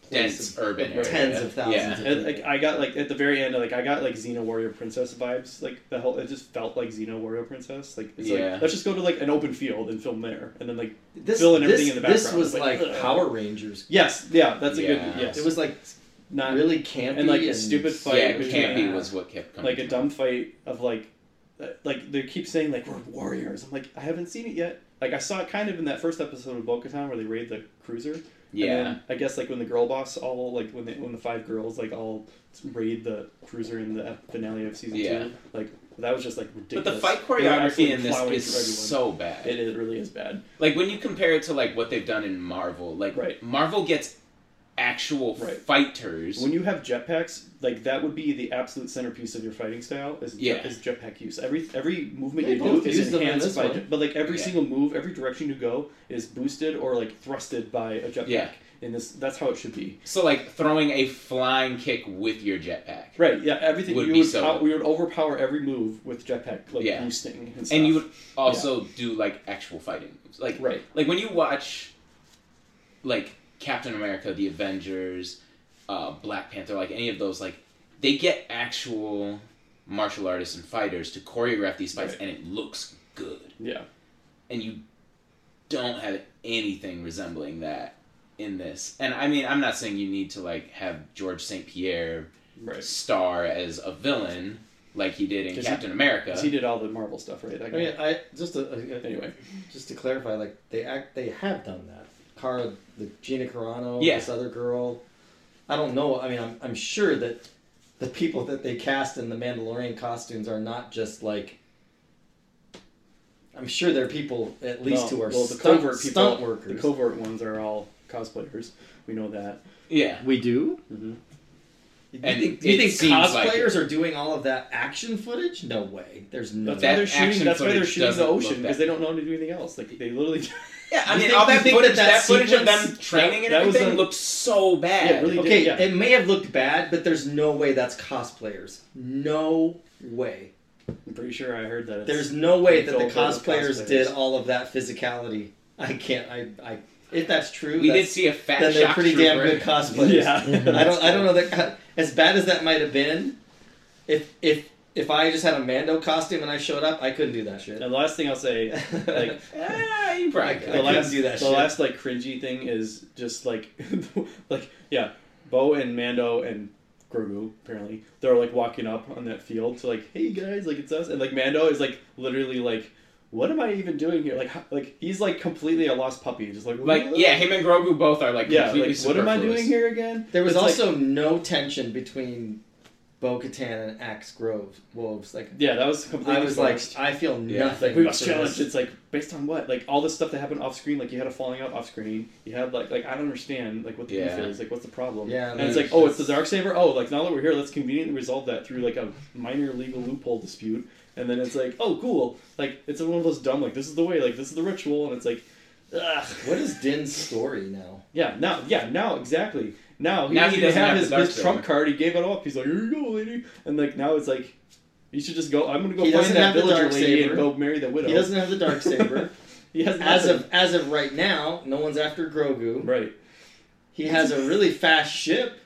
[SPEAKER 8] dense urban area.
[SPEAKER 11] tens of thousands.
[SPEAKER 8] Yeah.
[SPEAKER 11] Of
[SPEAKER 5] And, like I got like at the very end, like I got like Xena Warrior Princess vibes. Like the whole, it just felt like Xena Warrior Princess. Like it's
[SPEAKER 8] Yeah.
[SPEAKER 5] like let's just go to like an open field and film there, and then like
[SPEAKER 11] this,
[SPEAKER 5] fill in everything
[SPEAKER 11] this,
[SPEAKER 5] in the
[SPEAKER 11] this
[SPEAKER 5] background.
[SPEAKER 11] was
[SPEAKER 5] It's
[SPEAKER 11] like,
[SPEAKER 5] like, ugh.
[SPEAKER 11] Power Rangers.
[SPEAKER 5] yes, yeah, that's a
[SPEAKER 8] Yeah.
[SPEAKER 5] good yes.
[SPEAKER 11] It was like
[SPEAKER 5] not
[SPEAKER 11] really campy
[SPEAKER 5] and like a stupid fight
[SPEAKER 8] yeah,
[SPEAKER 5] between
[SPEAKER 8] campy was what kept coming.
[SPEAKER 5] like a
[SPEAKER 8] to
[SPEAKER 5] dumb fight of like uh, like they keep saying like we're warriors. I'm like I haven't seen it yet. Like I saw it kind of in that first episode of Bo-Katan where they raid the cruiser.
[SPEAKER 8] me. Yeah.
[SPEAKER 5] And then I guess like when the girl boss all like when they, when the five girls like all raid the cruiser in the ep- finale of season
[SPEAKER 8] Yeah.
[SPEAKER 5] two, like that was just like ridiculous.
[SPEAKER 8] but the fight
[SPEAKER 5] They were absolutely
[SPEAKER 8] choreography in this
[SPEAKER 5] plowing
[SPEAKER 8] is
[SPEAKER 5] through
[SPEAKER 8] so bad.
[SPEAKER 5] everyone. It, it really is bad.
[SPEAKER 8] Like when you compare it to like what they've done in Marvel, like
[SPEAKER 5] Right.
[SPEAKER 8] Marvel gets actual
[SPEAKER 5] Right.
[SPEAKER 8] fighters.
[SPEAKER 5] When you have jetpacks, like that would be the absolute centerpiece of your fighting style is
[SPEAKER 8] Yeah.
[SPEAKER 5] jet, is jetpack use. Every every movement
[SPEAKER 11] They
[SPEAKER 5] you do
[SPEAKER 11] both use
[SPEAKER 5] is
[SPEAKER 11] them in
[SPEAKER 5] enhanced
[SPEAKER 11] this
[SPEAKER 5] by
[SPEAKER 11] one.
[SPEAKER 5] jet, but like every
[SPEAKER 8] Yeah.
[SPEAKER 5] single move, every direction you go is boosted or like thrusted by a jetpack.
[SPEAKER 8] Yeah.
[SPEAKER 5] And this that's how it should be.
[SPEAKER 8] so like throwing a flying kick with your jetpack.
[SPEAKER 5] Right, yeah, everything
[SPEAKER 8] Would
[SPEAKER 5] we
[SPEAKER 8] be
[SPEAKER 5] would
[SPEAKER 8] so-
[SPEAKER 5] pow- we would overpower every move with jetpack like
[SPEAKER 8] Yeah.
[SPEAKER 5] boosting and stuff.
[SPEAKER 8] And you would also do like actual fighting moves. Like
[SPEAKER 5] Right.
[SPEAKER 8] like when you watch like Captain America, the Avengers, uh, Black Panther, like any of those, like they get actual martial artists and fighters to choreograph these fights
[SPEAKER 5] Right.
[SPEAKER 8] and it looks good.
[SPEAKER 5] Yeah.
[SPEAKER 8] and you don't have anything resembling that in this. And I mean, I'm not saying you need to like have George St. Pierre
[SPEAKER 5] Right.
[SPEAKER 8] star as a villain like he did in
[SPEAKER 5] Does he-
[SPEAKER 8] Captain America.
[SPEAKER 5] Because he did all the Marvel stuff, right?
[SPEAKER 11] I mean, I just to,
[SPEAKER 5] Anyway.
[SPEAKER 11] just to clarify, like they act, they have done that. Cara, the Gina Carano,
[SPEAKER 8] Yeah.
[SPEAKER 11] this other girl. I don't know. I mean, I'm I'm sure that the people that they cast in the Mandalorian costumes are not just like. I'm sure there are people at least
[SPEAKER 5] No,
[SPEAKER 11] who are
[SPEAKER 5] well, the
[SPEAKER 11] stunt,
[SPEAKER 5] covert people-
[SPEAKER 11] stunt
[SPEAKER 5] the
[SPEAKER 11] workers.
[SPEAKER 5] covert ones are all cosplayers. We know that.
[SPEAKER 8] yeah,
[SPEAKER 11] we do.
[SPEAKER 5] Mhm.
[SPEAKER 11] You
[SPEAKER 8] And
[SPEAKER 11] think, you
[SPEAKER 8] it
[SPEAKER 11] think
[SPEAKER 8] seems
[SPEAKER 11] cosplayers
[SPEAKER 8] like it.
[SPEAKER 11] are doing all of that action footage? No way. There's no.
[SPEAKER 5] That's
[SPEAKER 8] That
[SPEAKER 5] why they're shooting.
[SPEAKER 8] action
[SPEAKER 5] That's why they're
[SPEAKER 8] footage
[SPEAKER 5] shooting
[SPEAKER 8] doesn't
[SPEAKER 5] the
[SPEAKER 8] look
[SPEAKER 5] ocean
[SPEAKER 8] that-
[SPEAKER 5] because they don't know how to do anything else. Like they literally. [LAUGHS]
[SPEAKER 8] yeah. I
[SPEAKER 11] You
[SPEAKER 8] mean,
[SPEAKER 11] think-
[SPEAKER 8] all
[SPEAKER 11] you
[SPEAKER 8] that
[SPEAKER 11] think
[SPEAKER 8] footage,
[SPEAKER 11] that that
[SPEAKER 8] that, footage of them
[SPEAKER 11] sequence-
[SPEAKER 8] training and
[SPEAKER 5] that was
[SPEAKER 8] everything,
[SPEAKER 5] a-
[SPEAKER 8] looked so bad.
[SPEAKER 5] Yeah, really-
[SPEAKER 11] Okay,
[SPEAKER 5] Yeah.
[SPEAKER 11] it may have looked bad, but there's no way that's cosplayers. No way.
[SPEAKER 5] I'm pretty sure I heard that. It's,
[SPEAKER 11] There's no way that the
[SPEAKER 5] They filled it with
[SPEAKER 11] cosplayers,
[SPEAKER 5] cosplayers.
[SPEAKER 11] did all of that physicality. I can't. I. I if that's true,
[SPEAKER 8] we did
[SPEAKER 11] that's,
[SPEAKER 8] see a fat.
[SPEAKER 11] then they're
[SPEAKER 8] shock
[SPEAKER 11] pretty damn
[SPEAKER 8] trooper.
[SPEAKER 11] good cosplayers.
[SPEAKER 5] Yeah.
[SPEAKER 11] [LAUGHS] I don't. I don't know that as bad as that might have been. If if if I just had a Mando costume and I showed up, I couldn't do that shit.
[SPEAKER 5] And [LAUGHS] the last thing I'll
[SPEAKER 11] [LAUGHS]
[SPEAKER 5] say, like
[SPEAKER 8] Ah, you probably
[SPEAKER 11] Like,
[SPEAKER 8] could.
[SPEAKER 5] the
[SPEAKER 11] couldn't
[SPEAKER 5] last
[SPEAKER 11] do that
[SPEAKER 5] the
[SPEAKER 11] shit.
[SPEAKER 5] last like cringy thing is just like [LAUGHS] like yeah, Bo and Mando and Grogu apparently they're like walking up on that field to like hey guys like it's us and like Mando is like literally like what am I even doing here like how, like he's like completely a lost puppy just like
[SPEAKER 8] like yeah, him and Grogu both are like
[SPEAKER 5] yeah
[SPEAKER 8] completely
[SPEAKER 5] like what am I
[SPEAKER 8] superfluous.
[SPEAKER 5] doing here again
[SPEAKER 11] There was
[SPEAKER 5] It's like-
[SPEAKER 11] also no tension between Bo Katan and Axe Grove Wolves. Like
[SPEAKER 5] yeah that was completely
[SPEAKER 11] I was like,
[SPEAKER 5] forced.
[SPEAKER 11] I feel
[SPEAKER 8] Yeah.
[SPEAKER 11] nothing.
[SPEAKER 5] we
[SPEAKER 11] for
[SPEAKER 5] was
[SPEAKER 11] this.
[SPEAKER 5] challenged. It's like based on what? Like all this stuff that happened off screen. Like you had a falling out off screen. You had like like I don't understand like what the beef
[SPEAKER 8] Yeah.
[SPEAKER 5] is. Like what's the problem?
[SPEAKER 11] Yeah,
[SPEAKER 5] and
[SPEAKER 11] man,
[SPEAKER 5] it's like
[SPEAKER 11] it's
[SPEAKER 5] oh, it's
[SPEAKER 11] just-
[SPEAKER 5] the dark saber. Oh, like now that we're here, let's conveniently resolve that through like a minor legal loophole dispute. And then it's like oh, cool. Like it's one of those dumb like this is the way. Like this is the ritual. And it's like, ugh.
[SPEAKER 11] What is Din's story now?
[SPEAKER 5] Yeah. Now. Yeah. Now. Exactly. Now he
[SPEAKER 8] Now
[SPEAKER 5] doesn't
[SPEAKER 8] he
[SPEAKER 5] even
[SPEAKER 8] doesn't
[SPEAKER 5] have,
[SPEAKER 8] have
[SPEAKER 5] his,
[SPEAKER 8] the dark
[SPEAKER 5] his trump
[SPEAKER 8] saber.
[SPEAKER 5] card. He gave it up. He's like here you go, lady. And like now it's like. You should just go. I'm gonna go
[SPEAKER 11] He
[SPEAKER 5] find
[SPEAKER 11] doesn't
[SPEAKER 5] that
[SPEAKER 11] have the
[SPEAKER 5] villager
[SPEAKER 11] dark
[SPEAKER 5] lady
[SPEAKER 11] saber.
[SPEAKER 5] and go marry the widow.
[SPEAKER 11] He doesn't have the dark [LAUGHS]
[SPEAKER 5] [LAUGHS]
[SPEAKER 11] saber.
[SPEAKER 5] He has
[SPEAKER 11] as
[SPEAKER 5] nothing.
[SPEAKER 11] of as of right now, no one's after Grogu.
[SPEAKER 5] Right.
[SPEAKER 11] He has a really fast ship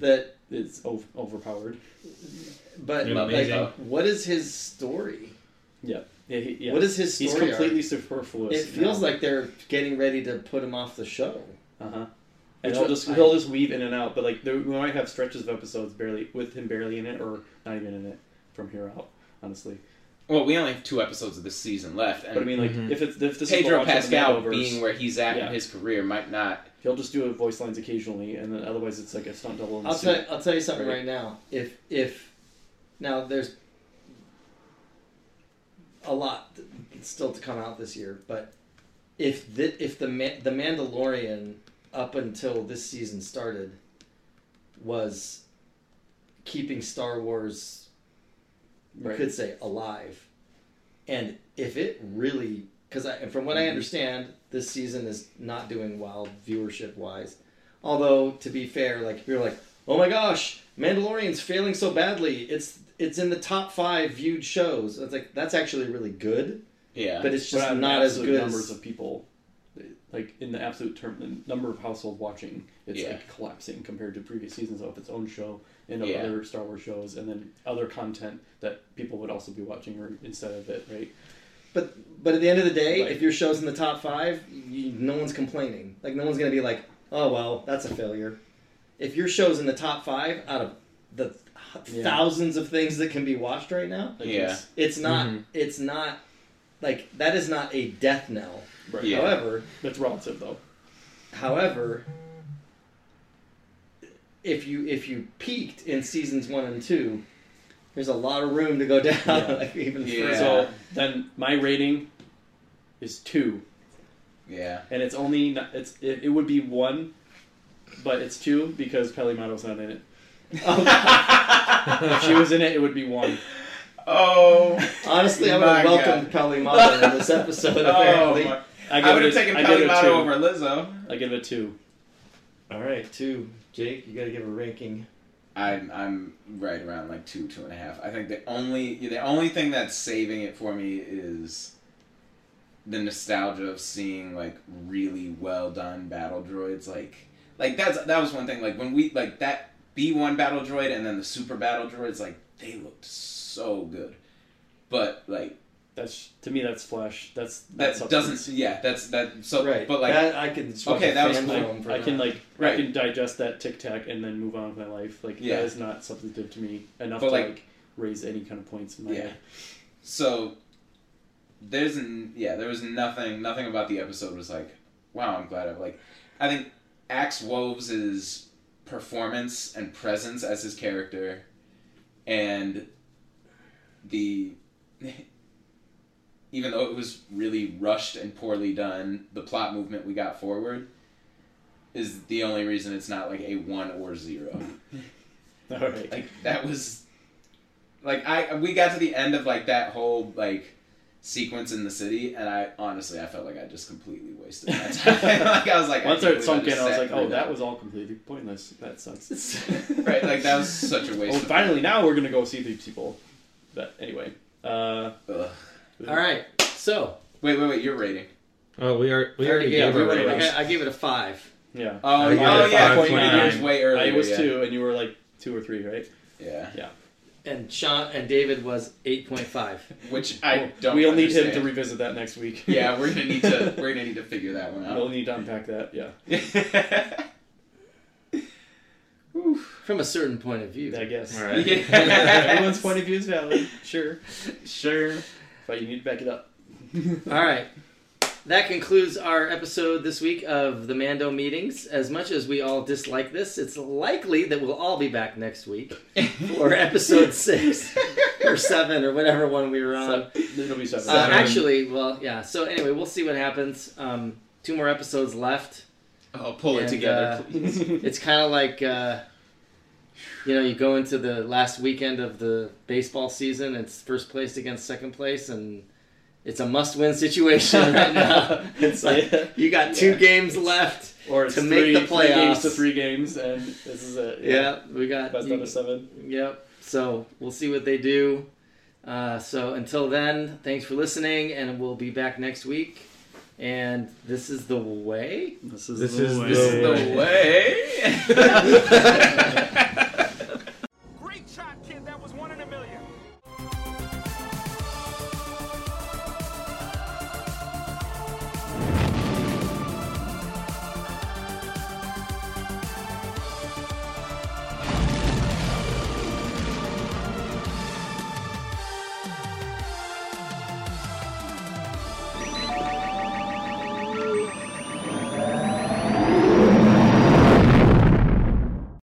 [SPEAKER 11] that
[SPEAKER 5] It's o- overpowered.
[SPEAKER 11] but
[SPEAKER 4] Amazing.
[SPEAKER 11] like what is his story?
[SPEAKER 5] Yeah, he, yeah.
[SPEAKER 11] What is his story?
[SPEAKER 5] He's completely superfluous.
[SPEAKER 11] it feels like they're getting ready to put him off the show.
[SPEAKER 5] Uh huh.
[SPEAKER 11] Which
[SPEAKER 5] And he'll
[SPEAKER 11] one-
[SPEAKER 5] just he'll just weave in and out, but like there, we might have stretches of episodes barely with him barely in it or not even in it from here out. Honestly,
[SPEAKER 8] Well, we only have two episodes of this season left, and
[SPEAKER 5] but I mean, like
[SPEAKER 11] Mm-hmm.
[SPEAKER 4] Mhm.
[SPEAKER 5] if it's if this
[SPEAKER 8] Pedro
[SPEAKER 5] is the launch of the
[SPEAKER 8] Pascal
[SPEAKER 5] Mandoverse,
[SPEAKER 8] being where he's at
[SPEAKER 5] Yeah.
[SPEAKER 8] in his career might not.
[SPEAKER 5] he'll just do voice lines occasionally, and then otherwise it's like a stunt double. in the
[SPEAKER 11] I'll
[SPEAKER 5] suit.
[SPEAKER 11] tell, I'll tell you something
[SPEAKER 5] Right.
[SPEAKER 11] right now. If if now there's a lot th- still to come out this year, but if the if the Ma- the Mandalorian up until this season started was keeping Star Wars you
[SPEAKER 5] Right.
[SPEAKER 11] could say alive. And if it really, because from what I understand, this season is not doing well viewership wise. Although to be fair, like you're like, oh my gosh, Mandalorian's failing so badly. It's it's in the top five viewed shows. It's like that's actually really good,
[SPEAKER 8] Yeah.
[SPEAKER 11] but it's
[SPEAKER 5] But
[SPEAKER 11] just
[SPEAKER 5] on
[SPEAKER 11] not as
[SPEAKER 5] absolute
[SPEAKER 11] good.
[SPEAKER 5] numbers
[SPEAKER 11] as,
[SPEAKER 5] of people. like in the absolute term, the number of household watching, it's
[SPEAKER 8] Yeah.
[SPEAKER 5] like collapsing compared to previous seasons of its own show and of
[SPEAKER 8] Yeah.
[SPEAKER 5] other Star Wars shows, and then other content that people would also be watching or instead of it, right?
[SPEAKER 11] But but at the end of the day,
[SPEAKER 5] Right.
[SPEAKER 11] if your show's in the top five, you, no one's complaining. Like no one's gonna be like, oh well, that's a failure. If your show's in the top five out of the h-
[SPEAKER 5] Yeah.
[SPEAKER 11] thousands of things that can be watched right now,
[SPEAKER 5] Like,
[SPEAKER 8] Yeah.
[SPEAKER 5] it's-
[SPEAKER 11] it's not.
[SPEAKER 4] Mhm.
[SPEAKER 11] It's not like that is not a death knell.
[SPEAKER 5] Right.
[SPEAKER 8] Yeah.
[SPEAKER 11] However,
[SPEAKER 5] That's relative though.
[SPEAKER 11] however, if you if you peaked in seasons one and two, there's a lot of room to go down.
[SPEAKER 5] Yeah.
[SPEAKER 11] [LAUGHS] like even
[SPEAKER 8] Yeah.
[SPEAKER 11] further.
[SPEAKER 5] So then my rating is two,
[SPEAKER 8] Yeah.
[SPEAKER 5] and it's only not, it's it, it would be one, but it's two because Pelimato's not in it. If she was in it, it would be one. [LAUGHS]
[SPEAKER 8] Oh.
[SPEAKER 11] Honestly, I would
[SPEAKER 8] My Oh,
[SPEAKER 11] have welcomed Pelimoto in this
[SPEAKER 8] [LAUGHS]
[SPEAKER 11] episode. Apparently,
[SPEAKER 8] my-
[SPEAKER 5] I,
[SPEAKER 8] I
[SPEAKER 5] give
[SPEAKER 8] would
[SPEAKER 5] it
[SPEAKER 8] have
[SPEAKER 5] a-
[SPEAKER 8] taken
[SPEAKER 5] I give it a
[SPEAKER 8] Pelimato
[SPEAKER 5] two.
[SPEAKER 8] over Lizzo.
[SPEAKER 5] I give it a two.
[SPEAKER 11] all right, two. Jake, you got to give a ranking.
[SPEAKER 8] I'm I'm right around like two, two and a half. I think the only the only thing that's saving it for me is the nostalgia of seeing like really well done battle droids. Like like that's that was one thing. Like when we like that B one battle droid and then the super battle droids, like they looked so good. But like
[SPEAKER 5] That's to me. That's flash. That's
[SPEAKER 8] that
[SPEAKER 5] that's
[SPEAKER 8] doesn't
[SPEAKER 5] substance.
[SPEAKER 8] yeah, that's that so
[SPEAKER 11] right,
[SPEAKER 8] but like
[SPEAKER 11] that, I can swap
[SPEAKER 8] Okay,
[SPEAKER 11] a
[SPEAKER 8] that was
[SPEAKER 11] fan
[SPEAKER 8] cool.
[SPEAKER 11] film for
[SPEAKER 5] I can
[SPEAKER 11] that.
[SPEAKER 5] like I
[SPEAKER 8] Right.
[SPEAKER 5] can digest that tic tac and then move on with my life. Like
[SPEAKER 8] Yeah.
[SPEAKER 5] that is not substantive to me enough
[SPEAKER 8] But,
[SPEAKER 5] to like,
[SPEAKER 8] like-
[SPEAKER 5] raise any kind of points in my
[SPEAKER 8] Yeah.
[SPEAKER 5] head. [LAUGHS]
[SPEAKER 8] So there's n- yeah, there was nothing nothing about the episode was like, wow, I'm glad I like I think Axe Woves' performance and presence as his character and the [LAUGHS] even though it was really rushed and poorly done, the plot movement we got forward is the only reason it's not like a one or zero
[SPEAKER 5] All right.
[SPEAKER 8] like that was like i we got to the end of like that whole like sequence in the city and i honestly i felt like i just completely wasted my [LAUGHS] time like i was like
[SPEAKER 5] Once
[SPEAKER 8] I
[SPEAKER 5] it sunk in, I was like, "Oh, that was all completely pointless. That sucks." [LAUGHS]
[SPEAKER 8] was [LAUGHS] right like that was such a waste
[SPEAKER 5] oh,
[SPEAKER 8] of
[SPEAKER 5] finally, now we're gonna go see the people. But anyway, uh,
[SPEAKER 8] Ugh.
[SPEAKER 11] all right, so
[SPEAKER 8] wait wait wait your rating
[SPEAKER 4] Oh, we are. We
[SPEAKER 11] I
[SPEAKER 4] already
[SPEAKER 11] yeah,
[SPEAKER 4] gave
[SPEAKER 11] we
[SPEAKER 4] our
[SPEAKER 11] went-
[SPEAKER 4] ratings.
[SPEAKER 11] I, I gave it a five.
[SPEAKER 5] yeah,
[SPEAKER 8] oh,
[SPEAKER 4] I
[SPEAKER 8] yeah,
[SPEAKER 4] got
[SPEAKER 8] oh,
[SPEAKER 4] a
[SPEAKER 8] yeah
[SPEAKER 4] 5.9.
[SPEAKER 8] it was way earlier
[SPEAKER 5] I was
[SPEAKER 8] yeah.
[SPEAKER 5] two, and you were like two or three, right?
[SPEAKER 8] yeah
[SPEAKER 11] And Sean and David was eight point five.
[SPEAKER 5] [LAUGHS]
[SPEAKER 8] which i
[SPEAKER 5] Well,
[SPEAKER 8] don't
[SPEAKER 5] We'll need him to
[SPEAKER 8] understand.
[SPEAKER 5] revisit that next week.
[SPEAKER 8] [LAUGHS] yeah we're gonna need to
[SPEAKER 5] [LAUGHS]
[SPEAKER 8] we're gonna need to figure that one
[SPEAKER 5] We'll [LAUGHS]
[SPEAKER 8] [LAUGHS] out
[SPEAKER 5] need to unpack that. Yeah,
[SPEAKER 11] From a certain point of view,
[SPEAKER 5] I guess.
[SPEAKER 4] All right.
[SPEAKER 5] [LAUGHS] Everyone's point of view is valid, sure,
[SPEAKER 8] sure
[SPEAKER 5] but you need to back it up.
[SPEAKER 11] All right. That concludes our episode this week of the Mando meetings. As much as we all dislike this, it's likely that we'll all be back next week for episode six or seven or whatever one we were on.
[SPEAKER 5] So, it'll be seven.
[SPEAKER 11] Uh,
[SPEAKER 4] Seven.
[SPEAKER 11] actually, well, yeah. So anyway, we'll see what happens. Um, two more episodes left.
[SPEAKER 8] oh pull it
[SPEAKER 11] And,
[SPEAKER 8] together
[SPEAKER 11] uh,
[SPEAKER 5] [LAUGHS]
[SPEAKER 8] please
[SPEAKER 11] [LAUGHS] It's kind of like, uh, you know, you go into the last weekend of the baseball season. It's first place against second place, and it's a
[SPEAKER 5] [LAUGHS]
[SPEAKER 11] must-win situation right now. It's [LAUGHS] like
[SPEAKER 5] Yeah.
[SPEAKER 11] you got two
[SPEAKER 8] Yeah.
[SPEAKER 11] games left.
[SPEAKER 5] or it's
[SPEAKER 11] to make
[SPEAKER 5] three,
[SPEAKER 11] the
[SPEAKER 5] three games
[SPEAKER 11] playoffs.
[SPEAKER 5] to three games, and this is it.
[SPEAKER 11] Yeah, we got.
[SPEAKER 5] best out of seven.
[SPEAKER 11] Yep. So we'll see what they do. Uh, so until then, thanks for listening, and we'll be back next week. And this is the way.
[SPEAKER 5] This is
[SPEAKER 4] This is
[SPEAKER 8] this is the way